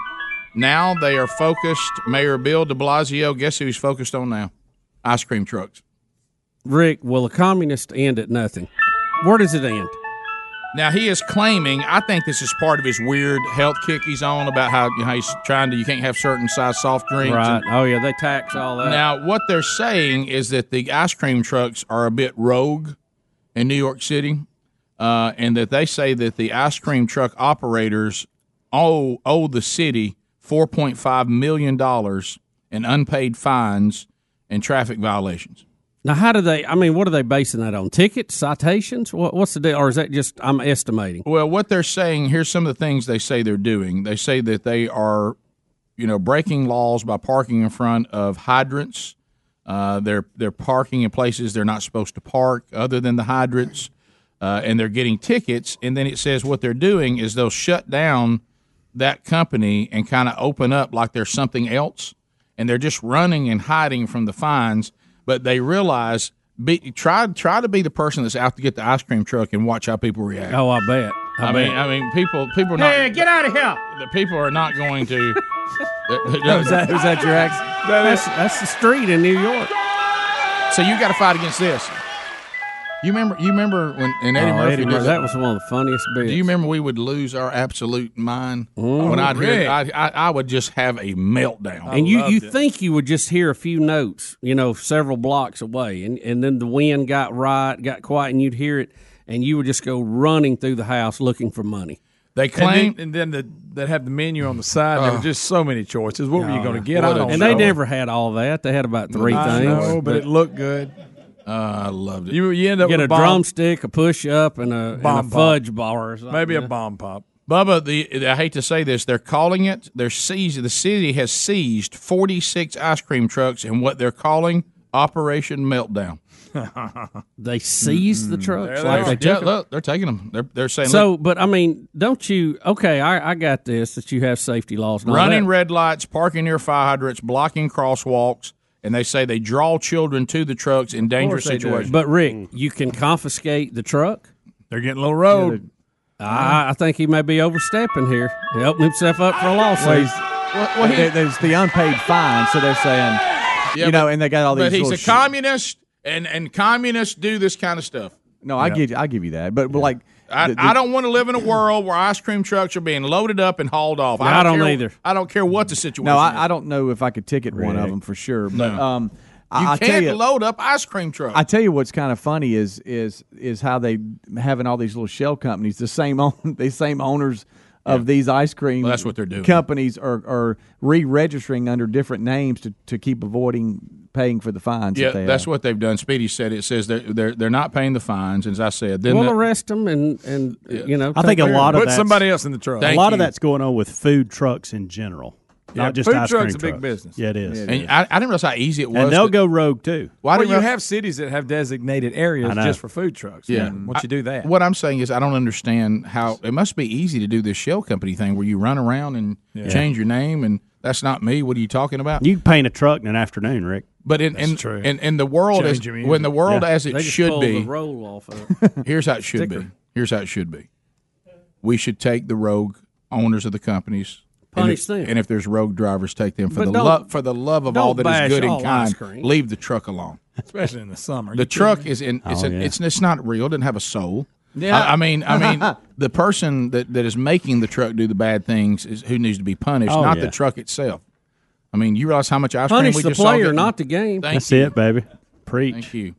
Speaker 3: Now they are focused. Mayor Bill De Blasio, guess who he's focused on now? Ice cream trucks.
Speaker 4: Rick, will a communist end at nothing? Where does it end?
Speaker 3: Now he is claiming. I think this is part of his weird health kick he's on about how, you know, he's trying to. You can't have certain size soft drinks.
Speaker 4: Right.
Speaker 3: and-
Speaker 4: Oh yeah, they tax all that.
Speaker 3: Now, what they're saying is that the ice cream trucks are a bit rogue in New York City, uh, and that they say that the ice cream truck operators owe owe the city four point five million dollars in unpaid fines and traffic violations.
Speaker 4: Now, how do they? I mean, what are they basing that on? Tickets, citations? What, what's the deal? Or is that just I'm estimating?
Speaker 3: Well, what they're saying here's some of the things they say they're doing. They say that they are, you know, breaking laws by parking in front of hydrants. Uh, they're they're parking in places they're not supposed to park, other than the hydrants, uh, and they're getting tickets. And then it says what they're doing is they'll shut down that company and kind of open up like there's something else, and they're just running and hiding from the fines. But they realize be, try try to be the person that's out to get the ice cream truck and watch how people react.
Speaker 4: Oh, I bet.
Speaker 3: I,
Speaker 4: I
Speaker 3: mean,
Speaker 4: bet.
Speaker 3: I mean, people, people are not.
Speaker 4: Hey,
Speaker 3: get out of here! The people are not going to.
Speaker 4: Was that- was that your accent? That's- that's the street in New York.
Speaker 3: So you got to fight against this. You remember? You remember when and Eddie
Speaker 4: Oh,
Speaker 3: Murphy
Speaker 4: Eddie
Speaker 3: did
Speaker 4: Mur- that was one of the funniest bits.
Speaker 3: Do you remember we would lose our absolute mind
Speaker 4: Mm.
Speaker 3: when I'd hear,
Speaker 4: Rick.
Speaker 3: I, I I would just have a meltdown.
Speaker 4: and you you think you would just hear a few notes, you know, several blocks away, and and then the wind got right, got quiet, and you'd hear it, and you would just go running through the house looking for money.
Speaker 3: They
Speaker 4: claim-
Speaker 19: and then, and then the, they'd have the menu on the side. and there
Speaker 4: Oh.
Speaker 11: Uh,
Speaker 19: were just so many choices. What were you going to get? I don't
Speaker 4: and
Speaker 19: know.
Speaker 4: they never had all that. They had about three
Speaker 19: I
Speaker 4: things.
Speaker 19: know, but, it looked good.
Speaker 3: Uh, I loved
Speaker 19: You, you end up
Speaker 4: get
Speaker 19: with
Speaker 4: a
Speaker 19: bomb-
Speaker 4: drumstick, a push up, and a,
Speaker 19: Bomb
Speaker 4: and a
Speaker 19: pop.
Speaker 4: fudge bar. Or something.
Speaker 19: Maybe a
Speaker 4: Yeah.
Speaker 19: bomb pop.
Speaker 3: Bubba, the I hate to say this, they're calling it. They're seized. The city has seized forty six ice cream trucks in what they're calling Operation Meltdown.
Speaker 4: They seized the trucks. like they
Speaker 3: They're-
Speaker 4: took 'em.
Speaker 3: look, they're taking them. They're, they're saying look,
Speaker 4: So, but I mean, don't you? Okay, I, I got this. That you have safety laws. and all
Speaker 3: running
Speaker 4: that.
Speaker 3: red lights, parking near fire hydrants, blocking crosswalks, and they say they draw children to the trucks in dangerous situations.
Speaker 4: But
Speaker 11: Mm.
Speaker 4: Rick, you can confiscate the truck.
Speaker 19: They're getting a little road.
Speaker 4: I, I think he may be overstepping here, helping himself up for a lawsuit.
Speaker 11: Well, he's- there- there's the unpaid fine, so they're saying,
Speaker 3: Yeah,
Speaker 11: you know,
Speaker 3: but-
Speaker 11: Oh, and they got all these.
Speaker 3: but he's
Speaker 11: little
Speaker 3: a
Speaker 11: sh-
Speaker 3: communist, and and communists do this kind of stuff.
Speaker 11: No, I
Speaker 3: Yeah.
Speaker 11: give you, I give you that, but, but like
Speaker 3: I,
Speaker 11: the- the-
Speaker 3: I don't want to live in a world where ice cream trucks are being loaded up and hauled off.
Speaker 11: I don't
Speaker 3: care-
Speaker 11: either.
Speaker 3: I don't care what the situation.
Speaker 11: No,
Speaker 3: is.
Speaker 11: I, I don't know if I could ticket one of them for sure. But
Speaker 3: No.
Speaker 11: um,
Speaker 3: you
Speaker 11: I, I tell
Speaker 3: can't
Speaker 11: you,
Speaker 3: load up ice cream trucks.
Speaker 11: I tell you what's kind of funny is is is how they having all these little shell companies, the same own the same owners of these ice cream.
Speaker 3: Well, that's what they're doing.
Speaker 11: Companies are, are re-registering under different names to, to keep avoiding paying for the fines.
Speaker 3: yeah,
Speaker 11: that they
Speaker 3: that's
Speaker 11: have.
Speaker 3: what they've done. Speedy said it says they're they're, they're not paying the fines. As I said, then
Speaker 4: we'll
Speaker 3: the-
Speaker 4: arrest them and and you know.
Speaker 17: I think a
Speaker 4: take care
Speaker 17: lot of
Speaker 4: it.
Speaker 17: that's- A
Speaker 3: Thank
Speaker 17: lot
Speaker 3: you.
Speaker 17: of that's going on with food trucks in general,
Speaker 3: Yeah,
Speaker 17: not just
Speaker 3: food
Speaker 17: ice
Speaker 3: trucks
Speaker 17: cream
Speaker 3: a big business.
Speaker 17: Yeah, it is.
Speaker 3: And I, I didn't realize how easy it was.
Speaker 17: and they'll
Speaker 3: to-
Speaker 17: go rogue too.
Speaker 3: Well, I
Speaker 19: well,
Speaker 3: didn't
Speaker 19: you
Speaker 3: know-
Speaker 19: have cities that have designated areas
Speaker 3: I know.
Speaker 19: just for food trucks.
Speaker 3: Yeah.
Speaker 19: Once you do that.
Speaker 3: What I'm saying is, I don't understand how it must be easy to do this shell company thing where you run around and
Speaker 17: Yeah.
Speaker 3: change your name, and that's not me. What are you talking about?
Speaker 17: You can paint a truck in an afternoon, Rick.
Speaker 3: But in in, in in the world as,
Speaker 17: Change your
Speaker 3: when the
Speaker 17: music.
Speaker 3: world
Speaker 17: Yeah.
Speaker 3: as it
Speaker 17: They just
Speaker 3: should
Speaker 17: pull
Speaker 3: be,
Speaker 17: the
Speaker 4: roll off of
Speaker 3: here's how it should be.
Speaker 4: Sticker.
Speaker 3: Here's how it should be. We should take the rogue owners of the companies. and
Speaker 4: Punish
Speaker 3: if,
Speaker 4: them.
Speaker 3: and if there's rogue drivers, take them for
Speaker 4: But
Speaker 3: the
Speaker 4: don't-
Speaker 3: love for the love of all
Speaker 4: don't
Speaker 3: that
Speaker 4: bash
Speaker 3: is good
Speaker 4: all
Speaker 3: and
Speaker 4: ice
Speaker 3: kind.
Speaker 4: cream.
Speaker 3: Leave the truck alone.
Speaker 19: Especially in the summer.
Speaker 3: The
Speaker 19: You
Speaker 3: truck
Speaker 19: kidding me?
Speaker 3: is in. It's
Speaker 19: Oh,
Speaker 3: an,
Speaker 19: yeah.
Speaker 3: it's it's not real. It doesn't have a soul.
Speaker 19: Yeah.
Speaker 3: I, I mean, I mean, the person that, that is making the truck do the bad things is who needs to be punished,
Speaker 4: Oh,
Speaker 3: not
Speaker 4: yeah.
Speaker 3: the truck itself. I mean, you realize how much ice
Speaker 4: Punish
Speaker 3: cream we
Speaker 4: the
Speaker 3: just saw
Speaker 4: player,
Speaker 3: getting-
Speaker 4: not the game.
Speaker 3: Thank
Speaker 17: That's
Speaker 3: you.
Speaker 17: it, baby. Preach.
Speaker 3: Thank you.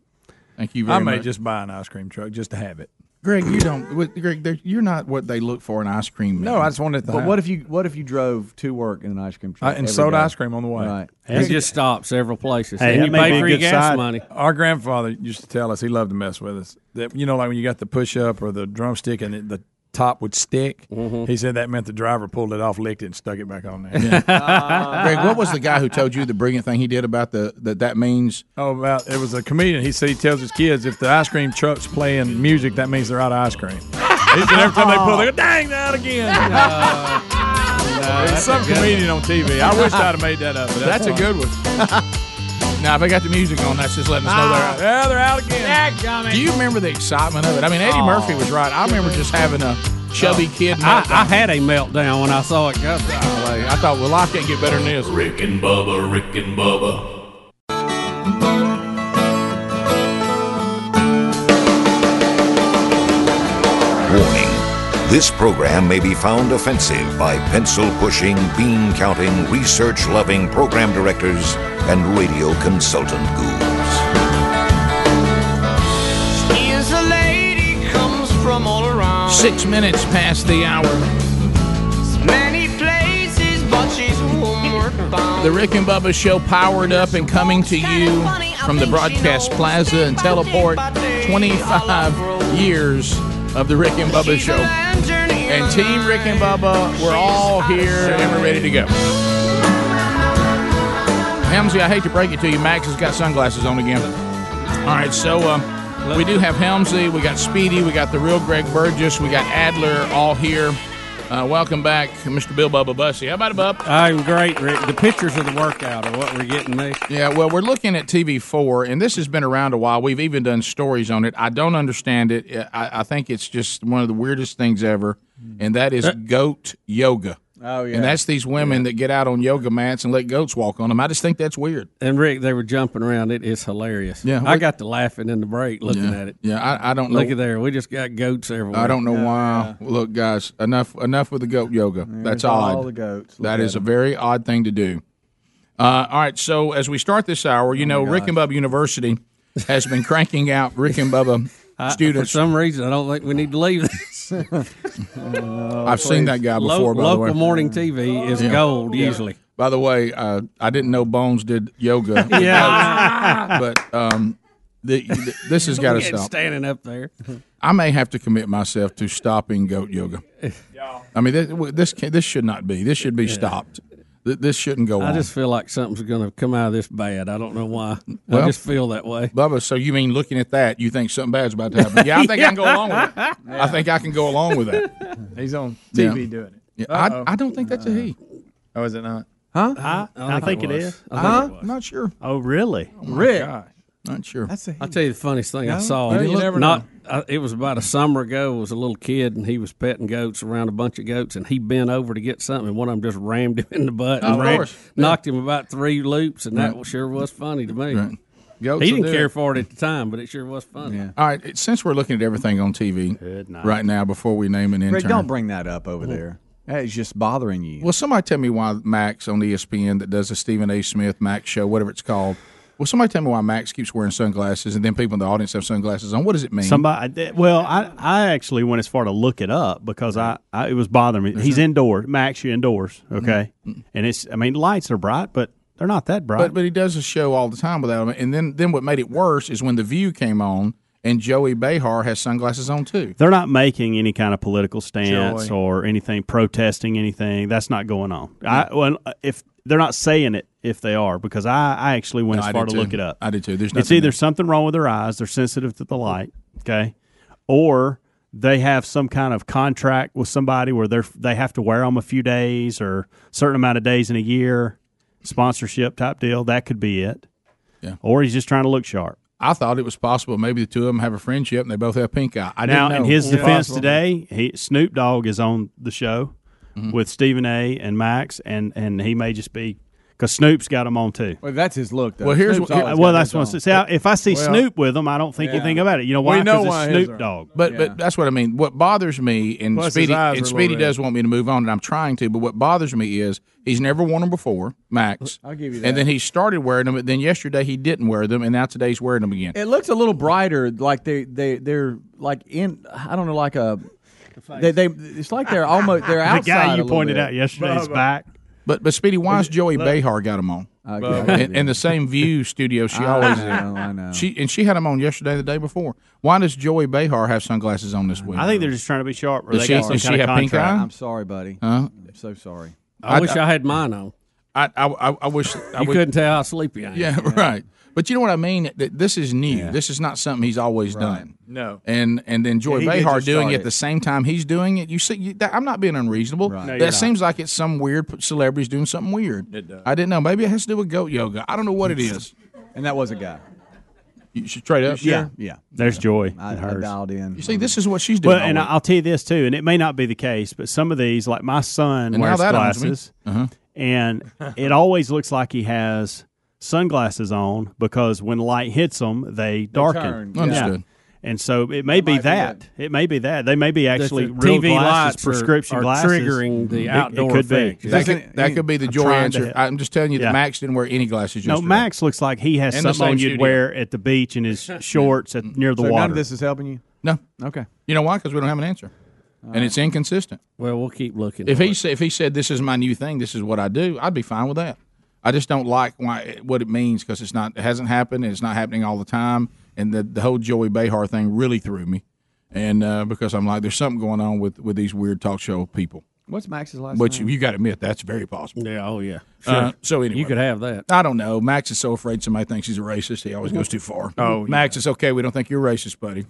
Speaker 3: Thank you very
Speaker 19: I may
Speaker 3: much.
Speaker 19: just buy an ice cream truck just to have it.
Speaker 3: Greg, you don't. what- Greg, they're- you're not what they look for in ice cream.
Speaker 19: No, I just wanted to
Speaker 11: But
Speaker 19: have-
Speaker 11: what if you what if you drove to work in an ice cream truck
Speaker 19: Uh, and
Speaker 11: every
Speaker 19: sold
Speaker 11: day?
Speaker 19: ice cream on the way.
Speaker 11: Right.
Speaker 19: And
Speaker 4: It just stopped several places. and you pay for your gas money.
Speaker 19: Our grandfather used to tell us he loved to mess with us. That you know, like when you got the push up or the drumstick and it, the top would stick.
Speaker 3: Mm-hmm.
Speaker 19: He said that meant the driver pulled it off, licked it, and stuck it back on there.
Speaker 3: Greg, what was the guy who told you the brilliant thing he did about the that that means?
Speaker 19: Oh, about it was a comedian. He said he tells his kids if the ice cream truck's playing music, that means they're out of ice cream. He said every time they pull, they go, "Dang, that again!" There's some comedian on TV. I wish I'd have made that up. But
Speaker 3: That's a good one.
Speaker 19: Ah,
Speaker 3: Now, if I got the music on, that's just letting us know they're out.
Speaker 19: Yeah, they're out again.
Speaker 3: Do you remember the excitement of it? I mean, Eddie
Speaker 4: Aw.
Speaker 3: Murphy was right. I remember just having a chubby kid.
Speaker 4: I,
Speaker 3: meltdown.
Speaker 4: I had a meltdown when I saw it go.
Speaker 3: I thought, well, life can't get better than this.
Speaker 7: Rick and Bubba, Rick and Bubba.
Speaker 25: Warning. This program may be found offensive by pencil pushing, bean counting, research loving program directors and radio consultant ghouls.
Speaker 2: She is a lady, comes from all
Speaker 19: Oh.
Speaker 2: around.
Speaker 3: Six minutes past the hour.
Speaker 2: Many places, but she's homeward bound.
Speaker 3: The Rick and Bubba Show powered up and coming to you from the Broadcast Plaza and Teleport. 25 years of the Rick and Bubba Show. And Team Rick and Bubba, we're all here and we're ready to go. Helmsy, I hate to break it to you, Max has got sunglasses on again. All right, so uh, we do have Helmsy, we got Speedy, we got the real Greg Burgess, we got Adler all here. Uh, welcome back, Mr. Bill Bubba Bussy. How about it, Bub?
Speaker 4: I'm great, Rick. The pictures of the workout are what we're getting me.
Speaker 3: Yeah, well, we're looking at TV4, and this has been around a while. We've even done stories on it. I don't understand it. I, I think it's just one of the weirdest things ever,
Speaker 4: Mm-hmm.
Speaker 3: and that is goat yoga.
Speaker 11: Oh yeah.
Speaker 3: And that's these women that get out on yoga mats and let goats walk on them. I just think that's weird.
Speaker 4: And Rick, they were jumping around. It is hilarious.
Speaker 3: Yeah.
Speaker 4: I got to laughing in the break looking
Speaker 3: Yeah.
Speaker 4: at it.
Speaker 3: Yeah, I, I don't
Speaker 4: Look
Speaker 3: know.
Speaker 4: at there. We just got goats everywhere.
Speaker 3: I don't know why. Look, guys, enough enough with the goat yoga. That's odd.
Speaker 11: all the goats. Look
Speaker 3: That
Speaker 11: at
Speaker 3: is a very odd thing to do. Uh, all right, so as we start this hour, you know, Rick and Bubba University has been cranking out Rick and Bubba
Speaker 4: I-
Speaker 3: students.
Speaker 4: For some reason, I don't think we need to leave this.
Speaker 3: I've seen that guy
Speaker 4: Lo-
Speaker 3: before. by the
Speaker 4: local
Speaker 3: way.
Speaker 4: morning TV is
Speaker 3: Yeah.
Speaker 4: gold
Speaker 3: Yeah.
Speaker 4: usually.
Speaker 3: By the way, uh, I didn't know Bones did yoga. with
Speaker 4: Yeah.
Speaker 3: goats, but um, the, the- this has got to
Speaker 4: We ain't
Speaker 3: stop.
Speaker 4: Standing up there.
Speaker 3: I may have to commit myself to stopping goat yoga. I mean, this this, can, this should not be. This should be stopped. Th- This shouldn't go
Speaker 4: I
Speaker 3: on.
Speaker 4: just feel like something's going to come out of this bad. I don't know why. I
Speaker 3: Well-
Speaker 4: just feel that way.
Speaker 3: Bubba, so you mean looking at that, you think something bad's about to happen? Yeah, I think I can go along with it. I think I can go along with that.
Speaker 19: He's on
Speaker 3: Yeah.
Speaker 19: TV doing it.
Speaker 3: Yeah, I,
Speaker 19: Uh-oh.
Speaker 3: I don't think that's a he.
Speaker 19: Oh, is it not?
Speaker 11: Huh?
Speaker 17: I,
Speaker 4: I
Speaker 17: I think it
Speaker 4: was.
Speaker 17: is.
Speaker 4: I think it
Speaker 3: I'm not sure.
Speaker 17: Oh, really?
Speaker 4: Rick,
Speaker 3: Not sure.
Speaker 4: I'll tell you the funniest thing I
Speaker 17: No?
Speaker 4: saw.
Speaker 17: Well, you
Speaker 4: Look,
Speaker 17: never
Speaker 4: not, I, it was about a summer ago. It was a little kid, and he was petting goats around a bunch of goats, and he bent over to get something, and one of them just rammed him in the butt.
Speaker 3: Of
Speaker 4: and ran-
Speaker 3: course.
Speaker 4: knocked him about three loops, and that
Speaker 3: Right.
Speaker 4: sure was funny to me.
Speaker 3: Right. Goats
Speaker 4: he
Speaker 3: will
Speaker 4: didn't
Speaker 3: do
Speaker 4: care
Speaker 3: it.
Speaker 4: for it at the time, but it sure was fun.
Speaker 3: All right, it- since we're looking at everything on TV right now, before we name an intern,
Speaker 4: Rick, don't
Speaker 3: bring that up over
Speaker 11: there.
Speaker 3: It's just bothering you. Well, somebody tell me why Max on E ESPN that does the Stephen A. Smith Max show, whatever it's called. Well, somebody tell me why Max keeps wearing sunglasses, and then people in the audience have sunglasses on. What does it mean?
Speaker 17: Somebody. Well, I, I actually went as far to look it up because I, I it was bothering me. He's indoors. Max, you indoors,
Speaker 3: Mm-hmm.
Speaker 17: okay? And it's. I mean, lights are bright, but they're not that bright.
Speaker 3: But but he does a show all the time without him. And then then what made it worse is when the View came on and Joey Behar has sunglasses on too.
Speaker 17: they're not making any kind of political stance
Speaker 3: Joy.
Speaker 17: or anything, protesting anything. That's not going on. I well, if they're not saying it, if they are, because I, I actually went
Speaker 3: No, I
Speaker 17: as far
Speaker 3: did
Speaker 17: to
Speaker 3: too.
Speaker 17: look it up.
Speaker 3: I did too. There's
Speaker 17: it's
Speaker 3: nothing
Speaker 17: either something wrong with their eyes, they're sensitive to the light, okay, or they have some kind of contract with somebody where they're they have to wear them a few days or certain amount of days in a year, sponsorship type deal. That could be it.
Speaker 3: Yeah.
Speaker 17: Or he's just trying to look sharp.
Speaker 3: I thought it was possible maybe the two of them have a friendship and they both have pink eye. I
Speaker 17: now,
Speaker 3: didn't know.
Speaker 17: in his
Speaker 3: Yeah.
Speaker 17: defense
Speaker 3: Possible.
Speaker 17: today, he, Snoop Dogg is on the show
Speaker 11: Mm-hmm.
Speaker 17: with Stephen A. and Max, and and he may just be because Snoop's got him on too.
Speaker 11: Well, that's his look. Though.
Speaker 17: Well, here's
Speaker 11: Snoop's
Speaker 17: what-
Speaker 11: always
Speaker 17: well,
Speaker 11: got
Speaker 17: that's
Speaker 11: his
Speaker 17: what I
Speaker 11: own.
Speaker 17: said. See, if I see
Speaker 11: Well,
Speaker 17: Snoop with him, I don't think
Speaker 11: yeah.
Speaker 17: anything about it. You know why?
Speaker 11: We know
Speaker 17: 'Cause
Speaker 11: why
Speaker 17: it's
Speaker 11: his
Speaker 17: Snoop
Speaker 11: are.
Speaker 17: Dogg.
Speaker 3: But but that's what I mean. What bothers me and
Speaker 17: Plus, his
Speaker 3: Speedy
Speaker 17: eyes are
Speaker 3: and
Speaker 17: a
Speaker 3: Speedy
Speaker 17: little red.
Speaker 3: does want me to move on and I'm trying to, but what bothers me is he's never worn them before, Max.
Speaker 11: I'll give you
Speaker 3: And
Speaker 11: that.
Speaker 3: then he started wearing them, but then yesterday he didn't wear them, and now today he's wearing them again.
Speaker 11: It looks a little brighter, like they they they're like in I don't know, like a they they it's like they're almost they're outside. a little bit.
Speaker 3: But but Speedy, why is Joey
Speaker 11: Bubba.
Speaker 3: Behar got him on?
Speaker 11: Bubba.
Speaker 3: And, and the same View studio she
Speaker 11: I
Speaker 3: always
Speaker 11: know, I know.
Speaker 3: She and she had him on yesterday, and the day before. Why does Joey Behar have sunglasses on this week?
Speaker 17: I think they're just trying to be sharp. Or
Speaker 3: Does
Speaker 17: they
Speaker 3: she-
Speaker 17: got some
Speaker 3: does she
Speaker 17: kind of
Speaker 3: have pink
Speaker 17: contract.
Speaker 3: eye?
Speaker 11: I'm sorry, buddy.
Speaker 3: Huh?
Speaker 11: I'm so sorry.
Speaker 3: I wish I
Speaker 4: had mine on.
Speaker 3: I I, I, I wish I
Speaker 4: You
Speaker 3: would-
Speaker 4: couldn't tell how sleepy I am.
Speaker 3: Yeah, right. But you know what I mean. That this is new. This is not something he's always done.
Speaker 19: No.
Speaker 3: And and then Joy
Speaker 19: Yeah, he did
Speaker 3: Behar
Speaker 19: just
Speaker 3: doing
Speaker 19: start
Speaker 3: it
Speaker 19: it.
Speaker 3: at the same time he's doing it. You see, you, that, I'm not being unreasonable.
Speaker 19: No, you're
Speaker 3: that
Speaker 19: not.
Speaker 3: seems like it's some weird p- celebrity's doing something weird.
Speaker 17: uh,
Speaker 19: It does.
Speaker 3: I didn't know. Maybe it has to do with goat yoga. I don't know what it is.
Speaker 11: And that was a guy.
Speaker 3: You should trade up.
Speaker 17: Yeah, yeah. There's Joy.
Speaker 11: I,
Speaker 17: and
Speaker 11: I
Speaker 17: hers.
Speaker 11: dialed in.
Speaker 3: You see, this is what she's doing.
Speaker 17: Well, and
Speaker 3: all week.
Speaker 17: I'll tell you this too, and it may not be the case, but some of these, like my son,
Speaker 3: And now
Speaker 17: wears
Speaker 3: that owns me.
Speaker 17: glasses,
Speaker 3: Uh-huh.
Speaker 17: and it always looks like he has sunglasses on because when light hits them, they darken.
Speaker 3: turn, yeah. Understood.
Speaker 17: And so it may be that. It may be that. They may be actually
Speaker 4: the
Speaker 17: real
Speaker 4: TV
Speaker 17: glasses,
Speaker 4: lights are-
Speaker 17: prescription
Speaker 4: are
Speaker 17: glasses.
Speaker 4: triggering the
Speaker 17: It-
Speaker 4: outdoor
Speaker 17: it could
Speaker 4: effect.
Speaker 17: Be.
Speaker 3: That could, that could be the
Speaker 17: I'm
Speaker 3: joy
Speaker 17: trying to
Speaker 3: answer.
Speaker 17: hit-
Speaker 3: I'm just telling you that
Speaker 17: Yeah.
Speaker 3: Max didn't wear any glasses
Speaker 17: No,
Speaker 3: yesterday.
Speaker 17: Max looks like he has
Speaker 3: And the
Speaker 17: something on
Speaker 3: same
Speaker 17: you'd
Speaker 3: studio.
Speaker 17: wear at the beach in his shorts at, near the
Speaker 11: so
Speaker 17: water.
Speaker 11: none of this is helping you.
Speaker 3: No.
Speaker 11: Okay.
Speaker 3: You know why? Because we don't have an answer, and it's inconsistent.
Speaker 4: Well, we'll keep looking.
Speaker 3: If
Speaker 4: for
Speaker 3: he sa- if he said this is my new thing, this is what I do, I'd be fine with that. I just don't like why what it means because it's not it hasn't happened and it's not happening all the time. And the the whole Joey Behar thing really threw me, and uh, because I'm like, there's something going on with with these weird talk show people.
Speaker 11: What's Max's last
Speaker 3: But you,
Speaker 11: name?
Speaker 3: you got to admit that's very possible.
Speaker 4: Yeah. Oh yeah.
Speaker 3: Uh,
Speaker 4: Sure.
Speaker 3: so anyway,
Speaker 4: You could have that.
Speaker 3: I don't know. Max is so afraid somebody thinks he's a racist. He always goes too far.
Speaker 4: Oh, yeah.
Speaker 3: Max, it's okay. We don't think you're racist, buddy.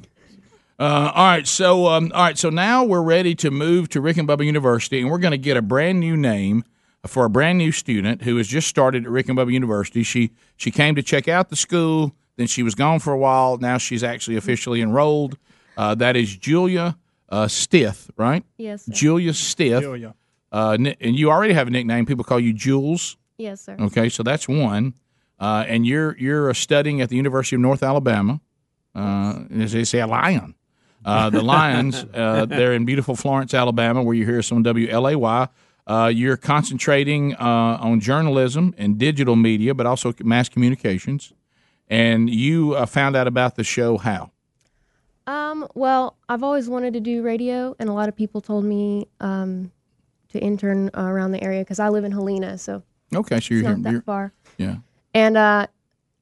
Speaker 3: Uh, all right, so um, all right, so now we're ready to move to Rick and Bubba University, and we're going to get a brand new name for a brand new student who has just started at Rick and Bubba University. She she came to check out the school, then she was gone for a while. Now she's actually officially enrolled. Uh, that is Julia uh, Stith, right?
Speaker 10: Yes, sir.
Speaker 3: Julia Stith.
Speaker 10: Julia.
Speaker 3: Uh, ni- and you already have a nickname. People call you Jules.
Speaker 10: Yes, sir.
Speaker 3: Okay, so that's one. Uh, and you're you're studying at the University of North Alabama. Uh, as they say, a lion. Uh, the Lions, uh, they're in beautiful Florence, Alabama, where you hear us on WLAY. Uh, you're concentrating uh, on journalism and digital media, but also mass communications. And you uh, found out about the show how?
Speaker 10: Um, well, I've always wanted to do radio, and a lot of people told me um, to intern uh, around the area because I live in Helena, so
Speaker 3: Okay, so
Speaker 10: it's
Speaker 3: you're
Speaker 10: not
Speaker 3: here.
Speaker 10: that
Speaker 3: you're-
Speaker 10: far.
Speaker 3: Yeah.
Speaker 10: And uh,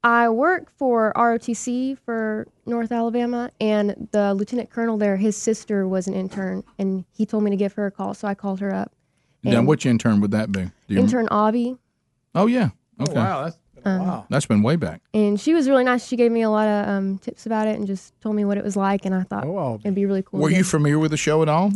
Speaker 10: I work for ROTC for North Alabama, and the lieutenant colonel there, his sister was an intern, and he told me to give her a call, so I called her up.
Speaker 3: Now,
Speaker 10: And
Speaker 3: which intern would that be? Do you remember?
Speaker 10: intern Avi?
Speaker 3: Oh yeah. Okay.
Speaker 10: that's wow.
Speaker 3: That's been way back.
Speaker 10: And she was really nice. She gave me a lot of um, tips about it and just told me what it was like, and I thought it'd be really cool.
Speaker 3: Were
Speaker 10: to
Speaker 3: you
Speaker 10: do.
Speaker 3: familiar with the show at all?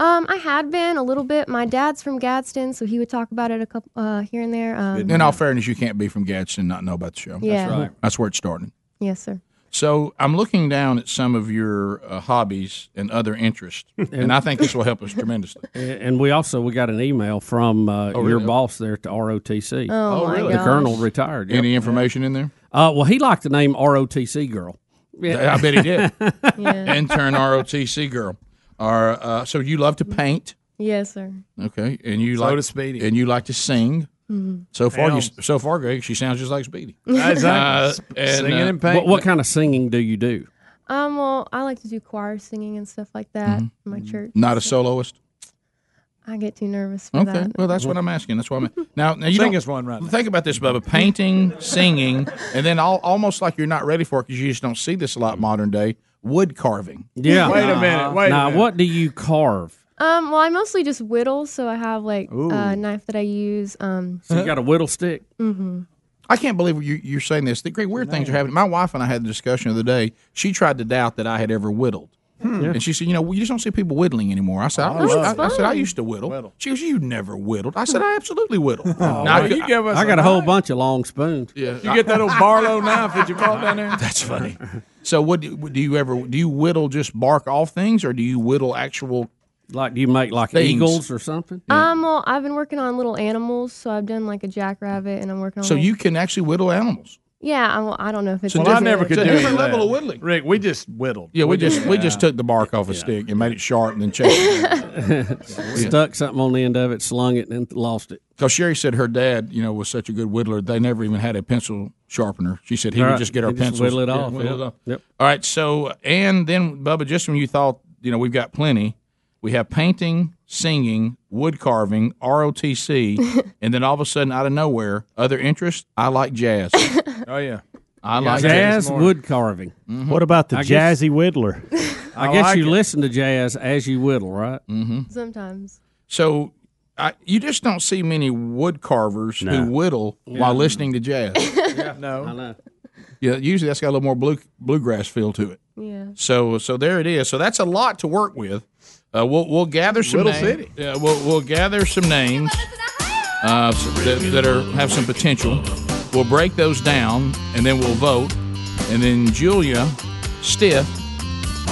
Speaker 10: Um, I had been a little bit. My dad's from Gadsden, so he would talk about it a couple uh, here and there. Um,
Speaker 3: In all fairness, you can't be from Gadsden and not know about the show.
Speaker 10: Yeah. That's right.
Speaker 3: That's where it started.
Speaker 10: yes, sir.
Speaker 3: So I'm looking down at some of your uh, hobbies and other interests, and I think this will help us tremendously.
Speaker 4: And we also we got an email from uh,
Speaker 3: Oh, really?
Speaker 4: your boss there to ROTC.
Speaker 10: Oh, Oh, my really?
Speaker 4: The colonel
Speaker 10: gosh.
Speaker 4: retired.
Speaker 3: Any information in there?
Speaker 4: Uh, well, he liked the name ROTC girl.
Speaker 3: I bet he did. Intern ROTC girl. Or uh, so you love to
Speaker 10: Mm-hmm.
Speaker 3: paint,
Speaker 10: Yes, sir.
Speaker 3: okay? And you
Speaker 10: So
Speaker 3: like
Speaker 10: does Speedy.
Speaker 3: and you like to sing.
Speaker 10: Mhm.
Speaker 3: So far, you,
Speaker 4: Hell.
Speaker 3: so far, Greg, she sounds just like Speedy. Uh,
Speaker 4: What, what kind of singing do you do?
Speaker 10: Um, well, I like to do choir singing and stuff like that
Speaker 3: Mhm.
Speaker 10: in my church.
Speaker 3: Not a soloist.
Speaker 10: I get too nervous for
Speaker 3: Okay.
Speaker 10: that.
Speaker 3: Well, that's what I'm asking. That's what I'm now. now you
Speaker 10: Sing
Speaker 3: don't-
Speaker 10: us one right now.
Speaker 3: Think about this, Bubba: painting, singing, and then all, almost like you're not ready for it because you just don't see this a lot modern day. Wood carving.
Speaker 4: Yeah. now, what do you carve?
Speaker 10: Um, well, I mostly just whittle, so I have like
Speaker 3: Ooh.
Speaker 10: a knife that I use. Um,
Speaker 3: So you got a whittle
Speaker 4: stick?
Speaker 10: hmm
Speaker 3: I can't believe you, you're saying this. The great weird things are happening. My wife and I had the discussion of the other day. She tried to doubt that I had ever whittled.
Speaker 26: Hmm.
Speaker 3: And she said, "You know, well, you just don't see people whittling anymore." I said, "I,
Speaker 26: Oh,
Speaker 3: I-
Speaker 26: that's
Speaker 3: I- I said I
Speaker 26: fun.
Speaker 3: used to whittle." She goes, "You never whittled." I said, "I absolutely whittle."
Speaker 19: Oh,
Speaker 3: Now,
Speaker 4: Now,
Speaker 3: I could-
Speaker 4: I got a whole bunch of long spoons.
Speaker 3: Yeah.
Speaker 19: You get that old Barlow knife that you bought down there?
Speaker 3: That's funny. So, what do, do you ever do? You whittle just bark off things, or do you whittle actual?
Speaker 4: Like, do you make like eagles or something?
Speaker 10: Um, well, I've been working on little animals, so I've done like a jackrabbit, and I'm working on.
Speaker 3: So
Speaker 10: like-
Speaker 3: you can actually whittle animals.
Speaker 10: Yeah, I, well, I don't know if it's.
Speaker 3: Well, I
Speaker 10: easy
Speaker 3: never
Speaker 10: or-
Speaker 3: could It's a do different any of level that. of whittling.
Speaker 19: Rick, we just whittled.
Speaker 3: Yeah, we just we just took the bark off a stick and made it sharp and then chased it.
Speaker 4: Stuck something on the end of it, slung it, and lost it.
Speaker 3: Because "Oh, Sherry said her dad, you know, was such a good whittler. They never even had a pencil sharpener. She said he
Speaker 4: All
Speaker 3: would
Speaker 4: right.
Speaker 3: just get our
Speaker 4: He just
Speaker 3: pencils,
Speaker 4: whittle it
Speaker 3: Yeah,
Speaker 4: off,
Speaker 3: whittle
Speaker 4: yeah.
Speaker 3: it off.
Speaker 4: Yep.
Speaker 3: All right. So and then Bubba, just when you thought you know we've got plenty, we have painting, singing, wood carving, ROTC, and then all of a sudden out of nowhere, other interest. I like jazz.
Speaker 19: Oh yeah.
Speaker 3: I
Speaker 4: Yeah,
Speaker 3: like
Speaker 4: jazz wood carving.
Speaker 17: What about the
Speaker 4: I guess-
Speaker 17: jazzy whittler?
Speaker 4: I, guess you listen to jazz as you whittle, right?
Speaker 3: Mm-hmm.
Speaker 10: Sometimes.
Speaker 3: So I, you just don't see many wood carvers
Speaker 4: No.
Speaker 3: who whittle while listening to jazz.
Speaker 19: Yeah, no. I
Speaker 4: know.
Speaker 3: yeah, usually that's got a little more blue, bluegrass feel to it.
Speaker 10: Yeah.
Speaker 3: So so there it is. So that's a lot to work with. Uh, we'll we'll gather some
Speaker 19: Little
Speaker 3: names.
Speaker 19: city.
Speaker 3: Yeah, we'll we'll gather some names uh, that, that are have some potential. We'll break those down and then we'll vote. And then Julia Stiff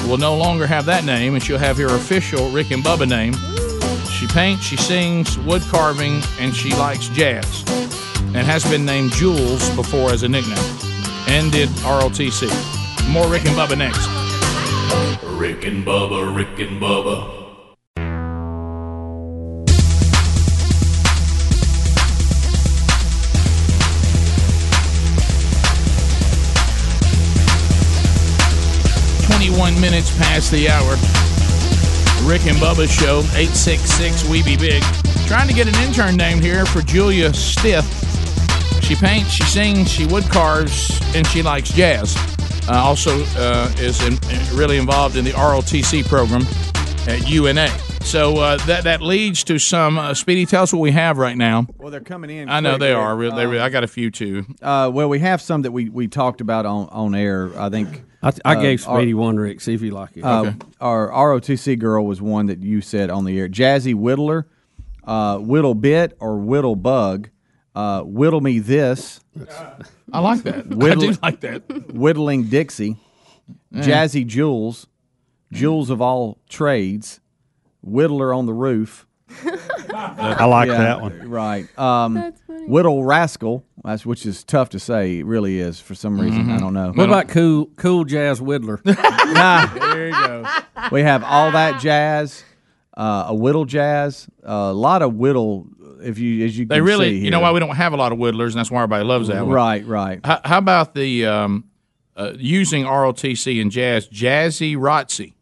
Speaker 3: will no longer have that name, and she'll have her official Rick and Bubba name. She paints, she sings, wood carving, and she likes jazz. And has been named Jules before as a nickname. And did ROTC. More Rick and Bubba next.
Speaker 7: Rick and Bubba, Rick and Bubba,
Speaker 3: Twenty-one minutes past the hour. Rick and Bubba show eight six six. We be big. Trying to get an intern named here for Julia Stiff. She paints, she sings, she wood carves, and she likes jazz. Uh, also uh, is in, really involved in the ROTC program at UNA. So uh, that that leads to some. Uh, Speedy, tell us what we have right now.
Speaker 11: Well, they're coming in.
Speaker 3: I know
Speaker 11: quick Um,
Speaker 3: they
Speaker 11: here.
Speaker 3: are. Re- they re- I got a few too.
Speaker 11: Uh, well, we have some that we, we talked about on, on air. I think
Speaker 4: I, I
Speaker 11: uh,
Speaker 4: gave
Speaker 11: our-
Speaker 4: Speedy one, Rick. See if you like it.
Speaker 11: Uh, Our ROTC girl was one that you said on the air. Jazzy Whittler, uh, Whittle Bit or Whittle Bug, uh, Whittle Me This.
Speaker 3: I like that. I do like that. Mm.
Speaker 11: Whittling Dixie,
Speaker 3: Yeah.
Speaker 11: Jazzy Jules, Jules of all trades, Whittler on the roof.
Speaker 17: I like that one.
Speaker 11: Uh, Right. Um, Whittle Rascal, that's, which is tough to say. It really is for some reason.
Speaker 3: Mm-hmm.
Speaker 11: I don't know.
Speaker 4: Mm-hmm. What about cool cool jazz whittler?
Speaker 11: there you go. We have all that jazz, uh, a whittle jazz, a lot of whittle. If you as you
Speaker 3: They
Speaker 11: can
Speaker 3: really,
Speaker 11: see
Speaker 3: you know,
Speaker 11: here.
Speaker 3: why we don't have a lot of whittlers, and that's why everybody loves that one.
Speaker 11: Right, right.
Speaker 3: How, how about the um, uh, using ROTC and jazz, jazzy ROTC?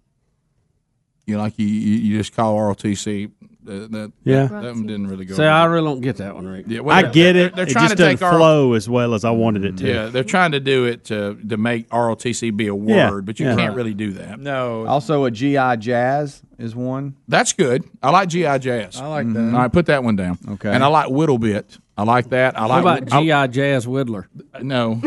Speaker 3: You know, like you, you, you just call ROTC. That, that,
Speaker 17: Yeah.
Speaker 3: that, one didn't really go.
Speaker 4: See,
Speaker 3: over.
Speaker 4: I really don't get that one, Rick.
Speaker 3: Yeah, well,
Speaker 17: I
Speaker 3: they're-
Speaker 17: get
Speaker 3: they're-
Speaker 17: it.
Speaker 3: They're
Speaker 17: it
Speaker 3: trying
Speaker 17: just
Speaker 3: to take
Speaker 17: doesn't
Speaker 3: our-
Speaker 17: flow as well as I wanted it to.
Speaker 3: Yeah, they're trying to do it to to make ROTC be a word,
Speaker 17: Yeah,
Speaker 3: but you
Speaker 17: yeah.
Speaker 3: can't really do that.
Speaker 11: No. Also, a GI jazz is one. Mm-hmm.
Speaker 3: That's good. I like GI jazz. I like
Speaker 11: that.
Speaker 3: All right, put that one down. Okay. And I like whittle bit. I like that. I
Speaker 4: What
Speaker 3: like
Speaker 4: about
Speaker 3: I-
Speaker 4: GI Jazz Whittler?
Speaker 3: No,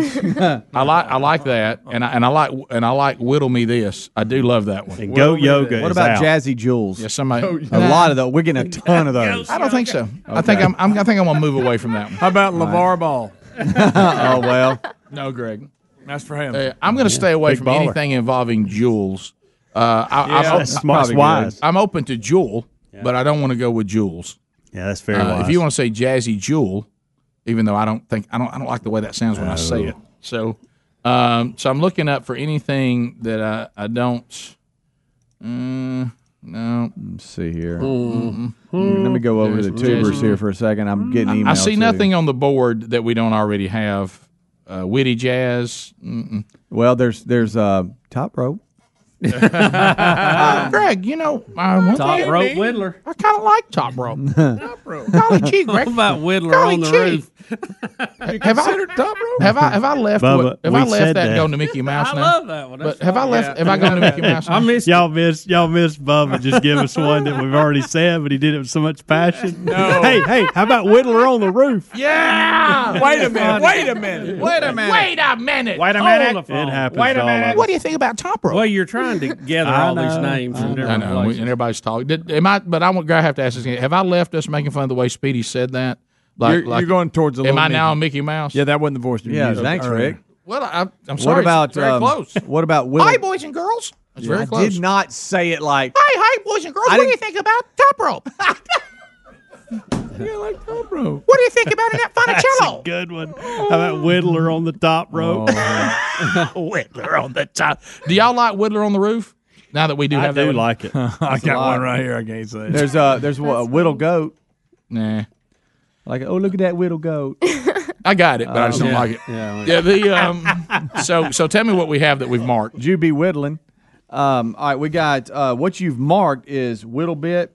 Speaker 3: I like I like that, and I and I like and I like whittle me this. I do love that one.
Speaker 17: And Go Whittle Me Yoga This.
Speaker 11: What about Jazzy Jules?
Speaker 3: Yeah, somebody.
Speaker 11: Go A lot of those. We're getting a ton of those.
Speaker 3: I don't think so. I think I'm, I'm. I think I'm gonna move away from that one. How
Speaker 19: about LeVar Ball?
Speaker 11: oh well.
Speaker 3: No, Greg.
Speaker 19: That's for him.
Speaker 3: Uh, I'm going to stay away
Speaker 19: Big
Speaker 3: from
Speaker 19: baller.
Speaker 3: anything involving jewels. Uh, I,
Speaker 19: Yeah,
Speaker 3: I'm,
Speaker 19: that's
Speaker 3: I'm-
Speaker 19: smart,
Speaker 3: I'm
Speaker 19: wise.
Speaker 3: I'm open to jewel, but I don't want to go with jewels.
Speaker 17: Yeah, that's very
Speaker 3: Uh,
Speaker 17: wise.
Speaker 19: Oh.
Speaker 3: If you want to say jazzy jewel, even though I don't think I don't I don't like the way that sounds when I say it. So, um, so I'm looking up for anything that I, I don't. Mm, no.
Speaker 11: Oh, Let's see here.
Speaker 3: Mm.
Speaker 11: Let me go over to the
Speaker 3: There's-
Speaker 11: tubers here for a second. I'm getting emails.
Speaker 3: I see
Speaker 11: too.
Speaker 3: nothing on the board that we don't already have. Uh, witty jazz. Mm-mm.
Speaker 11: Well, there's there's uh, top rope.
Speaker 3: Um, Greg, you know, uh, one
Speaker 11: Top
Speaker 3: thing-
Speaker 11: rope
Speaker 4: Whittler.
Speaker 3: I kind of like top rope.
Speaker 11: Top
Speaker 3: rope. Golly gee,
Speaker 4: What
Speaker 3: Greg.
Speaker 4: about Whittler
Speaker 3: Golly
Speaker 4: on the
Speaker 3: gee.
Speaker 4: roof?
Speaker 3: have I top rope? Have I have I left?
Speaker 17: Bubba,
Speaker 3: what, have
Speaker 17: we
Speaker 3: I left
Speaker 17: said
Speaker 3: that,
Speaker 17: that.
Speaker 3: going to Mickey Mouse
Speaker 17: I
Speaker 3: now?
Speaker 17: love
Speaker 3: that one. But have I left? Have I gone to Mickey Mouse? now?
Speaker 17: missed y'all. Missed y'all. Missed Bubba. Just give us one that we've already said, but he did it with so much passion.
Speaker 3: No.
Speaker 17: Hey, hey, how about Whittler on the roof?
Speaker 3: Yeah.
Speaker 17: Wait a minute,
Speaker 3: Ah, Wait a minute. Wait a minute. Wait a minute.
Speaker 17: Wait a
Speaker 3: Hold
Speaker 17: minute.
Speaker 3: the
Speaker 17: It happens
Speaker 3: Wait a
Speaker 17: all
Speaker 3: minute.
Speaker 17: over.
Speaker 3: What do you think about top rope?
Speaker 4: Well, you're trying to gather
Speaker 3: I
Speaker 4: all these
Speaker 3: know,
Speaker 4: names from
Speaker 3: I
Speaker 4: different
Speaker 3: know, we-
Speaker 4: places.
Speaker 3: and everybody's talking. Did, am I? But I want. I have to ask this again. Have I left us making fun of the way Speedy said that?
Speaker 19: You're- you're going towards the
Speaker 3: Am
Speaker 19: little
Speaker 3: I now
Speaker 19: Mickey.
Speaker 3: Mickey Mouse?
Speaker 19: Yeah, that wasn't the voice. you
Speaker 11: Yeah,
Speaker 19: used
Speaker 11: thanks,
Speaker 19: earlier.
Speaker 11: Rick.
Speaker 3: Well, I, I'm sorry.
Speaker 11: What about
Speaker 3: it's very
Speaker 11: um,
Speaker 3: close.
Speaker 11: What about Will?
Speaker 3: Hi, boys and girls. It's
Speaker 11: I
Speaker 3: very close.
Speaker 11: did not say it like.
Speaker 3: Hi, hi, boys and girls. What
Speaker 11: I
Speaker 3: do you
Speaker 11: didn't-
Speaker 3: think about top rope?
Speaker 17: Yeah, like top rope.
Speaker 3: What do you think about that funicello?
Speaker 17: Good one. How about Whittler on the
Speaker 3: Oh.
Speaker 17: top rope?
Speaker 3: Whittler on the top. Do y'all like Whittler on the roof? Now that we do
Speaker 17: I
Speaker 3: have that
Speaker 17: do
Speaker 3: one.
Speaker 17: like it.
Speaker 19: I
Speaker 3: That's a
Speaker 19: got
Speaker 3: lot.
Speaker 19: one right here. I can't say. it.
Speaker 11: There's a there's a whittle goat.
Speaker 3: Nah.
Speaker 11: Like oh look at that whittle goat.
Speaker 3: I got it, but I just don't
Speaker 11: Yeah.
Speaker 3: like it.
Speaker 11: Yeah.
Speaker 3: Yeah, the um so so tell me what we have that we've marked.
Speaker 11: You be whittling. Um, all right, we got uh, what you've marked is whittle bit,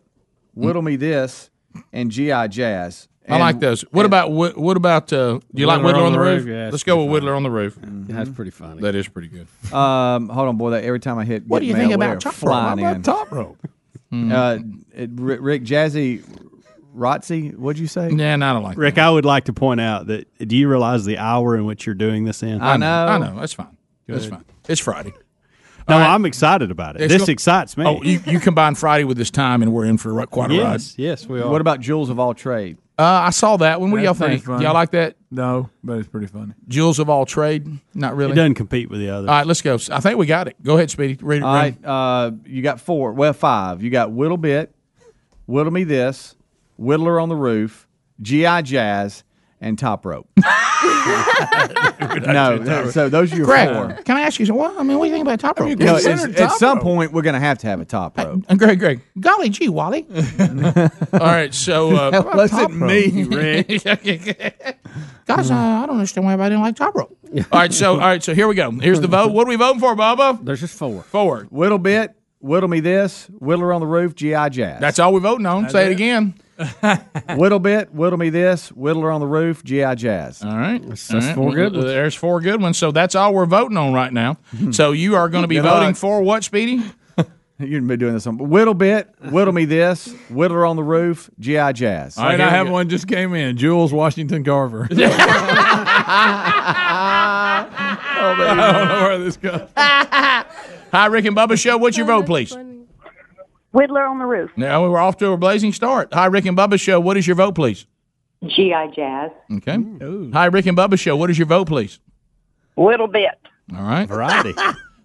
Speaker 11: whittle me this, and GI Jazz.
Speaker 3: I like those. What about what, what about uh do you like Whittler on the roof? Let's go with Whittler on the roof. Mm-hmm.
Speaker 11: That's
Speaker 4: pretty funny.
Speaker 3: That is pretty good.
Speaker 11: Mm-hmm. Um, hold on, boy. That every time I hit,
Speaker 3: What do you
Speaker 11: get
Speaker 3: think
Speaker 11: mail,
Speaker 3: about
Speaker 11: they're
Speaker 3: top rope?
Speaker 11: flying
Speaker 3: How about
Speaker 11: in.
Speaker 3: top rope? Hmm.
Speaker 11: Uh, it- Rick, Rick Jazzy, Rotzi. What'd you say?
Speaker 3: Yeah, no, I don't like.
Speaker 17: Rick, I would like to point out that do you realize the hour in which you're doing this in?
Speaker 11: I I know. know.
Speaker 3: I know. That's fine. That's fine. It's Friday.
Speaker 17: No, I'm excited about it.
Speaker 3: It's
Speaker 17: this
Speaker 3: go-
Speaker 17: excites me.
Speaker 3: Oh, you, you combine Friday with this time, and we're in for quite a ride.
Speaker 17: yes, yes, we are.
Speaker 11: What about Jules of all trade?
Speaker 3: Uh, I saw that one. What do y'all
Speaker 11: That's pretty
Speaker 3: think?
Speaker 11: funny.
Speaker 3: Y'all like that?
Speaker 19: No, but it's pretty funny.
Speaker 3: Jewels of all trade? Not really.
Speaker 17: It doesn't compete with the
Speaker 3: All
Speaker 17: other.
Speaker 3: right, let's go. I think we got it. Go ahead, Speedy. Read it.
Speaker 11: All
Speaker 3: read it.
Speaker 11: right, uh, you got four. Well, five. You got Whittle Bit, Whittle Me This, Whittler on the Roof, G.I. Jazz, and Top Rope. no, th- so those are your
Speaker 3: Greg,
Speaker 11: four.
Speaker 3: can I ask you? something? Well, I mean, what do you think about top rope?
Speaker 11: You know, it's- at some point, we're going to have to have a top rope.
Speaker 3: And Greg, Greg, golly gee, Wally. All right, so uh,
Speaker 11: That wasn't me, Rick.
Speaker 3: Guys, uh, I don't understand why everybody didn't like top rope. All right, so all right, so here we go. Here's the vote. What are we voting for, Bubba?
Speaker 4: There's just four.
Speaker 3: Four.
Speaker 11: Whittle Bit, Whittle Me This, Whittler on the Roof, G.I. Jazz.
Speaker 3: That's all we're voting on. Say it, again.
Speaker 11: Whittle Bit, Whittle Me This, Whittler on the Roof, G.I. Jazz.
Speaker 3: All right. All
Speaker 11: that's
Speaker 3: right.
Speaker 11: four good ones.
Speaker 3: There's four good ones. So that's all we're voting on right now. so you are going to be
Speaker 11: Good
Speaker 3: voting
Speaker 11: luck.
Speaker 3: for what, Speedy?
Speaker 11: You've been doing this on Whittle Bit, Whittle Me This, Whittler on the Roof, G.I. Jazz.
Speaker 19: All right, I have one just came in. Jules Washington Carver. I don't know where this goes.
Speaker 3: Hi, Rick and Bubba Show. What's your vote, please?
Speaker 2: Whittler on the roof.
Speaker 3: Now we're off to a blazing start. Hi, Rick and Bubba Show. What is your vote, please?
Speaker 2: G.I. Jazz.
Speaker 3: Okay. Hmm. Hi, Rick and Bubba Show. What is your vote, please?
Speaker 2: Little bit.
Speaker 3: All right. Variety.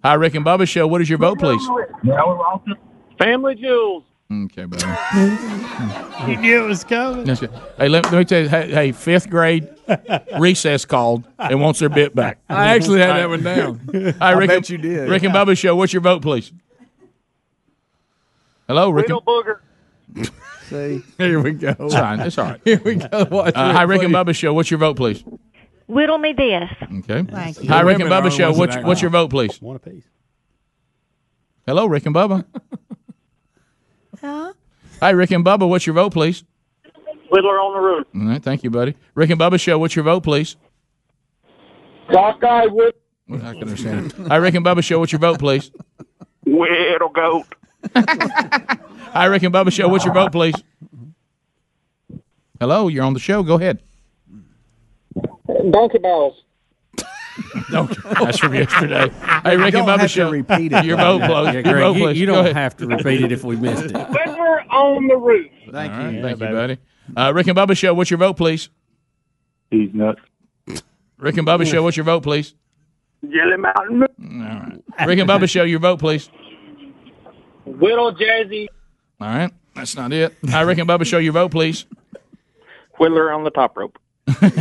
Speaker 3: Hi, Rick and Bubba Show. What is your vote, please?
Speaker 2: Family Jewels.
Speaker 3: Okay, buddy.
Speaker 17: you knew it was coming.
Speaker 3: That's good. Hey, let, let me tell you. Hey, hey, fifth grade recess called and wants their bit back.
Speaker 19: I actually had that one down.
Speaker 3: Hi,
Speaker 19: I
Speaker 3: Rick
Speaker 19: bet
Speaker 3: and,
Speaker 19: you did.
Speaker 3: Rick and Bubba Show. What's your vote, please? Hello, Rick. and-
Speaker 2: Booger.
Speaker 11: See,
Speaker 19: here we go.
Speaker 3: It's fine. It's all right.
Speaker 19: Here we go. Watch
Speaker 3: Uh,
Speaker 19: it,
Speaker 3: hi, Rick and
Speaker 19: please.
Speaker 3: Bubba Show. What's your vote, please?
Speaker 2: Whittle me this.
Speaker 3: Okay.
Speaker 2: Thank
Speaker 3: Hi,
Speaker 2: you.
Speaker 3: Rick and
Speaker 2: Women are
Speaker 3: Bubba
Speaker 2: the
Speaker 3: Show.
Speaker 2: ones that
Speaker 3: What's,
Speaker 2: act
Speaker 3: what's your
Speaker 2: wild.
Speaker 3: vote, please?
Speaker 17: One apiece.
Speaker 3: Hello, Rick and Bubba.
Speaker 2: Huh?
Speaker 3: Hi, Rick and Bubba. What's your vote, please?
Speaker 2: Whittler on the roof.
Speaker 3: All right, thank you, buddy. Rick and Bubba Show. What's your vote, please?
Speaker 2: Cockeye with
Speaker 3: Well, I can understand. Hi, Rick and Bubba Show. What's your vote, please?
Speaker 2: Whittle goat.
Speaker 3: Hi, Rick and Bubba Show. What's your vote, please? Hello, you're on the show. Go ahead.
Speaker 2: Donkey balls.
Speaker 3: That's from yesterday. Hey, Rick
Speaker 4: You
Speaker 3: and
Speaker 4: don't
Speaker 3: Bubba
Speaker 4: have to
Speaker 3: Show.
Speaker 4: repeat it.
Speaker 3: Your vote,
Speaker 4: Yeah,
Speaker 3: please.
Speaker 4: Greg,
Speaker 3: Your vote,
Speaker 4: you-
Speaker 3: please.
Speaker 4: you
Speaker 3: Go
Speaker 4: don't
Speaker 3: ahead.
Speaker 4: have to repeat it if we missed it.
Speaker 2: Whittler on the roof.
Speaker 11: Thank
Speaker 3: All right, thank you, buddy. Uh, Rick and Bubba Show. What's your vote, please?
Speaker 2: He's nuts.
Speaker 3: Rick and Bubba Show. What's your vote, please?
Speaker 2: Jelly Mountain.
Speaker 3: Rick and Bubba Show. Your vote, please.
Speaker 2: Whittle Jazzy.
Speaker 3: All right, that's not it. Hi, Rick and Bubba Show. Your vote, please.
Speaker 2: Whittler on the top rope.
Speaker 3: right,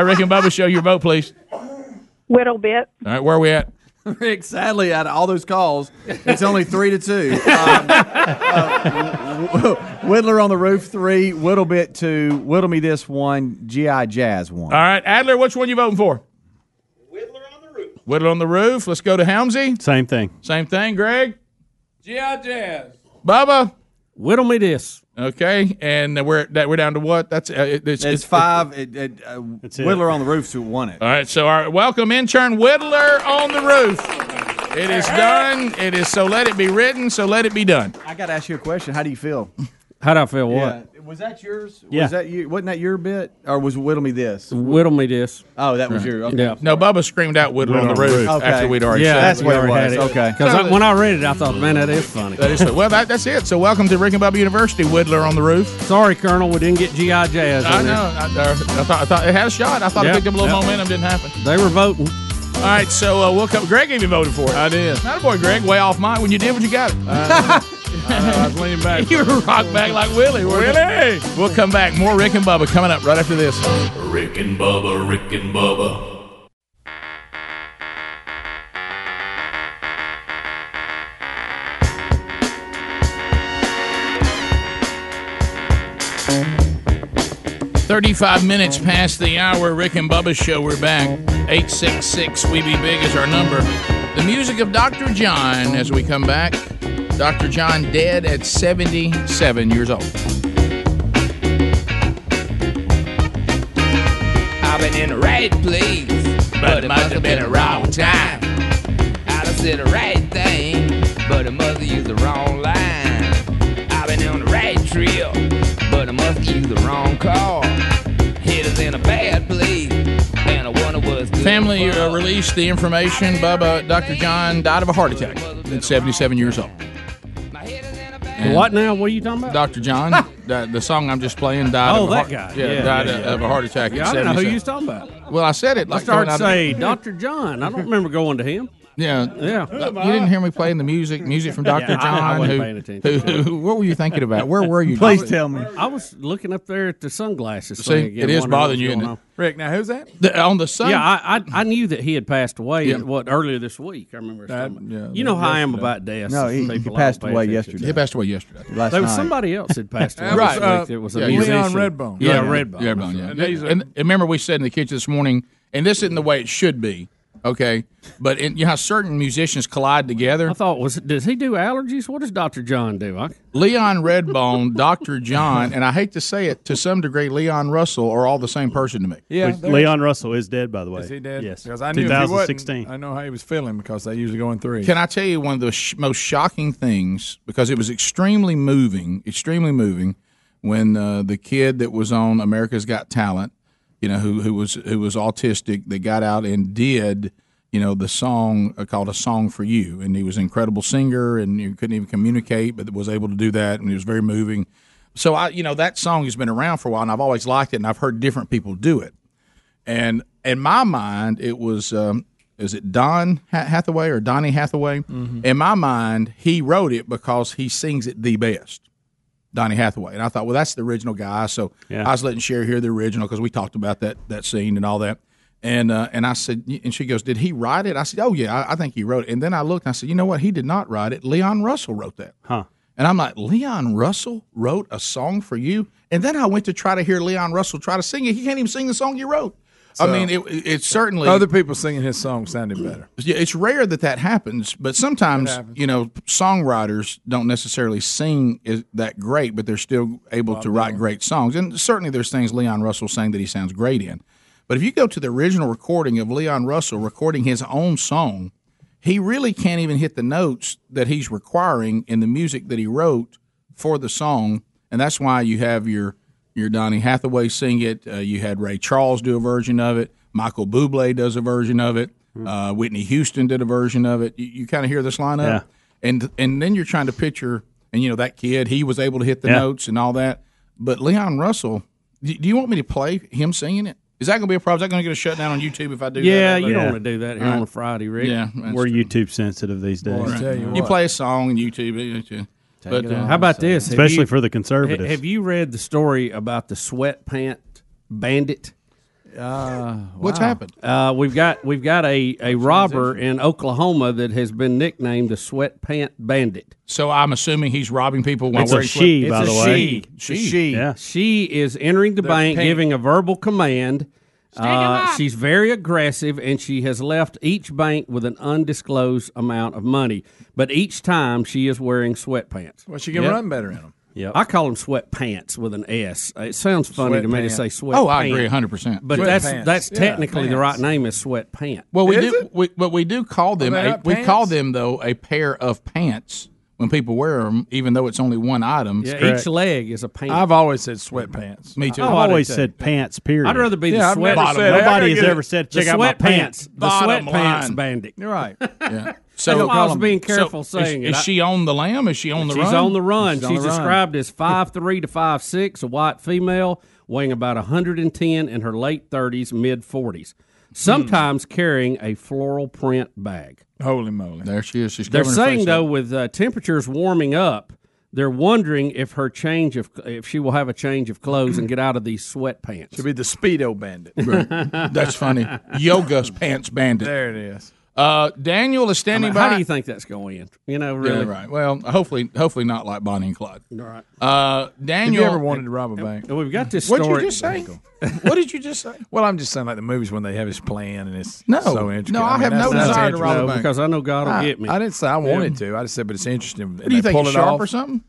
Speaker 3: Rick and Bubba, show your vote, please.
Speaker 27: Little bit.
Speaker 3: All right, where are we at?
Speaker 11: Rick, sadly, out of all those calls, it's only three to two. Um, uh, Whittler on the roof three, Whittle bit two, Whittle me this one, GI Jazz one.
Speaker 19: Uh,
Speaker 3: All right, Adler, which one you voting for? Whittler on the roof. Let's go to Helmsy.
Speaker 17: Same thing.
Speaker 3: Same thing, Greg.
Speaker 28: G.I. Jazz.
Speaker 3: Bubba.
Speaker 4: Whittle me this.
Speaker 3: Okay, and we're that we're down to what? That's uh, it-
Speaker 11: It's, five. It, it, uh,
Speaker 3: it.
Speaker 11: Whittler on the roof's who won it.
Speaker 3: All right, so our welcome intern Whittler on the roof. It is done. It is so. Let it be written. So let it be done.
Speaker 11: I got to ask you a question. How do you feel?
Speaker 4: How do I feel? What?
Speaker 11: Yeah. Was that yours?
Speaker 4: Yeah.
Speaker 11: Was that you? Wasn't that your bit? Or was Whittle me this?
Speaker 4: Whittle me this.
Speaker 11: Oh, that was your. Okay.
Speaker 4: Yeah.
Speaker 3: No, Bubba screamed out Whittler on the
Speaker 11: Whittler on the
Speaker 3: roof
Speaker 11: roof.
Speaker 3: after
Speaker 11: Okay.
Speaker 3: we'd already.
Speaker 11: Yeah,
Speaker 3: said
Speaker 11: that's
Speaker 3: it.
Speaker 11: what it was. Okay.
Speaker 4: Because I, when I read it, I thought, man, that is funny.
Speaker 3: That is well. That, that's it. So welcome to Rick and Bubba University. Whittler on the roof.
Speaker 4: Sorry, Colonel, we didn't get GI Jazz.
Speaker 3: I
Speaker 4: on
Speaker 3: know.
Speaker 4: there.
Speaker 3: I, I, I thought, I thought it had a shot. I thought
Speaker 4: Yep.
Speaker 3: it picked up a little
Speaker 4: Yep.
Speaker 3: momentum. Didn't happen.
Speaker 4: They were voting.
Speaker 3: All right, so uh, we'll come. Greg even voted for it. I did. Not a boy, Greg. Way off mine. When you did, what you got it. I was leaning back. you were rock back like Willie. weren't you? We'll come back. More Rick and Bubba coming up right after this.
Speaker 7: Rick and Bubba, Rick and Bubba,
Speaker 3: Thirty-five minutes past the hour. Rick and Bubba show. We're back. Eight six six. We be big is our number. The music of Dr. John as we come back. Dr. John dead at seventy-seven years old.
Speaker 2: I've been in the right place, but it must have been the wrong time. I done said the right thing, but it must have used the wrong line. I've been on the right trail, but it must have used the wrong car. Hit us in a bad place, and I wonder what's good.
Speaker 3: Family uh, released the information. Bubba, Dr. John died of a heart attack at 77 years old.
Speaker 4: What now? What are you talking about?
Speaker 3: Dr. John, the, the song I'm just playing died.
Speaker 4: Oh,
Speaker 3: of a
Speaker 4: that
Speaker 3: heart,
Speaker 4: guy.
Speaker 3: Yeah,
Speaker 4: Yeah,
Speaker 3: died
Speaker 4: yeah, yeah.
Speaker 3: of a heart attack.
Speaker 4: Yeah,
Speaker 3: at
Speaker 4: I don't know who
Speaker 3: 77.
Speaker 4: you was talking about.
Speaker 3: Well, I said it.
Speaker 4: I
Speaker 3: Like
Speaker 4: started to
Speaker 3: going out-
Speaker 4: say, Dr. John. I don't remember going to him.
Speaker 3: Yeah,
Speaker 4: Yeah.
Speaker 3: You didn't hear me playing the music, music from Dr.
Speaker 4: Yeah, I- I
Speaker 3: John.
Speaker 4: wasn't
Speaker 3: who-
Speaker 4: paying attention.
Speaker 3: who- who- what were you thinking about? Where were you?
Speaker 4: Please
Speaker 3: tell me.
Speaker 4: I was looking up there at the sunglasses.
Speaker 3: See,
Speaker 4: thing again,
Speaker 3: it is
Speaker 4: wondering what
Speaker 3: bothering
Speaker 4: was
Speaker 3: you,
Speaker 4: going
Speaker 3: isn't it?
Speaker 4: on.
Speaker 19: Rick, now who's that?
Speaker 3: The- on the sun.
Speaker 4: Yeah, I, I I knew that he had passed away.
Speaker 3: Yeah.
Speaker 4: What earlier this week? I remember. us
Speaker 3: That-
Speaker 4: talking
Speaker 3: yeah,
Speaker 4: about. you know how I am
Speaker 3: yesterday.
Speaker 4: about deaths.
Speaker 3: No,
Speaker 4: and
Speaker 3: he- he
Speaker 4: people I don't
Speaker 3: passed
Speaker 4: pay
Speaker 3: away
Speaker 4: attention
Speaker 3: yesterday.
Speaker 4: to.
Speaker 3: He passed away yesterday. Last
Speaker 4: there was
Speaker 3: night.
Speaker 4: somebody else that passed away.
Speaker 3: right.
Speaker 4: This week that was a
Speaker 3: yeah,
Speaker 4: musician.
Speaker 3: Leon Redbone.
Speaker 4: Yeah, Redbone.
Speaker 3: Yeah, Redbone. Yeah. And, and remember, we said in the kitchen this morning, and this isn't the way it should be. Okay, but in, you know how certain musicians collide together. I
Speaker 4: thought was does he do allergies? What does Doctor John do? I,
Speaker 3: Leon Redbone, Doctor John, and I hate to say it, to some degree, Leon Russell are all the same person to me.
Speaker 19: Yeah,
Speaker 17: Which-
Speaker 19: there
Speaker 17: Leon Russell is dead, by the way.
Speaker 19: Is he dead?
Speaker 17: Yes.
Speaker 19: Because I knew if he wasn't,
Speaker 17: 2016.
Speaker 19: I know how he was feeling because they usually go in three.
Speaker 3: Can I tell you one of the sh- most shocking things? Because it was extremely moving, extremely moving, when uh, the kid that was on America's Got Talent, you know, who who was who was autistic, that got out and did, you know, the song uh, called "A Song for You," and he was an incredible singer, and you couldn't even communicate, but was able to do that, and it was very moving. So I, you know, that song has been around for a while, and I've always liked it, and I've heard different people do it, and in my mind, it was. Um, is it Don Ha- Hathaway or Donnie Hathaway?
Speaker 17: Mm-hmm.
Speaker 3: In my mind, he wrote it because he sings it the best, Donnie Hathaway. And I thought, well, that's the original guy. So
Speaker 17: Yeah.
Speaker 3: I was letting Sherry hear the original because we talked about that that scene and all that. And uh, and I said, and she goes, did he write it? I said, oh yeah, I, I think he wrote it. And then I looked and I said, you know what? He did not write it. Leon Russell wrote that.
Speaker 17: Huh.
Speaker 3: And I'm like, Leon Russell wrote a song for you? And then I went to try to hear Leon Russell try to sing it. He can't even sing the song you wrote.
Speaker 19: So-
Speaker 3: I mean, it, it certainly
Speaker 19: Other people singing his song sounded better.
Speaker 3: yeah, it's rare that that happens, but sometimes
Speaker 19: It happens.
Speaker 3: you know songwriters don't necessarily sing is that great, but they're still able to write great songs. And certainly there's things Leon Russell sang that he sounds great in. But if you go to the original recording of Leon Russell recording his own song, he really can't even hit the notes that he's requiring in the music that he wrote for the song, and that's why you have your your Donny Hathaway sing it. Uh, you had Ray Charles do a version of it. Michael Bublé does a version of it.
Speaker 4: Hmm.
Speaker 3: Uh, Whitney Houston did a version of it. You, you kind of hear this lineup,
Speaker 17: Yeah.
Speaker 3: and and then you're trying to picture, and you know that kid, he was able to hit the
Speaker 17: Yeah.
Speaker 3: notes and all that. But Leon Russell, do, do you want me to play him singing it? Is that going to be a problem? Is that going to get a shutdown on YouTube if I do?
Speaker 4: yeah,
Speaker 3: that?
Speaker 4: you don't want to do that here
Speaker 3: All
Speaker 4: on
Speaker 3: right.
Speaker 4: a Friday, Rick.
Speaker 3: Yeah,
Speaker 17: We're YouTube sensitive these days.
Speaker 3: Right. you, play a song on YouTube. it- it- But uh,
Speaker 4: How about this? Have
Speaker 17: Especially
Speaker 4: you-
Speaker 17: for the conservatives.
Speaker 4: ha- Have you read the story about the sweatpant bandit?
Speaker 3: What's happened?
Speaker 4: Uh, we've got we've got a, a robber in Oklahoma that has been nicknamed the sweatpant bandit.
Speaker 3: So I'm assuming he's robbing people while
Speaker 4: It's a
Speaker 3: wearing
Speaker 4: she,
Speaker 3: sweat-
Speaker 4: by the way. She. Yeah. She is entering the
Speaker 3: They're
Speaker 4: bank,
Speaker 3: pink.
Speaker 4: giving a verbal command. Uh, she's very aggressive, and she has left each bank with an undisclosed amount of money. But each time, she is wearing sweatpants.
Speaker 19: Well, she can run better in them.
Speaker 4: Yeah, I call them sweatpants with an S. It sounds funny to me to
Speaker 3: Sweatpants.
Speaker 4: say sweatpants.
Speaker 3: Oh, I agree 100%.
Speaker 4: But that's
Speaker 3: Sweatpants.
Speaker 4: that's
Speaker 3: Yeah.
Speaker 4: technically the right
Speaker 3: Pants.
Speaker 4: name is sweatpants.
Speaker 3: Well, we do, we, but we do call them.
Speaker 4: Are they
Speaker 3: A,
Speaker 4: not
Speaker 3: we
Speaker 4: pants?
Speaker 3: call them though a pair of pants when people wear them, even though it's only one item.
Speaker 4: Yeah, each leg is a pant. I've
Speaker 19: always said sweatpants.
Speaker 3: Me too.
Speaker 17: I've always said pants. Period.
Speaker 4: I'd rather be
Speaker 17: Yeah,
Speaker 4: the
Speaker 17: I've
Speaker 4: sweat.
Speaker 17: never said- Bottom Nobody line. has ever said,
Speaker 4: The
Speaker 17: "Check out my
Speaker 4: sweatpants.
Speaker 17: pants."
Speaker 4: The
Speaker 17: Bottom
Speaker 4: sweatpants
Speaker 17: line.
Speaker 4: bandit. You're
Speaker 19: right.
Speaker 3: Yeah.
Speaker 4: So That's why I was being careful
Speaker 3: so is-
Speaker 4: saying
Speaker 3: is,
Speaker 4: it. I-
Speaker 3: she on the lamb? Is she on the
Speaker 4: She's
Speaker 3: run?
Speaker 4: on the run. She's,
Speaker 3: on the run.
Speaker 4: described as 5'3 to 5'6, a white female, weighing about 110 in her late 30s, mid 40s, sometimes
Speaker 3: Hmm.
Speaker 4: carrying a floral print bag.
Speaker 19: Holy moly!
Speaker 3: There she is. She's
Speaker 4: They're
Speaker 3: covering her
Speaker 4: saying
Speaker 3: face
Speaker 4: though, with uh, temperatures warming up, they're wondering if her change of if she will have a change of clothes and get out of these sweatpants.
Speaker 19: She'll be the speedo bandit.
Speaker 3: Right. That's funny. Yoga pants bandit.
Speaker 19: There it is.
Speaker 3: Uh, Daniel is standing
Speaker 4: I mean, how
Speaker 3: by.
Speaker 4: do you think that's going in? You know,
Speaker 3: Yeah,
Speaker 4: really.
Speaker 3: right. Well, hopefully, hopefully not like Bonnie and Clyde.
Speaker 4: All right.
Speaker 3: Uh, Daniel,
Speaker 19: ever wanted to rob a bank?
Speaker 4: We've got this
Speaker 3: What'd you
Speaker 4: story.
Speaker 3: just say? what did you just say?
Speaker 19: Well, I'm just saying, like the movies when they have his plan and it's
Speaker 3: No.
Speaker 19: so interesting.
Speaker 3: No, I have no desire to rob a bank.
Speaker 4: because I know God will
Speaker 19: I,
Speaker 4: get me.
Speaker 19: I didn't say I wanted
Speaker 4: Yeah.
Speaker 19: to. I just said, but it's interesting.
Speaker 3: What do you think?
Speaker 19: Pull
Speaker 3: He's
Speaker 19: it
Speaker 3: sharp
Speaker 19: off.
Speaker 3: or something?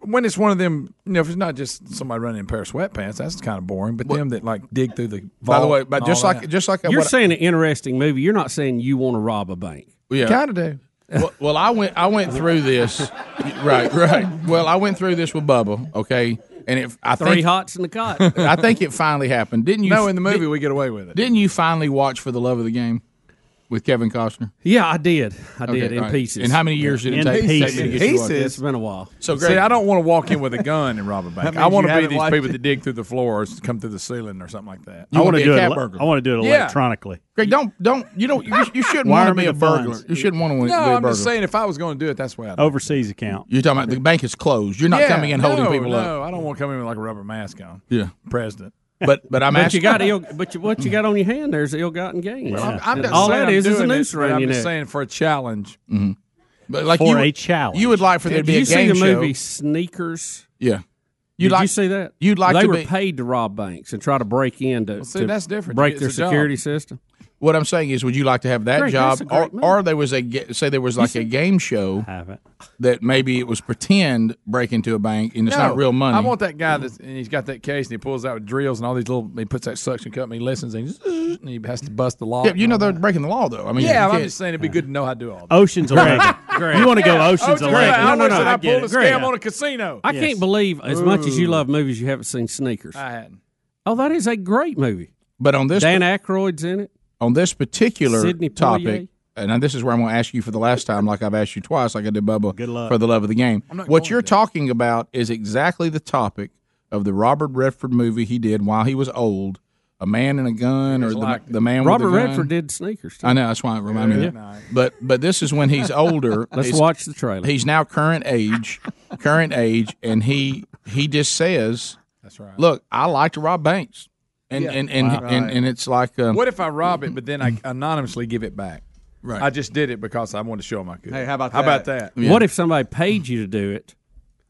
Speaker 19: When it's one of them, you know, if it's not just somebody running in a pair of sweatpants, that's kind of boring. But them that like dig through the.
Speaker 3: By the
Speaker 19: vault
Speaker 3: way, but
Speaker 19: and
Speaker 3: just
Speaker 19: all
Speaker 3: like
Speaker 19: that.
Speaker 3: just like
Speaker 4: You're
Speaker 3: what I-
Speaker 4: saying an interesting movie. You're not saying you want to rob a bank.
Speaker 3: Yeah.
Speaker 19: Kinda do.
Speaker 3: well, well, I went I went through this. Right, right. Well, I went through this with Bubba, okay? And it, I
Speaker 4: Three
Speaker 3: think
Speaker 4: hots in the cot.
Speaker 3: I think it finally happened. Didn't you?
Speaker 19: No, in the movie
Speaker 3: did-
Speaker 19: we get away with it.
Speaker 3: Didn't you finally watch For the Love of the Game with Kevin Costner?
Speaker 4: Yeah, I did. I
Speaker 3: Okay,
Speaker 4: did in
Speaker 3: all right.
Speaker 4: pieces.
Speaker 3: And how many years did it take- take you to get you out?
Speaker 4: It's been a while.
Speaker 3: So
Speaker 19: See, I don't want to walk in with a gun and rob a
Speaker 4: That
Speaker 19: bank.
Speaker 4: means
Speaker 19: I want
Speaker 4: you
Speaker 19: to be
Speaker 4: haven't
Speaker 19: these
Speaker 4: watched
Speaker 19: people
Speaker 4: it.
Speaker 19: that dig through the floors, come through the ceiling or something like that.
Speaker 3: You
Speaker 17: I want
Speaker 3: wanna
Speaker 17: to
Speaker 3: be
Speaker 17: do
Speaker 3: a
Speaker 17: it.
Speaker 3: cat
Speaker 17: ele-
Speaker 3: burglar.
Speaker 17: I want to do it
Speaker 19: Yeah.
Speaker 17: electronically.
Speaker 3: Greg, don't don't you don't you, you shouldn't
Speaker 17: Wire
Speaker 3: want to be
Speaker 17: me
Speaker 3: a
Speaker 17: the
Speaker 3: burglar.
Speaker 17: funds.
Speaker 3: You shouldn't want to be
Speaker 19: No,
Speaker 3: a
Speaker 19: I'm
Speaker 3: burglar.
Speaker 19: just saying, if I was going to do it, that's
Speaker 17: Oh.
Speaker 19: why. I
Speaker 17: Overseas account.
Speaker 3: You're talking about the bank is closed. You're not coming in holding
Speaker 19: no,
Speaker 3: people
Speaker 19: no,
Speaker 3: up.
Speaker 19: I don't want to come in with like a rubber mask on.
Speaker 3: Yeah.
Speaker 19: President.
Speaker 3: But but I'm
Speaker 4: but
Speaker 3: asking
Speaker 4: you got ill, but you, what you got on your hand there's ill-gotten gain.
Speaker 19: Well, I'm, I'm
Speaker 4: And
Speaker 19: not
Speaker 4: all
Speaker 19: saying
Speaker 4: that
Speaker 19: I'm
Speaker 4: is is a
Speaker 19: doing
Speaker 4: noose
Speaker 19: it, but
Speaker 4: around
Speaker 19: I'm
Speaker 4: your
Speaker 19: just
Speaker 4: neck.
Speaker 19: saying for a challenge.
Speaker 3: Mm-hmm. But like
Speaker 17: For
Speaker 3: you,
Speaker 17: a challenge.
Speaker 3: you would like for there to
Speaker 4: Did
Speaker 3: be a
Speaker 4: you see
Speaker 3: game
Speaker 4: the
Speaker 3: show.
Speaker 4: movie Sneakers?
Speaker 3: Yeah.
Speaker 4: Did you
Speaker 3: like-
Speaker 4: see that?
Speaker 3: You'd like
Speaker 4: they
Speaker 3: to
Speaker 4: were
Speaker 3: be-
Speaker 4: paid to rob banks and try to break in to,
Speaker 19: see,
Speaker 4: to
Speaker 19: that's different.
Speaker 4: break
Speaker 19: It's
Speaker 4: their
Speaker 19: a job.
Speaker 4: security system.
Speaker 3: What I'm saying is, would you like to have that
Speaker 4: Greg,
Speaker 3: job,
Speaker 4: that's a
Speaker 3: or,
Speaker 4: great
Speaker 3: or there was a ga- say there was like a game show that maybe it was pretend break into a bank and it's
Speaker 19: No,
Speaker 3: not real money.
Speaker 19: I want that guy that's and he's got that case and he pulls out with drills and all these little. He puts that suction cup and he listens and, he's, and he has to bust the law.
Speaker 3: yeah, you know they're breaking the law though. I mean,
Speaker 19: yeah,
Speaker 3: you
Speaker 19: I'm
Speaker 3: can't-
Speaker 19: just saying it'd be good to know how to do all that.
Speaker 17: Ocean's Eleven.
Speaker 4: Greg.
Speaker 17: You want to go Ocean's
Speaker 19: Ocean's
Speaker 17: Eleven?
Speaker 19: Eleven. I wish that I
Speaker 17: get
Speaker 19: pulled
Speaker 17: it.
Speaker 19: a
Speaker 17: Greg.
Speaker 19: scam on a casino.
Speaker 4: I
Speaker 19: Yes.
Speaker 4: can't believe as much as you
Speaker 19: Ooh.
Speaker 4: love movies, you haven't seen Sneakers.
Speaker 19: I hadn't.
Speaker 4: Oh, that is a great movie.
Speaker 3: But on this
Speaker 4: Dan Aykroyd's in it.
Speaker 3: on this particular
Speaker 4: Sidney Poitier.
Speaker 3: topic, and now this is where I'm going to ask you for the last time, like I've asked you twice, like I did Bubba, Good luck. for the love of the game. What you're talking about is exactly the topic of the Robert Redford movie he did while he was old, a man and a gun, or the, the man
Speaker 4: Robert
Speaker 3: with the gun.
Speaker 4: Redford did Sneakers. Too.
Speaker 3: I know that's why it reminded me. Of that. But but this is when he's older.
Speaker 4: Let's
Speaker 3: He's-
Speaker 4: watch the trailer.
Speaker 3: He's now current age, current age, and he he just says,
Speaker 19: That's right.
Speaker 3: "Look, I like to rob banks," and
Speaker 19: Yeah.
Speaker 3: and and,
Speaker 19: Wow.
Speaker 3: and and it's like um, Mm-hmm.
Speaker 19: What if I rob it, but then I anonymously give it back?
Speaker 3: Right.
Speaker 19: I just did it because I wanted to show my good.
Speaker 11: Hey, how about
Speaker 19: how about
Speaker 11: that?
Speaker 19: that?
Speaker 4: What if somebody paid you to do it,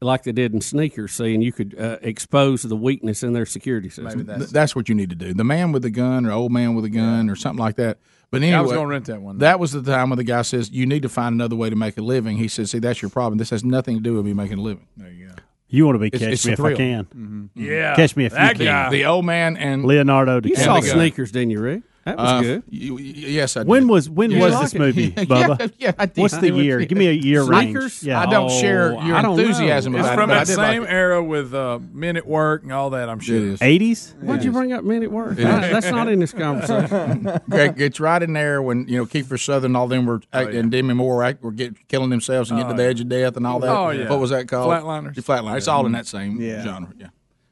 Speaker 4: like they did in Sneakers, saying you could uh, expose the weakness in their security system?
Speaker 19: Maybe that's-
Speaker 3: Th- that's what you need to do. The man with the gun, or old man with a gun, or something like that. But anyway,
Speaker 19: Yeah, I was gonna rent that one.
Speaker 3: That was the time when the guy says, "You need to find another way to make a living." He says, "See, that's your problem. This has nothing to do with me making a living."
Speaker 17: You want to be
Speaker 3: It's-
Speaker 17: catch
Speaker 3: it's
Speaker 17: me
Speaker 3: a
Speaker 17: if I
Speaker 3: thrill.
Speaker 17: can.
Speaker 19: Mm-hmm.
Speaker 3: Yeah,
Speaker 17: catch me if you can.
Speaker 3: The old man and
Speaker 17: Leonardo.
Speaker 4: You
Speaker 17: DiCaprio.
Speaker 4: saw Sneakers, didn't you, Rick? That was
Speaker 3: Uh,
Speaker 4: good.
Speaker 3: y- y- yes, I did.
Speaker 17: When was when
Speaker 3: You
Speaker 17: was
Speaker 3: like
Speaker 17: this
Speaker 3: it?
Speaker 17: movie,
Speaker 3: Yeah,
Speaker 17: Bubba?
Speaker 3: yeah, I did.
Speaker 17: What's the year? Give me a year range. Oh,
Speaker 3: Sneakers? I don't share your
Speaker 4: Oh, I don't know.
Speaker 3: enthusiasm
Speaker 19: It's
Speaker 3: about
Speaker 19: from
Speaker 3: it. but I
Speaker 19: that
Speaker 3: did like
Speaker 19: same
Speaker 3: it.
Speaker 19: era with uh, Men at Work and all that. I'm sure.
Speaker 3: is.
Speaker 17: Eighties.
Speaker 4: Why'd you bring up Men at Work?
Speaker 3: It
Speaker 4: Uh,
Speaker 3: is.
Speaker 4: That's not in this conversation.
Speaker 3: Greg, it's right in there when you know Kiefer Southern, all them were
Speaker 19: Oh,
Speaker 3: act, and Demi Moore act, were get, killing themselves and getting to the edge of death and all that.
Speaker 19: Oh, yeah.
Speaker 3: What was that called?
Speaker 19: Flatliners.
Speaker 3: The flatliners. It's all in that same genre. Yeah.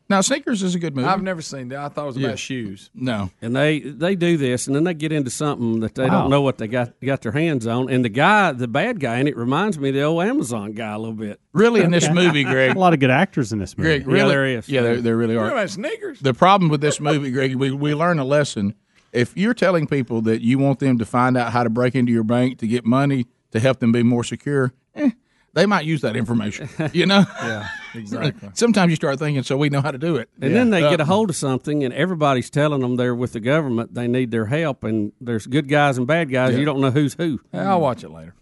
Speaker 3: Now, Sneakers is a good movie.
Speaker 19: I've never seen that. I thought it was about
Speaker 3: Yeah.
Speaker 19: shoes.
Speaker 3: No.
Speaker 4: And they they do this, and then they get into something that they
Speaker 19: Wow.
Speaker 4: don't know what they got got their hands on. And the guy, the bad guy, and it reminds me of the old Amazon guy a little bit.
Speaker 3: Really, in this movie, Greg.
Speaker 17: A lot of good actors in this movie.
Speaker 3: Greg, really,
Speaker 4: Yeah, there is.
Speaker 3: Yeah, there, there really
Speaker 19: You
Speaker 3: are.
Speaker 19: talking about sneakers?
Speaker 3: The problem with this movie, Greg, we, we learn a lesson. If you're telling people that you want them to find out how to break into your bank to get money to help them be more secure, eh, they might use that information. You know?
Speaker 19: yeah, exactly.
Speaker 3: Sometimes you start thinking, so we know how to do it.
Speaker 4: And then they
Speaker 3: Uh,
Speaker 4: get a hold of something, and everybody's telling them they're with the government. They need their help, and there's good guys and bad guys.
Speaker 3: Yeah.
Speaker 4: You don't know who's who.
Speaker 19: Yeah, I'll watch it later.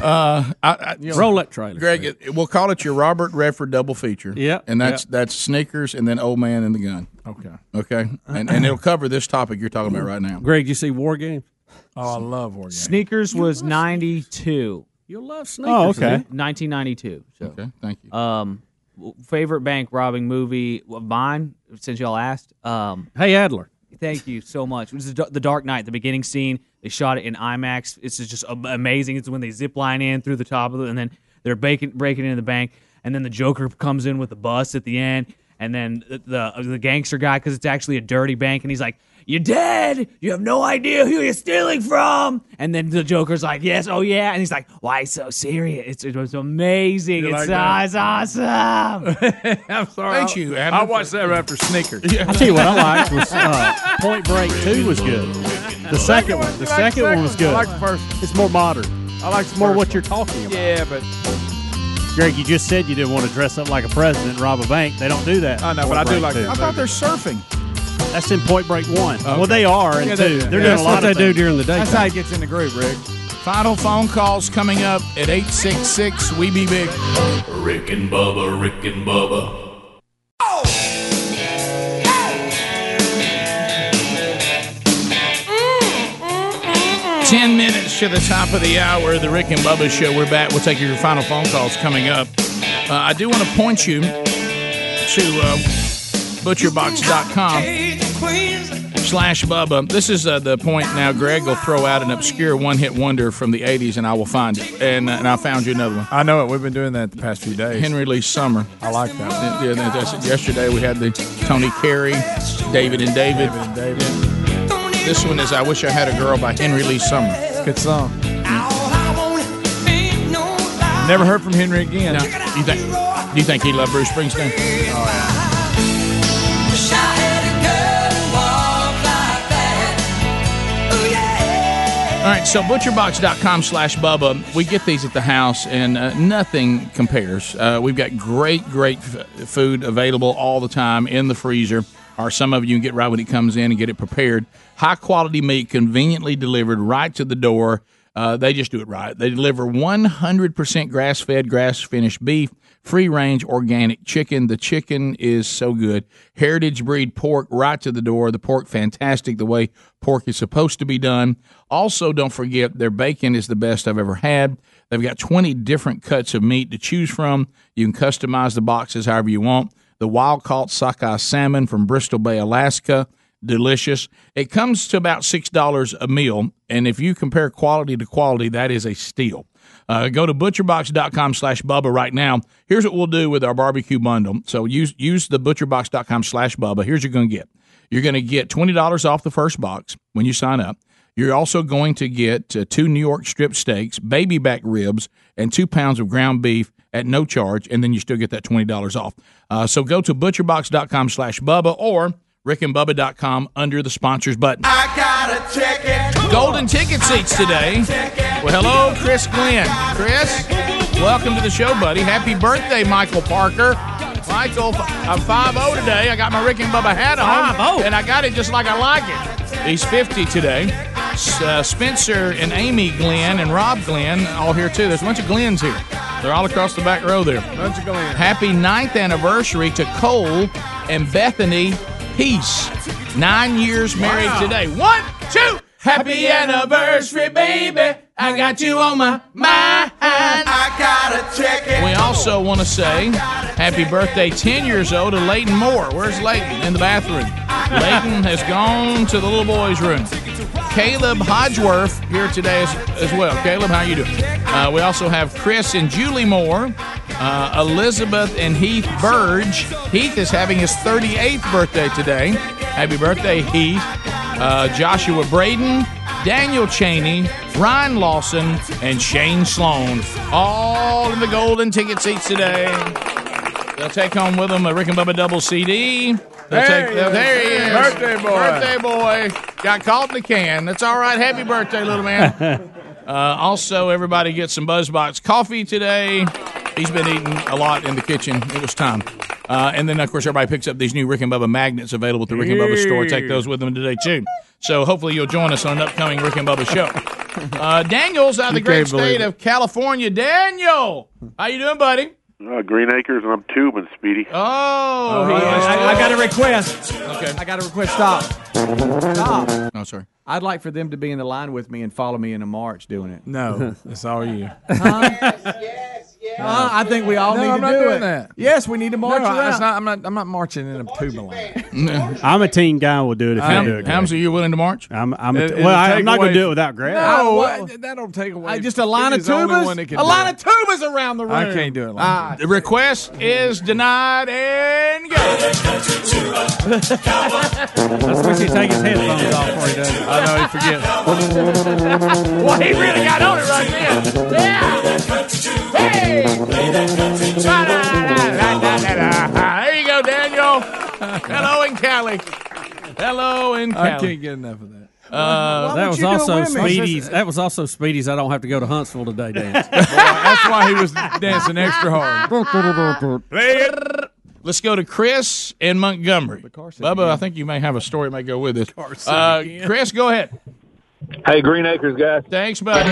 Speaker 3: Uh, I, I, you know,
Speaker 4: Roll that trailer,
Speaker 3: Greg. It, it- we'll call it your Robert Redford double feature.
Speaker 4: Yep,
Speaker 3: and that's that's sneakers and then Old Man and the Gun.
Speaker 19: Okay.
Speaker 3: Okay, and and it'll cover this topic you're talking about right now.
Speaker 4: Greg, you see War Games?
Speaker 19: Oh, I love War Games.
Speaker 8: Sneakers was ninety two.
Speaker 4: You'll love sneakers.
Speaker 17: Oh, okay.
Speaker 8: Nineteen ninety two. So. Okay,
Speaker 3: thank
Speaker 8: you. Um, w- favorite bank robbing movie of mine since y'all asked. Um,
Speaker 4: hey Adler.
Speaker 8: Thank you so much. It was the the Dark Knight, the beginning scene. They shot it in IMAX. It's just a- amazing. It's when they zip line in through the top of it, and then they're breaking breaking into the bank, and then the Joker comes in with the bus at the end, and then the uh, the, the gangster guy because it's actually a dirty bank, and he's like. You're dead. You have no idea who you're stealing from. And then the Joker's like, "Yes, oh yeah," and he's like, "Why so serious? It's, it was amazing.
Speaker 19: You
Speaker 8: It's,
Speaker 19: like that?
Speaker 8: it's awesome."
Speaker 19: I'm sorry.
Speaker 3: Thank
Speaker 19: I'll-
Speaker 3: you, Adam.
Speaker 19: I watched that after sneakers.
Speaker 17: I tell you what I liked was uh, Point Break Two was good. The second one, the
Speaker 19: You like
Speaker 17: second one was
Speaker 19: I
Speaker 17: good.
Speaker 19: like the first.
Speaker 17: It's more modern.
Speaker 19: I like
Speaker 17: It's more what you're talking about.
Speaker 19: Yeah, but
Speaker 17: Greg, you just said you didn't want to dress up like a president and rob a bank. They don't do that.
Speaker 19: I know,
Speaker 17: in
Speaker 19: but I
Speaker 17: Point
Speaker 19: do
Speaker 17: Break
Speaker 19: like
Speaker 17: Two.
Speaker 19: that.
Speaker 3: I thought they're surfing.
Speaker 17: That's in Point Break One. Well,
Speaker 3: Okay.
Speaker 17: they are in
Speaker 3: Yeah, they
Speaker 17: two.
Speaker 3: do.
Speaker 17: They're
Speaker 3: Yeah,
Speaker 17: doing
Speaker 3: that's
Speaker 17: a
Speaker 3: what
Speaker 17: lot
Speaker 3: they
Speaker 17: of
Speaker 3: do
Speaker 17: things.
Speaker 3: during the day.
Speaker 29: That's how it gets in the group, Rick.
Speaker 3: Final phone calls coming up at eight six six. We be big.
Speaker 7: Rick and Bubba, Rick and Bubba.
Speaker 3: Ten minutes to the top of the hour. The Rick and Bubba Show. We're back. We'll take your final phone calls coming up. Uh, I do want to point you to uh, butcherbox.com. slash Bubba. This is uh, the point now. Greg will throw out an obscure one hit wonder from the 80s, and I will find it. And, uh, and I found you another one.
Speaker 19: I know it. We've been doing that the past few days.
Speaker 3: Henry Lee Summer.
Speaker 19: I like that.
Speaker 3: Yeah, yeah, that's- yesterday we had the Tony Carey, David and David. Yeah. This one is I Wish I Had a Girl by Henry Lee Summer.
Speaker 19: Good song. Never heard from Henry again. Oh,
Speaker 3: Now, do, you think, do you think he loved Bruce Springsteen? All right, so butcherbox.com slash Bubba. We get these at the house, and uh, nothing compares. Uh, we've got great, great f- food available all the time in the freezer, or some of you can get right when it comes in and get it prepared. High quality meat conveniently delivered right to the door. Uh, they just do it right. They deliver 100% grass fed, grass finished beef, free range organic chicken. The chicken is so good. Heritage breed pork right to the door. The pork, fantastic the way pork is supposed to be done. Also, don't forget their bacon is the best I've ever had. They've got 20 different cuts of meat to choose from. You can customize the boxes however you want. The wild caught sockeye salmon from Bristol Bay, Alaska delicious. It comes to about six dollars a meal, and if you compare quality to quality, that is a steal. Uh, go to butcherbox.com slash bubba right now. Here's what we'll do with our barbecue bundle. So use use the butcherbox.com slash bubba. Here's what you're going to get. You're going to get twenty dollars off the first box when you sign up. You're also going to get uh, two New York strip steaks, baby back ribs, and two pounds of ground beef at no charge, and then you still get that twenty dollars off. Uh, so go to butcherbox.com slash bubba or rickandbubba.com under the sponsors button. Golden ticket seats today. Well, hello, Chris Glenn. Chris, welcome to the show, buddy. Happy birthday, Michael Parker. Michael, I'm 5 0 today. I got my Rick and Bubba hat on. 5 And I got it just like I like it. He's 50 today. S- Uh, Spencer and Amy Glenn and Rob Glenn all here, too. There's a bunch of Glenn's here. They're all across the back row there.
Speaker 19: Bunch of Glenn.
Speaker 3: Happy ninth anniversary to Cole and Bethany Peace. Nine years married
Speaker 19: Wow.
Speaker 3: today. One, two. Happy anniversary, baby. I got you on my mind. I gotta check it. We also want to say happy birthday, 10 years old, to Leighton Moore. Where's Leighton? In the bathroom. Leighton has gone to the little boy's room. Caleb Hodgeworth here today as, as well. Caleb, how you doing? Uh, we also have Chris and Julie Moore. Uh, Elizabeth and Heath Burge. Heath is having his 38th birthday today. Happy birthday, Heath. Uh, Joshua Braden, Daniel Cheney, Ryan Lawson, and Shane Sloan. All in the golden ticket seats today. They'll take home with them a Rick and Bubba double CD. They'll
Speaker 19: There he
Speaker 3: take-
Speaker 19: is.
Speaker 3: there he is.
Speaker 19: Birthday boy.
Speaker 3: Birthday boy. Got caught in the can. That's all right. Happy birthday, little man. Uh, also, everybody get some BuzzBox coffee today. He's been eating a lot in the kitchen. It was time. Uh, and then, of course, everybody picks up these new Rick and Bubba magnets available at the Rick and Bubba store. Take those with them today, too. So hopefully you'll join us on an upcoming Rick and Bubba show. Uh, Daniel's out of the
Speaker 30: You
Speaker 3: great
Speaker 30: can't believe
Speaker 3: state
Speaker 30: it.
Speaker 3: of California. Daniel, how you doing, buddy?
Speaker 30: Uh, Green Acres, and I'm tubing, Speedy.
Speaker 3: Oh, he is.
Speaker 15: I, I got a request.
Speaker 3: Okay.
Speaker 15: I got a request. Stop. Stop.
Speaker 3: No, sorry.
Speaker 11: I'd like for them to be in the line with me and follow me in a march doing it.
Speaker 19: No, it's all you.
Speaker 11: Uh, I think we all
Speaker 19: No,
Speaker 11: need
Speaker 19: I'm
Speaker 11: to
Speaker 19: not
Speaker 11: do
Speaker 19: doing
Speaker 11: it.
Speaker 19: that.
Speaker 11: Yes, we need to march
Speaker 19: No, I-
Speaker 11: around.
Speaker 19: it's not- I'm not. I'm not marching in a tuba line.
Speaker 17: I'm a team guy. Will do it if
Speaker 19: Ham-
Speaker 17: you do it.
Speaker 19: Hams,
Speaker 3: are you willing to march?
Speaker 17: I'm. I'm a
Speaker 19: It-
Speaker 17: t-
Speaker 19: it'll
Speaker 17: well, I,
Speaker 19: take
Speaker 17: am not going
Speaker 19: away-
Speaker 17: to do it without Greg.
Speaker 19: No, I- that don't take away.
Speaker 11: just a line of
Speaker 19: Speedy's the only
Speaker 11: tubas.
Speaker 19: one that can
Speaker 11: A
Speaker 19: do
Speaker 11: line
Speaker 19: it.
Speaker 11: of tubas around the room.
Speaker 19: I can't do it like
Speaker 11: Ah,
Speaker 3: The request is denied and go.
Speaker 17: That's when he take his headphones off before he does it.
Speaker 3: I know he forgets.
Speaker 17: well,
Speaker 3: he really got on it right then. Yeah. Hey. Ah, There you go, Daniel. Hello in Cali. Hello in Cali.
Speaker 19: I can't get enough of that.
Speaker 3: Uh,
Speaker 4: that was also Speedy's. That was also Speedy's. I don't have to go to Huntsville today, dance.
Speaker 19: uh, That's why he was dancing extra hard.
Speaker 3: Let's go to Chris in Montgomery. Bubba, I think you may have a story that may go with this. Uh, Chris, go ahead.
Speaker 31: Hey, Green Acres guys.
Speaker 3: Thanks, buddy.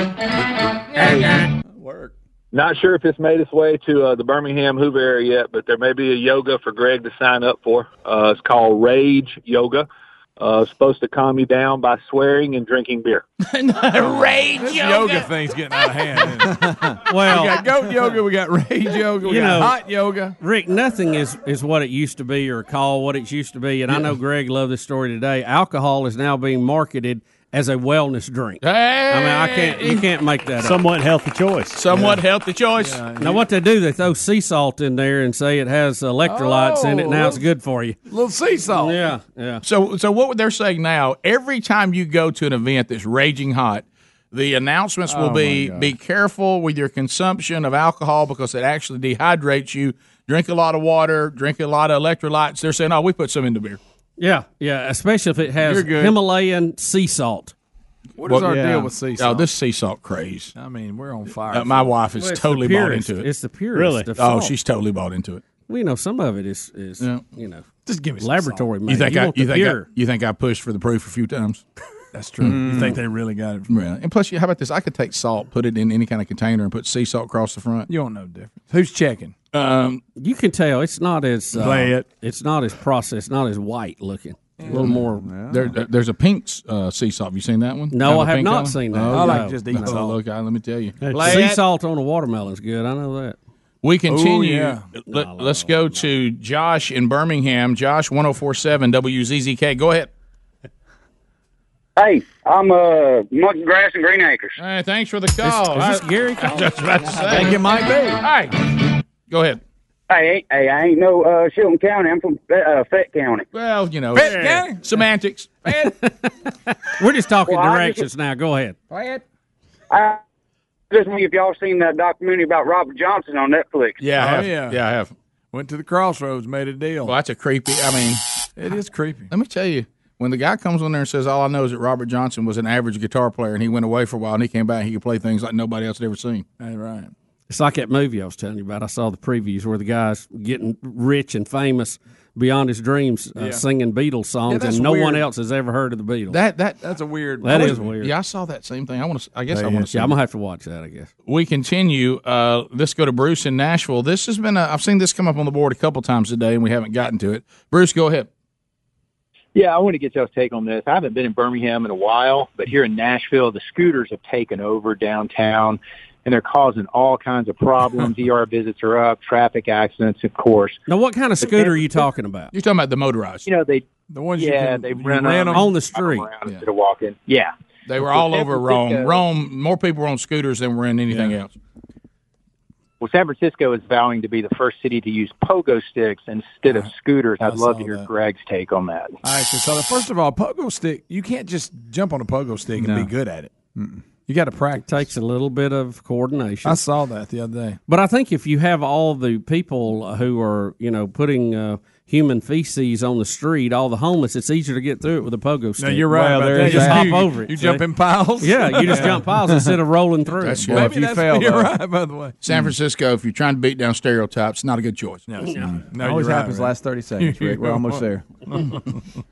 Speaker 31: Not sure if it's made its way to uh, the Birmingham Hoover area yet, but there may be a yoga for Greg to sign up for. Uh, it's called Rage Yoga. Uh, it's supposed to calm you down by swearing and drinking beer.
Speaker 3: Rage
Speaker 19: this yoga. thing's getting out of hand.
Speaker 4: well,
Speaker 19: we got goat yoga, we got rage yoga, we
Speaker 4: You
Speaker 19: got
Speaker 4: know-
Speaker 19: hot yoga.
Speaker 4: Rick, nothing is, is what it used to be or called what it used to be. And I know Greg loved this story today. Alcohol is now being marketed as a wellness drink. I mean, I can't you can't make that up.
Speaker 17: Somewhat healthy choice.
Speaker 3: Somewhat healthy choice.
Speaker 4: Now, what they do, they throw sea salt in there and say it has electrolytes in it.
Speaker 3: Oh.
Speaker 4: Now it's good for you.
Speaker 19: Little seesaw.
Speaker 4: Yeah, yeah.
Speaker 3: So, so what they're saying now? Every time you go to an event that's raging hot, the announcements
Speaker 19: Oh,
Speaker 3: will
Speaker 19: my
Speaker 3: be
Speaker 19: gosh.
Speaker 3: be careful with your consumption of alcohol because it actually dehydrates you. Drink a lot of water. Drink a lot of electrolytes. They're saying, oh, we put some in the beer.
Speaker 4: Yeah, yeah. Especially if it has
Speaker 3: You're good.
Speaker 4: Himalayan sea salt.
Speaker 19: What is our deal with sea salt?
Speaker 3: Oh, this sea salt craze.
Speaker 19: I mean, we're on fire.
Speaker 3: Uh, my wife is
Speaker 4: Well, it's the
Speaker 3: totally bought
Speaker 4: purest-
Speaker 3: into it.
Speaker 4: it's the purest Really? of
Speaker 3: Oh,
Speaker 4: salt.
Speaker 3: she's totally bought into it.
Speaker 4: Well, you know, some of it is is
Speaker 3: Yeah.
Speaker 4: you know
Speaker 19: just give me some
Speaker 4: laboratory.
Speaker 3: You think I,
Speaker 4: want
Speaker 3: you
Speaker 4: the
Speaker 3: think I,
Speaker 4: pure.
Speaker 3: you think I pushed for the proof a few times? That's
Speaker 19: true.
Speaker 4: Mm.
Speaker 19: You think they really got it?
Speaker 3: From yeah. And plus, you- how about this? I could take salt, put it in any kind of container, and put sea salt across the front.
Speaker 19: You don't know the difference. Who's checking?
Speaker 3: Um,
Speaker 4: you can tell it's not as uh,
Speaker 3: Play it.
Speaker 4: It's not as processed, not as white looking. A little more.
Speaker 3: There, there- there's a pink uh, sea salt. Have you seen that one?
Speaker 4: No,
Speaker 3: Kind of
Speaker 4: I have
Speaker 3: pink
Speaker 4: not
Speaker 3: color?
Speaker 4: seen that.
Speaker 3: Oh,
Speaker 4: I like
Speaker 3: no.
Speaker 4: just eating
Speaker 3: No,
Speaker 4: salt.
Speaker 3: Look, I, let me tell you.
Speaker 4: sea salt on a watermelon's good. I know that.
Speaker 3: We
Speaker 4: Oh,
Speaker 3: continue. Let, us go to Josh in Birmingham. Josh, 1047 WZZK. Go ahead.
Speaker 2: Hey, I'm uh, Grass and Green Acres.
Speaker 3: Hey, thanks for the call.
Speaker 2: is this
Speaker 4: Gary
Speaker 3: I, was just about to say.
Speaker 2: think it might be.
Speaker 3: All right. Go ahead.
Speaker 2: Hey, hey, I ain't no uh, Shilton County. I'm from uh, Fett County.
Speaker 3: Well, you know,
Speaker 2: Fett
Speaker 3: it's- semantics.
Speaker 4: We're just talking
Speaker 2: Well, I just-
Speaker 4: directions now. Go ahead.
Speaker 2: What? I just wonder if y'all seen that documentary about Robert Johnson on Netflix.
Speaker 3: Yeah, I
Speaker 2: Oh,
Speaker 3: have.
Speaker 2: yeah.
Speaker 3: I have.
Speaker 19: Went to the crossroads, made a deal.
Speaker 3: Well, that's a creepy. I mean,
Speaker 19: it is creepy.
Speaker 3: Let me tell you, when the guy comes on there and says, "All I know is that Robert Johnson was an average guitar player, and he went away for a while, and he came back, and he could play things like nobody else had ever seen."
Speaker 19: That's right.
Speaker 4: It's like that movie I was telling you about. I saw the previews where the guy's getting rich and famous beyond his dreams, uh,
Speaker 19: Yeah.
Speaker 4: singing Beatles songs,
Speaker 19: that's
Speaker 4: and no one
Speaker 19: weird.
Speaker 4: else has ever heard of the Beatles.
Speaker 3: That that
Speaker 19: that's a weird.
Speaker 4: That is weird.
Speaker 3: Yeah, I saw that same thing. I want to. I guess
Speaker 4: Yeah,
Speaker 3: I
Speaker 4: yeah.
Speaker 3: want to.
Speaker 4: Yeah, I'm gonna have to watch that. I guess.
Speaker 3: We continue. Uh, let's go to Bruce in Nashville. This has been. A, I've seen this come up on the board a couple times today, and we haven't gotten to it. Bruce, go ahead.
Speaker 32: Yeah, I want to get y'all's take on this. I haven't been in Birmingham in a while, but here in Nashville, the scooters have taken over downtown, and they're causing all kinds of problems. ER visits are up, traffic accidents, of course.
Speaker 4: Now, what kind of scooter are you talking about?
Speaker 3: You're talking about the motorized.
Speaker 32: You know they
Speaker 19: the ones
Speaker 32: yeah, they rent them
Speaker 4: on the street
Speaker 32: instead of walking. Yeah,
Speaker 3: They were
Speaker 32: So
Speaker 3: all
Speaker 32: San
Speaker 3: over Rome.
Speaker 32: Francisco-
Speaker 3: Rome. More people were on scooters than were in anything else.
Speaker 32: Well, San Francisco is vowing to be the first city to use pogo sticks instead of scooters. I'd
Speaker 19: I
Speaker 32: love
Speaker 19: saw
Speaker 32: to hear
Speaker 19: that.
Speaker 32: Greg's take on that.
Speaker 19: All right, so, so first of all, pogo stick, you can't just jump on a pogo stick and
Speaker 4: No.
Speaker 19: be good at it. You got to practice.
Speaker 4: It takes a little bit of coordination.
Speaker 19: I saw that the other day.
Speaker 4: But I think if you have all the people who are, you know, putting uh, human feces on the street, all the homeless, it's easier to get through it with a pogo stick.
Speaker 19: No, you're right about that.
Speaker 4: You just
Speaker 19: Yeah.
Speaker 4: hop
Speaker 19: You-
Speaker 4: over it.
Speaker 19: you jump
Speaker 4: see?
Speaker 19: in piles.
Speaker 4: Yeah, you just
Speaker 19: Yeah.
Speaker 4: jump piles instead of rolling through.
Speaker 3: That's well, if you fail, though, San
Speaker 4: Mm.
Speaker 3: Francisco. If you're trying to beat down stereotypes, not a good choice. Mm-hmm.
Speaker 19: No,
Speaker 33: it's not. No, Always you're right, happens right. last 30 seconds, Rick. We're almost there.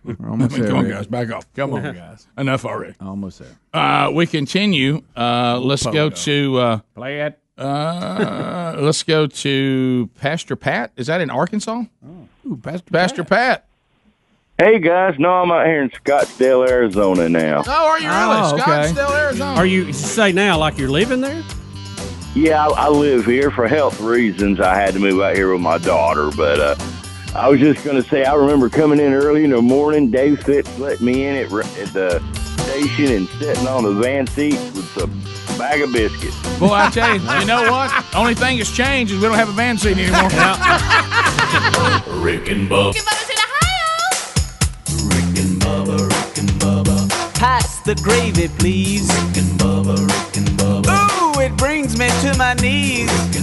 Speaker 33: We're almost
Speaker 3: I mean,
Speaker 33: there,
Speaker 3: Come on,
Speaker 33: Rick.
Speaker 3: guys, back off. Come on, guys. Enough already.
Speaker 33: Almost there.
Speaker 3: Uh, we continue. Uh, let's go to uh,
Speaker 4: play it.
Speaker 3: Uh, let's go to Pastor Pat. Is that in Arkansas? Oh. Ooh, Pastor, Pastor Pat.
Speaker 34: Hey guys, no, I'm out here in Scottsdale, Arizona now.
Speaker 3: Oh, are you really?
Speaker 34: Oh, okay.
Speaker 3: Scottsdale, Arizona.
Speaker 4: Are you you say now like you're living there?
Speaker 34: Yeah, I, I live here for health reasons. I had to move out here with my daughter, but uh, I was just going to say I remember coming in early in the morning. Dave Phipps let me in at, r- at the station and sitting on the van seats with a bag of biscuits.
Speaker 3: Boy, I tell you, you know what? Only thing that's changed is we don't have a van seat anymore.
Speaker 7: Rick and Bubba.
Speaker 2: Pass the gravy, please. Rick and Bubba, Rick and Bubba. Ooh, it brings me to my knees. Rick